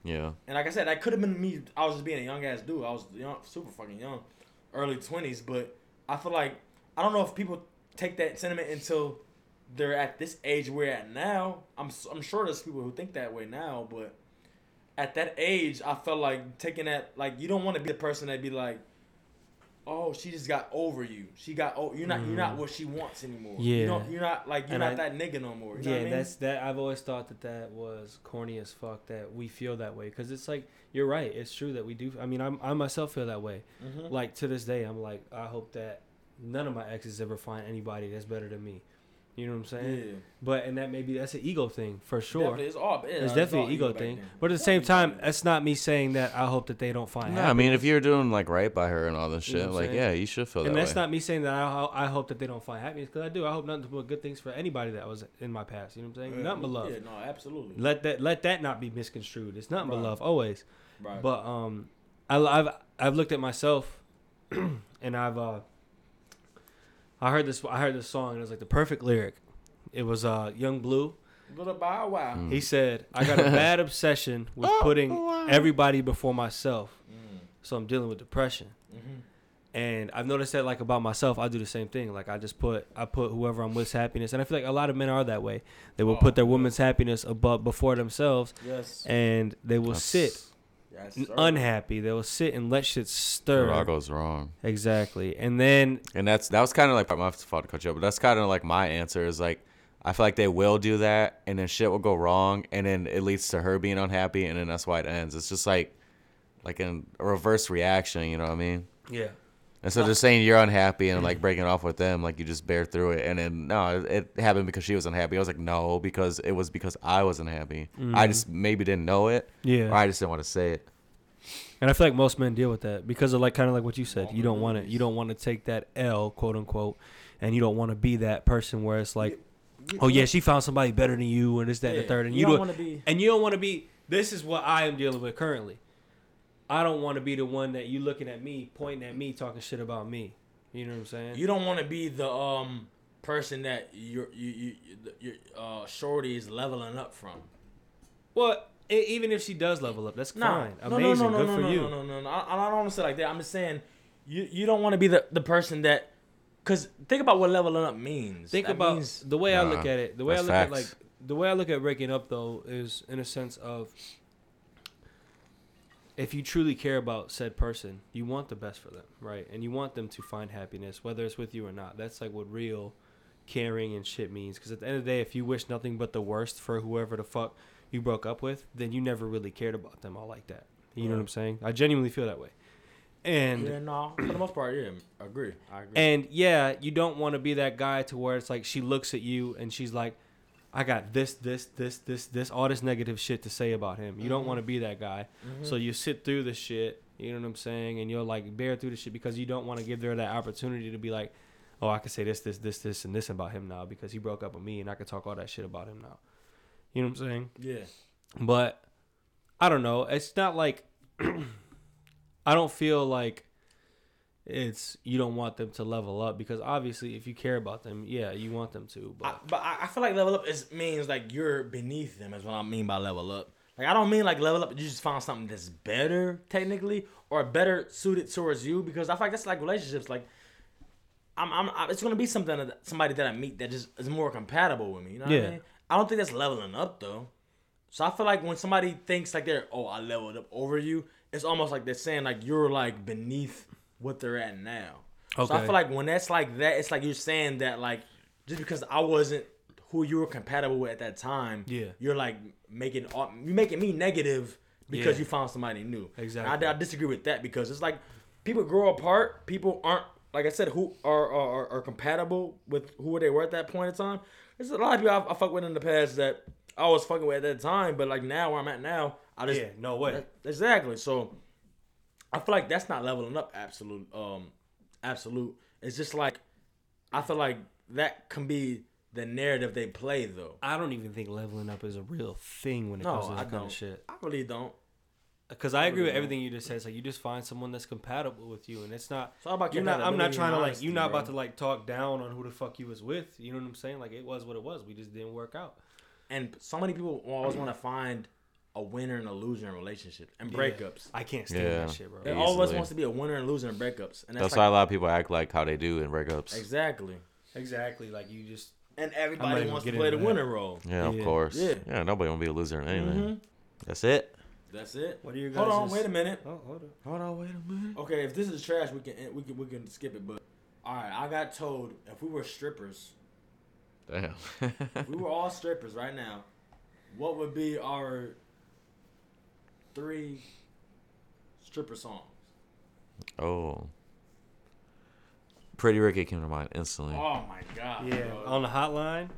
[SPEAKER 3] Yeah.
[SPEAKER 1] And like I said, that could have been me. I was just being a young ass dude. I was young, super fucking young, early twenties. But I feel like I don't know if people take that sentiment until they're at this age we're at now. I'm s- I'm sure there's people who think that way now, but at that age, I felt like taking that like you don't want to be the person that be like, oh, she just got over you. She got oh, you're not you're not what she wants anymore.
[SPEAKER 2] Mm. Yeah.
[SPEAKER 1] you don't, you're not like you're
[SPEAKER 2] And
[SPEAKER 1] not
[SPEAKER 2] I-
[SPEAKER 1] that nigga no more. You know
[SPEAKER 2] yeah,
[SPEAKER 1] what I mean?
[SPEAKER 2] that's that. I've always thought that that was corny as fuck. That we feel that way because it's like you're right. It's true that we do. I mean, I'm, I myself feel that way.
[SPEAKER 1] Mm-hmm.
[SPEAKER 2] Like to this day, I'm like, I hope that none of my exes ever find anybody that's better than me. You know what I'm saying?
[SPEAKER 1] Yeah.
[SPEAKER 2] But and that maybe that's an ego thing for sure.
[SPEAKER 1] Definitely, it's all yeah,
[SPEAKER 2] it's definitely
[SPEAKER 1] all
[SPEAKER 2] an ego
[SPEAKER 1] back
[SPEAKER 2] thing.
[SPEAKER 1] then.
[SPEAKER 2] But at the same time, that's not me saying that I hope that they don't find.
[SPEAKER 3] No,
[SPEAKER 2] happy-
[SPEAKER 3] I mean, if you're doing like right by her and all this shit,
[SPEAKER 2] know what I'm
[SPEAKER 3] like
[SPEAKER 2] saying?
[SPEAKER 3] yeah, you should feel that
[SPEAKER 2] and that's
[SPEAKER 3] way.
[SPEAKER 2] not me saying that I, I hope that they don't find happiness because I do. I hope nothing but good things for anybody that was in my past. You know what I'm saying? Nothing but love.
[SPEAKER 1] Yeah, no, absolutely.
[SPEAKER 2] Let that let that not be misconstrued. It's nothing but
[SPEAKER 1] Right.
[SPEAKER 2] love always.
[SPEAKER 1] Right.
[SPEAKER 2] But um, I, I've I've looked at myself, and I've uh, I heard this I heard this song and it was like the perfect lyric. It was uh Young Blue.
[SPEAKER 1] Little Bow Wow.
[SPEAKER 2] He said, "I got a bad obsession with
[SPEAKER 1] Oh,
[SPEAKER 2] putting everybody before myself,
[SPEAKER 1] Mm,
[SPEAKER 2] so I'm dealing with depression."
[SPEAKER 1] mm-hmm.
[SPEAKER 2] And I've noticed that, like about myself, I do the same thing. Like I just put, I put whoever I'm with's happiness, and I feel like a lot of men are that way. They will
[SPEAKER 1] Oh,
[SPEAKER 2] put their woman's happiness above before themselves,
[SPEAKER 1] Yes.
[SPEAKER 2] and they will sit
[SPEAKER 1] yes
[SPEAKER 2] n-
[SPEAKER 1] sir.
[SPEAKER 2] unhappy. They will sit and let shit
[SPEAKER 3] It
[SPEAKER 2] stir.
[SPEAKER 3] all goes wrong.
[SPEAKER 2] Exactly, and then
[SPEAKER 3] And that's that was kind of like my fault to cut you up, but that's kind of like my answer is like I feel like they will do that, and then shit will go wrong, and then it leads to her being unhappy, and then that's why it ends. It's just like like an, a reverse reaction, you know what I mean?
[SPEAKER 2] yeah,
[SPEAKER 3] Instead of just saying you're unhappy and like breaking off with them, like you just bear through it, and then no, it, it happened because she was unhappy. I was like, no, because it was because I was unhappy. I just maybe didn't know it,
[SPEAKER 2] Yeah.
[SPEAKER 3] or I just didn't want to say it.
[SPEAKER 2] and I feel like most men deal with that because of like kind of like what you said. You don't want to, you don't want to take that L, quote unquote, and you don't want to be that person where it's like, oh yeah, she found somebody better than you, and this, that, and the
[SPEAKER 1] Yeah,
[SPEAKER 2] third, and
[SPEAKER 1] you
[SPEAKER 2] you,
[SPEAKER 1] don't
[SPEAKER 2] don't
[SPEAKER 1] wanna
[SPEAKER 2] want to
[SPEAKER 1] be-
[SPEAKER 2] be, and you don't want to be. This is what I am dealing with currently. I don't want to be the one that you looking at me, pointing at me, talking shit about me. You know what I'm saying?
[SPEAKER 1] You don't want to be the um person that your you, you, your uh, shorty is leveling up from.
[SPEAKER 2] Well, e- even if she does level up, that's
[SPEAKER 1] Nah,
[SPEAKER 2] fine.
[SPEAKER 1] no,
[SPEAKER 2] Amazing.
[SPEAKER 1] no, no,
[SPEAKER 2] Good
[SPEAKER 1] no,
[SPEAKER 2] for
[SPEAKER 1] no,
[SPEAKER 2] you.
[SPEAKER 1] No, no, no, no. I, I don't want to say it like that. I'm just saying, you you don't want to be the, the person that, cause think about what leveling up means.
[SPEAKER 2] Think
[SPEAKER 1] That
[SPEAKER 2] about
[SPEAKER 1] means-
[SPEAKER 2] the way I look
[SPEAKER 3] Nah,
[SPEAKER 2] at it. The way I
[SPEAKER 3] that's
[SPEAKER 2] look at like
[SPEAKER 3] facts.
[SPEAKER 2] the way I look at breaking up though is in a sense of if you truly care about said person, you want the best for them, right? And you want them to find happiness, whether it's with you or not. That's like what real caring and shit means. Because at the end of the day, if you wish nothing but the worst for whoever the fuck you broke up with, then you never really cared about them all like that. You know what I'm saying? I genuinely feel that way. And
[SPEAKER 1] yeah, no, for the most part, yeah, I agree. I agree.
[SPEAKER 2] and yeah, you don't want to be that guy to where it's like she looks at you and she's like, I got this, this, this, this, this, all this negative shit to say about him. You don't want to be that guy. So you sit through the shit, you know what I'm saying? And you're like, bear through the shit because you don't want to give her that opportunity to be like, oh, I can say this, this, this, this, and this about him now because he broke up with me and I could talk all that shit about him now. You know what I'm saying?
[SPEAKER 1] yeah,
[SPEAKER 2] But I don't know. It's not like I don't feel like it's you don't want them to level up because obviously if you care about them, yeah, you want them to. But
[SPEAKER 1] I, but I, I feel like level up is means like you're beneath them. Is what I mean by level up. Like I don't mean like level up. You just found something that's better technically or better suited towards you because I feel like that's like relationships. Like I'm, I'm, I, it's gonna be something that somebody that I meet that just is more compatible with me. You know what
[SPEAKER 2] Yeah.
[SPEAKER 1] I mean? I don't think that's leveling up though. So I feel like when somebody thinks like they're oh I leveled up over you, it's almost like they're saying like you're like beneath what they're at now. So I
[SPEAKER 2] Okay.
[SPEAKER 1] feel like when that's like that, it's like you're saying that like just because I wasn't who you were compatible with at that time,
[SPEAKER 2] Yeah.
[SPEAKER 1] you're like making all- you making me negative because
[SPEAKER 2] Yeah.
[SPEAKER 1] you found somebody new.
[SPEAKER 2] Exactly.
[SPEAKER 1] And I, I disagree with that because it's like people grow apart. People aren't like I said who are are, are, are compatible with who they were at that point in time. There's a lot of people I, I fuck with in the past that I was fucking with at that time, but like now where I'm at now, I just
[SPEAKER 2] yeah, no way.
[SPEAKER 1] exactly. So I feel like that's not leveling up. Absolute, um, absolute. It's just like I feel like that can be the narrative they play though.
[SPEAKER 2] I don't even think leveling up is a real thing when it
[SPEAKER 1] No,
[SPEAKER 2] comes to
[SPEAKER 1] I
[SPEAKER 2] that kind
[SPEAKER 1] don't.
[SPEAKER 2] of shit.
[SPEAKER 1] I really don't.
[SPEAKER 2] Because I agree with everything you just said. It's like you just find someone that's compatible with you, and it's not.
[SPEAKER 1] It's all about
[SPEAKER 2] you're not, I'm not
[SPEAKER 1] compatibility
[SPEAKER 2] trying
[SPEAKER 1] and
[SPEAKER 2] to like.
[SPEAKER 1] honesty,
[SPEAKER 2] You're not about to
[SPEAKER 1] bro.
[SPEAKER 2] like talk down on who the fuck you was with. You know what I'm saying? Like it was what it was. We just didn't work out.
[SPEAKER 1] And so many people always want to find a winner and a loser in relationships and breakups.
[SPEAKER 2] I can't stand
[SPEAKER 3] Yeah.
[SPEAKER 2] that shit, bro.
[SPEAKER 1] They always
[SPEAKER 3] Easily.
[SPEAKER 1] wants to be a winner and loser in breakups, and that's,
[SPEAKER 3] That's why
[SPEAKER 1] like,
[SPEAKER 3] a lot of people act like how they do in breakups.
[SPEAKER 1] exactly.
[SPEAKER 2] Exactly. Like you just
[SPEAKER 1] And
[SPEAKER 2] I'm not
[SPEAKER 1] everybody
[SPEAKER 2] even
[SPEAKER 1] wants to
[SPEAKER 2] getting
[SPEAKER 1] play the
[SPEAKER 2] into that.
[SPEAKER 1] winner role.
[SPEAKER 3] Yeah,
[SPEAKER 2] Yeah.
[SPEAKER 3] of course.
[SPEAKER 1] Yeah.
[SPEAKER 3] Yeah. Mm-hmm. nobody wanna be a loser in anything. That's it.
[SPEAKER 1] That's it.
[SPEAKER 2] What are your
[SPEAKER 1] Hold on,
[SPEAKER 2] guys'
[SPEAKER 1] wait a minute.
[SPEAKER 2] oh hold up.
[SPEAKER 3] Hold on, wait a minute.
[SPEAKER 1] Okay, if this is trash, we can end- we can we can skip it. But all right, I got told if we were strippers,
[SPEAKER 3] Damn.
[SPEAKER 1] if we were all strippers right now, what would be our three stripper songs?
[SPEAKER 3] oh. Pretty Ricky came to mind instantly.
[SPEAKER 1] Oh my god!
[SPEAKER 2] Yeah, um,
[SPEAKER 1] bro.
[SPEAKER 2] on the hotline.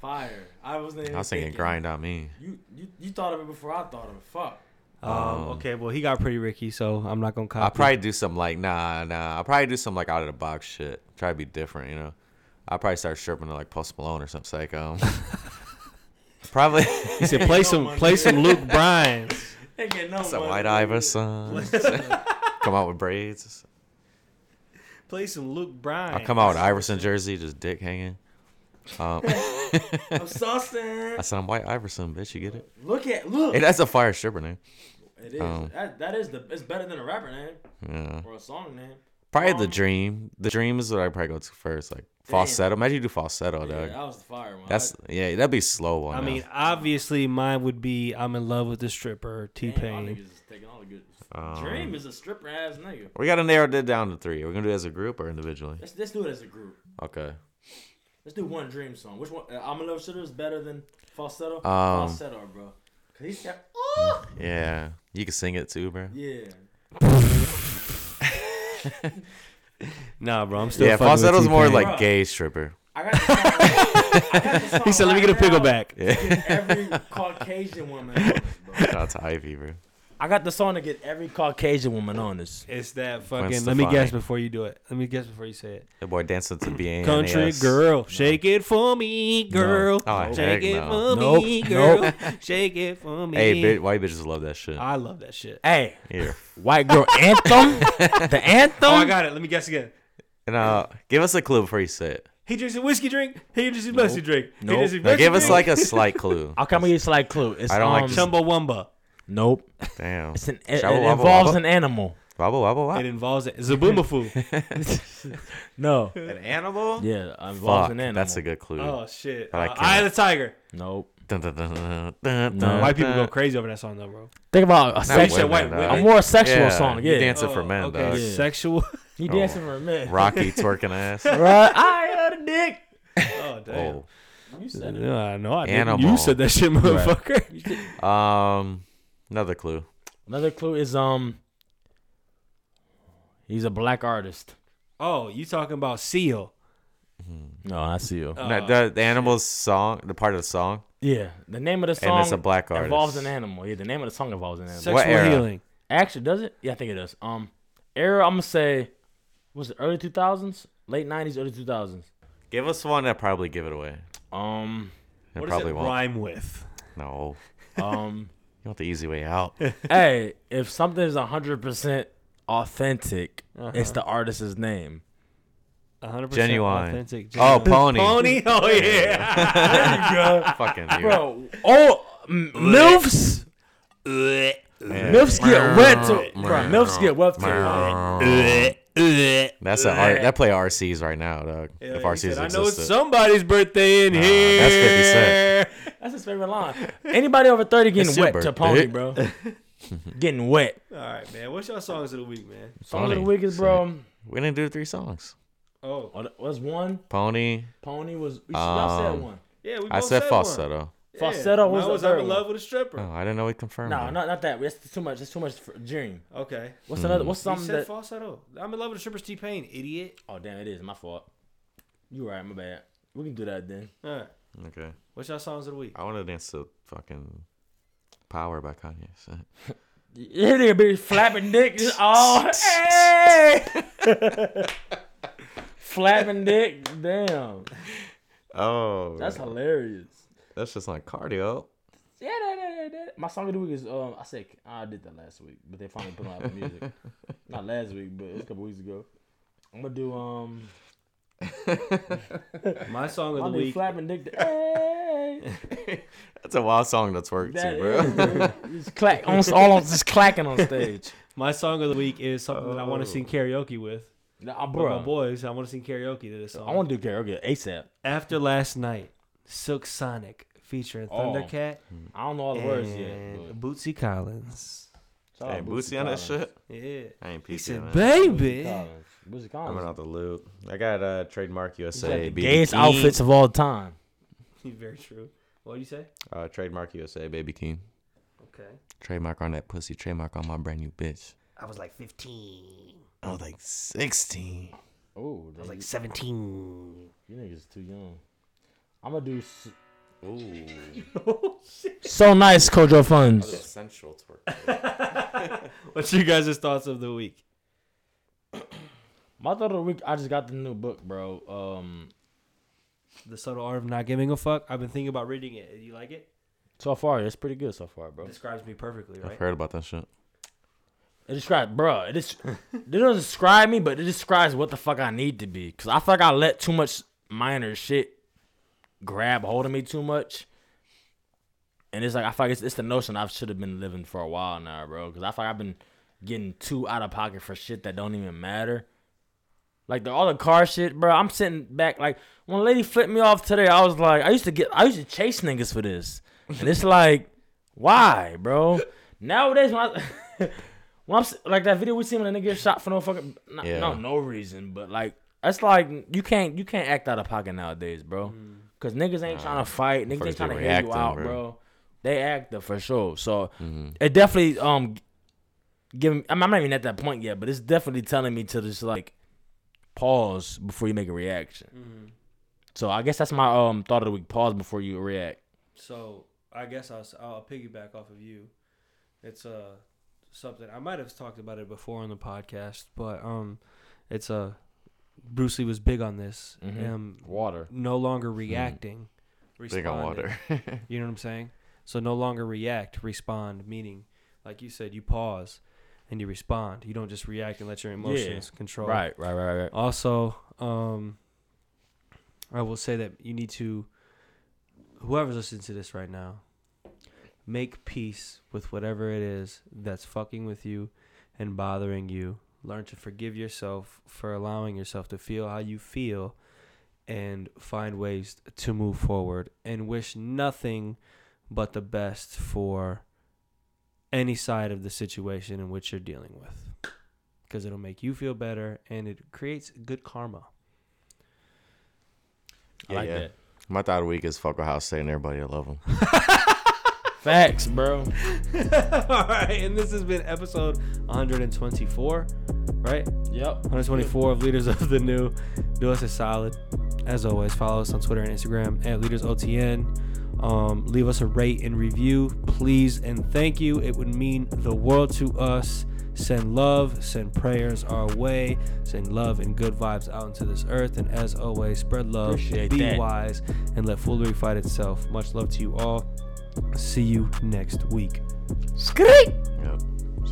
[SPEAKER 1] fire. I wasn't. Even
[SPEAKER 3] I was thinking, grind on me.
[SPEAKER 1] You, you you thought of it before I thought of it. Fuck.
[SPEAKER 2] Um, okay, well he got pretty Ricky, so I'm not gonna copy.
[SPEAKER 3] I'll probably do some like nah nah. I'll probably do some like out of the box shit. Try to be different, you know. I'll probably start stripping to like Post Malone or something psycho. probably
[SPEAKER 2] He said, "Play
[SPEAKER 1] some-
[SPEAKER 2] some,
[SPEAKER 1] money.
[SPEAKER 2] play
[SPEAKER 1] play
[SPEAKER 2] some Luke Bryan."
[SPEAKER 1] Ain't getting no
[SPEAKER 3] some
[SPEAKER 1] money.
[SPEAKER 3] White Iverson. come out with braids.
[SPEAKER 2] play some Luke Bryan.
[SPEAKER 3] I'll come out with Iverson jersey, just dick hanging. Um,
[SPEAKER 1] I'm sussing.
[SPEAKER 3] I said I'm White Iverson, bitch. You get it?
[SPEAKER 1] Look at look.
[SPEAKER 3] Hey, that's a fire stripper name.
[SPEAKER 1] it is.
[SPEAKER 3] um,
[SPEAKER 1] that, that is the. It's better than a rapper name
[SPEAKER 3] Yeah.
[SPEAKER 1] or a song name.
[SPEAKER 3] Probably the
[SPEAKER 1] Um,
[SPEAKER 3] dream. The dream is what I probably go to first. Like falsetto. Imagine you do falsetto,
[SPEAKER 1] Yeah,
[SPEAKER 3] dog.
[SPEAKER 1] that was the fire one.
[SPEAKER 3] That's
[SPEAKER 1] I-
[SPEAKER 3] yeah. That'd be slow one.
[SPEAKER 2] I mean, obviously mine would be "I'm in love with the stripper" T
[SPEAKER 1] Damn, y'all
[SPEAKER 2] Pain.
[SPEAKER 1] niggas is taking all the good.
[SPEAKER 3] Um,
[SPEAKER 1] Dream is a stripper ass nigga.
[SPEAKER 3] we gotta narrow that down to three. Are we gonna do it as a group or individually?
[SPEAKER 1] Let's let's do it as a group.
[SPEAKER 3] Okay.
[SPEAKER 1] Let's do one dream song. Which one? Uh, I'm a little sure is better than falsetto.
[SPEAKER 3] Um,
[SPEAKER 1] falsetto, bro. Cause he's got. Oh!
[SPEAKER 3] Yeah, you can sing it too, bro.
[SPEAKER 1] Yeah.
[SPEAKER 2] Nah, bro, I'm still.
[SPEAKER 3] Yeah,
[SPEAKER 2] fucking with
[SPEAKER 3] falsetto's more
[SPEAKER 2] T-Pain.
[SPEAKER 3] like
[SPEAKER 1] Bruh.
[SPEAKER 3] gay stripper.
[SPEAKER 1] I got. The song, right- I got the song
[SPEAKER 2] He said, "Let me
[SPEAKER 1] right
[SPEAKER 2] get a
[SPEAKER 1] now
[SPEAKER 2] pickleback."
[SPEAKER 1] to get Every Caucasian woman. on this, bro.
[SPEAKER 3] Shout out to Ivy, bro.
[SPEAKER 1] I got the song to get every Caucasian woman on this.
[SPEAKER 2] It's that fucking.
[SPEAKER 3] Gwen
[SPEAKER 2] let me
[SPEAKER 3] Stefani.
[SPEAKER 2] guess before you do it. Let me guess before you say it.
[SPEAKER 3] That boy dancing to BNS.
[SPEAKER 2] Country girl, shake it for me, girl.
[SPEAKER 3] Oh,
[SPEAKER 2] shake
[SPEAKER 3] heck
[SPEAKER 2] it
[SPEAKER 3] no.
[SPEAKER 2] for
[SPEAKER 1] Nope,
[SPEAKER 2] me, girl.
[SPEAKER 1] nope.
[SPEAKER 2] Shake it for me.
[SPEAKER 3] Hey, bitch, white bitches love that shit.
[SPEAKER 2] I love that shit.
[SPEAKER 1] Hey,
[SPEAKER 3] Here,
[SPEAKER 1] white girl anthem. the anthem.
[SPEAKER 3] Oh,
[SPEAKER 2] Oh, I got it. Let me guess again.
[SPEAKER 3] and uh, give us a clue before you say it.
[SPEAKER 2] He drinks a whiskey drink. He drinks a blessy drink.
[SPEAKER 1] Nope.
[SPEAKER 2] He drinks a
[SPEAKER 3] Now
[SPEAKER 2] blessy
[SPEAKER 3] give us
[SPEAKER 2] drink.
[SPEAKER 3] like a slight clue.
[SPEAKER 1] I'll come with a slight clue. It's,
[SPEAKER 3] I don't like
[SPEAKER 1] um,
[SPEAKER 3] this.
[SPEAKER 2] Chumbawamba.
[SPEAKER 1] Nope.
[SPEAKER 3] Damn.
[SPEAKER 1] It's an, it,
[SPEAKER 3] Shabba
[SPEAKER 1] it
[SPEAKER 3] wabba
[SPEAKER 1] involves
[SPEAKER 3] wabba.
[SPEAKER 1] an animal.
[SPEAKER 3] Wobble wobble
[SPEAKER 2] It
[SPEAKER 3] wobble.
[SPEAKER 2] involves it. Zaboomafu.
[SPEAKER 1] No.
[SPEAKER 3] An animal.
[SPEAKER 1] Yeah, it involves
[SPEAKER 3] Fuck.
[SPEAKER 1] an animal.
[SPEAKER 3] That's a good clue.
[SPEAKER 2] oh shit!
[SPEAKER 3] I like
[SPEAKER 2] Uh, Eye of the Tiger.
[SPEAKER 1] Nope.
[SPEAKER 3] Dun, dun, dun, dun, dun,
[SPEAKER 1] No.
[SPEAKER 3] dun,
[SPEAKER 2] White people go
[SPEAKER 3] dun.
[SPEAKER 2] crazy over that song though, bro.
[SPEAKER 1] Think about a
[SPEAKER 3] Not
[SPEAKER 1] sexual.
[SPEAKER 2] white
[SPEAKER 3] women,
[SPEAKER 2] white-
[SPEAKER 3] dog.
[SPEAKER 1] A more sexual
[SPEAKER 3] Yeah,
[SPEAKER 1] song.
[SPEAKER 3] You
[SPEAKER 1] Yeah.
[SPEAKER 3] dancing for
[SPEAKER 2] Oh,
[SPEAKER 3] men,
[SPEAKER 2] okay.
[SPEAKER 3] dog.
[SPEAKER 1] Yeah.
[SPEAKER 2] Sexual.
[SPEAKER 1] You
[SPEAKER 3] Oh.
[SPEAKER 1] dancing for a minute.
[SPEAKER 3] Rocky twerking ass.
[SPEAKER 1] Right. I got a dick.
[SPEAKER 2] Oh damn.
[SPEAKER 3] Oh.
[SPEAKER 2] No, I know. I didn't.
[SPEAKER 3] Animal.
[SPEAKER 2] You said that shit, motherfucker.
[SPEAKER 3] Um, another clue.
[SPEAKER 1] Another clue is um. He's a black artist.
[SPEAKER 2] Oh, you talking about Seal?
[SPEAKER 1] No, I see you.
[SPEAKER 2] Uh,
[SPEAKER 3] No, the, the animal's song, the part of the song.
[SPEAKER 1] Uh, yeah, the name of the song
[SPEAKER 3] And it's a black artist.
[SPEAKER 1] involves an animal. Yeah, the name of the song involves an animal.
[SPEAKER 2] Sexual
[SPEAKER 3] What era?
[SPEAKER 2] healing.
[SPEAKER 1] Actually, does it? Yeah, I think it does. Um, era. I'm gonna say, was it early 2000s, late 90s, early 2000s?
[SPEAKER 3] Give us one that probably give it away.
[SPEAKER 1] Um,
[SPEAKER 3] It
[SPEAKER 2] What does
[SPEAKER 3] probably
[SPEAKER 2] it
[SPEAKER 3] won't.
[SPEAKER 2] rhyme with?
[SPEAKER 3] No,
[SPEAKER 1] um.
[SPEAKER 3] you want the easy way out.
[SPEAKER 1] hey, if something is 100% authentic, it's the artist's name.
[SPEAKER 2] 100
[SPEAKER 3] Genuine.
[SPEAKER 2] authentic.
[SPEAKER 3] Oh,
[SPEAKER 2] genuine.
[SPEAKER 3] pony.
[SPEAKER 2] Pony. Oh yeah.
[SPEAKER 3] Fucking you.
[SPEAKER 1] Bro, oh, m- MILFs.
[SPEAKER 3] Yeah.
[SPEAKER 1] MILFs get wet to. Bro, MILFs get wet to.
[SPEAKER 3] That's a R- that play RCs right now, dog. if
[SPEAKER 2] He
[SPEAKER 3] RCs
[SPEAKER 2] said, I know it's
[SPEAKER 3] existed.
[SPEAKER 2] somebody's birthday in
[SPEAKER 3] Nah,
[SPEAKER 2] here.
[SPEAKER 3] that's 50 Cent.
[SPEAKER 1] That's his favorite line. Anybody over 30
[SPEAKER 3] It's
[SPEAKER 1] getting
[SPEAKER 3] your
[SPEAKER 1] wet to pony,
[SPEAKER 3] birthday.
[SPEAKER 1] bro. getting wet.
[SPEAKER 2] All right, man. What's your songs of the week, man?
[SPEAKER 1] Song of the
[SPEAKER 3] Pony.
[SPEAKER 1] week is, bro.
[SPEAKER 3] We didn't do three songs.
[SPEAKER 2] Oh,
[SPEAKER 1] oh, that Was one.
[SPEAKER 3] Pony.
[SPEAKER 1] Pony was. Y'all said
[SPEAKER 3] Um,
[SPEAKER 1] one.
[SPEAKER 2] yeah. We both
[SPEAKER 3] I said
[SPEAKER 2] one.
[SPEAKER 3] falsetto.
[SPEAKER 1] Falsetto
[SPEAKER 2] Mine
[SPEAKER 1] was the
[SPEAKER 2] was
[SPEAKER 1] third
[SPEAKER 2] I'm in
[SPEAKER 1] one.
[SPEAKER 2] love with a stripper.
[SPEAKER 3] Oh, I didn't know we confirmed.
[SPEAKER 1] No,
[SPEAKER 3] it.
[SPEAKER 1] no, not that. That's too much. That's too much for dream.
[SPEAKER 3] Oh.
[SPEAKER 2] Okay.
[SPEAKER 3] Hmm.
[SPEAKER 1] What's another? What's
[SPEAKER 2] he
[SPEAKER 1] something
[SPEAKER 2] said
[SPEAKER 1] that?
[SPEAKER 2] falsetto. I'm in love with a stripper's T Pain, idiot.
[SPEAKER 1] Oh damn, it is my fault. You right, my bad. We can do that then.
[SPEAKER 2] All right.
[SPEAKER 3] Okay.
[SPEAKER 2] What's your songs of the week?
[SPEAKER 3] I want to dance to fucking Power by Kanye. So.
[SPEAKER 1] Here they be flapping dick. Just all hey, flapping dick. Damn,
[SPEAKER 3] Oh,
[SPEAKER 1] that's hilarious.
[SPEAKER 3] that's just like cardio.
[SPEAKER 1] Yeah, that, that, that, that. my song of the week is um. I said I did that last week, but they finally put on Apple Music. Not last week, but it was a couple weeks ago. I'm gonna do um.
[SPEAKER 2] My song
[SPEAKER 1] I'll
[SPEAKER 2] of the
[SPEAKER 1] do
[SPEAKER 2] week.
[SPEAKER 1] flapping dick. to- Hey.
[SPEAKER 3] That's a wild song that's worked
[SPEAKER 1] That
[SPEAKER 3] too,
[SPEAKER 1] is,
[SPEAKER 3] bro.
[SPEAKER 1] bro. It's clack on all on just clacking on stage.
[SPEAKER 2] My song of the week is something that I want to
[SPEAKER 1] Oh.
[SPEAKER 2] sing karaoke with.
[SPEAKER 1] Nah,
[SPEAKER 2] With my
[SPEAKER 1] bro,
[SPEAKER 2] boys, I want to sing karaoke to this song.
[SPEAKER 1] I want to do karaoke ASAP.
[SPEAKER 2] After last night, Silk Sonic featuring
[SPEAKER 1] Oh,
[SPEAKER 2] Thundercat
[SPEAKER 1] I don't know all the words yet. but-
[SPEAKER 2] and Bootsy Collins.
[SPEAKER 1] Shout out
[SPEAKER 3] Hey, Bootsy on that
[SPEAKER 1] Collins.
[SPEAKER 3] shit.
[SPEAKER 2] Yeah.
[SPEAKER 3] I ain't
[SPEAKER 2] He
[SPEAKER 3] PC
[SPEAKER 2] said,
[SPEAKER 3] on that.
[SPEAKER 2] baby.
[SPEAKER 1] Collins. Bootsy
[SPEAKER 3] I'm
[SPEAKER 1] Collins.
[SPEAKER 3] out the loop. I got uh, trademark
[SPEAKER 1] He's like
[SPEAKER 3] USA.
[SPEAKER 1] the
[SPEAKER 3] baby
[SPEAKER 1] gayest
[SPEAKER 3] King.
[SPEAKER 1] outfits of all time.
[SPEAKER 2] Very true. What do you say?
[SPEAKER 3] Uh, trademark USA, baby king.
[SPEAKER 2] Okay.
[SPEAKER 3] Trademark on that pussy. Trademark on my brand new bitch.
[SPEAKER 4] I was like 15.
[SPEAKER 3] I was like 16.
[SPEAKER 1] Oh,
[SPEAKER 4] I was like 17.
[SPEAKER 1] you niggas too young. I'm gonna do s-
[SPEAKER 3] Ooh,
[SPEAKER 1] so nice, Kojo Funds.
[SPEAKER 3] sensual twerk.
[SPEAKER 2] What's your guys' thoughts of the week?
[SPEAKER 1] My thought of the week, I just got the new book, bro. Um,
[SPEAKER 2] The subtle art of not giving a fuck. I've been thinking about reading it. You like it?
[SPEAKER 1] so far it's pretty good so far, bro.
[SPEAKER 2] Describes me perfectly,
[SPEAKER 3] I've
[SPEAKER 2] right?
[SPEAKER 3] heard about that shit.
[SPEAKER 1] It describes, bro. It is. it doesn't describe me, but it describes what the fuck I need to be. Cause I feel like I let too much minor shit grab hold of me too much, and it's like I feel like it's, it's the notion I should have been living for a while now, bro. Cause I feel like I've been getting too out of pocket for shit that don't even matter. Like the, all the car shit, bro. I'm sitting back like when a lady flipped me off today. I was like, I used to get, I used to chase niggas for this, and it's like, why, bro? Nowadays, when I, when I'm s- like that video we seen when a nigga get shot for no fucking, no,
[SPEAKER 3] Yeah.
[SPEAKER 1] no, no reason, but like that's like you can't, you can't act out of pocket nowadays, bro. Cause niggas ain't trying to fight, niggas ain't
[SPEAKER 3] First
[SPEAKER 1] trying to
[SPEAKER 3] they
[SPEAKER 1] hear you
[SPEAKER 3] reacting,
[SPEAKER 1] out, bro.
[SPEAKER 3] bro.
[SPEAKER 1] They active for sure, so it definitely um giving. I'm I'm not even at that point yet, but it's definitely telling me to just like pause before you make a reaction. So I guess that's my um thought of the week: pause before you react.
[SPEAKER 2] So I guess I'll, s- I'll piggyback off of you. It's uh something I might have talked about it before on the podcast, but um, it's Uh, Bruce Lee was big on this.
[SPEAKER 1] Mhm.
[SPEAKER 2] Um,
[SPEAKER 1] Water.
[SPEAKER 2] no longer reacting.
[SPEAKER 3] Mm-hmm. Hmm. Big on
[SPEAKER 2] responding.
[SPEAKER 3] water.
[SPEAKER 2] You know what I'm saying? So no longer react, respond. Meaning, like you said, you pause and you respond. You don't just react and let your emotions control.
[SPEAKER 1] Right, right, right, right.
[SPEAKER 2] Also, um, I will say that you need to, whoever's listening to this right now, make peace with whatever it is that's fucking with you and bothering you. Learn to forgive yourself for allowing yourself to feel how you feel and find ways to move forward and wish nothing but the best for any side of the situation in which you're dealing with because it'll make you feel better and it creates good karma.
[SPEAKER 1] I like that.
[SPEAKER 3] My thought of the week is fuck a house saying everybody I love them.
[SPEAKER 1] Facts, bro.
[SPEAKER 2] All right, and this has been episode 124, right?
[SPEAKER 1] Yep.
[SPEAKER 2] 124 of Leaders of the New. Do us a solid. As always, follow us on Twitter and Instagram at LeadersOTN. Um, leave us a rate and review, please and thank you. It would mean the world to us. Send love, send prayers our way, send love and good vibes out into this earth. And as always, spread love,
[SPEAKER 1] Appreciate
[SPEAKER 2] be
[SPEAKER 1] that.
[SPEAKER 2] wise, and let foolery fight itself. Much love to you all. See you next week.
[SPEAKER 3] Yep. See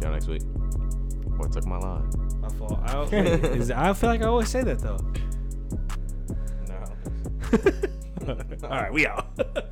[SPEAKER 3] y'all next week. Boy took my line.
[SPEAKER 2] My fault. I, don't- wait, is- I feel like I always say that though.
[SPEAKER 3] No.
[SPEAKER 2] All right, we out.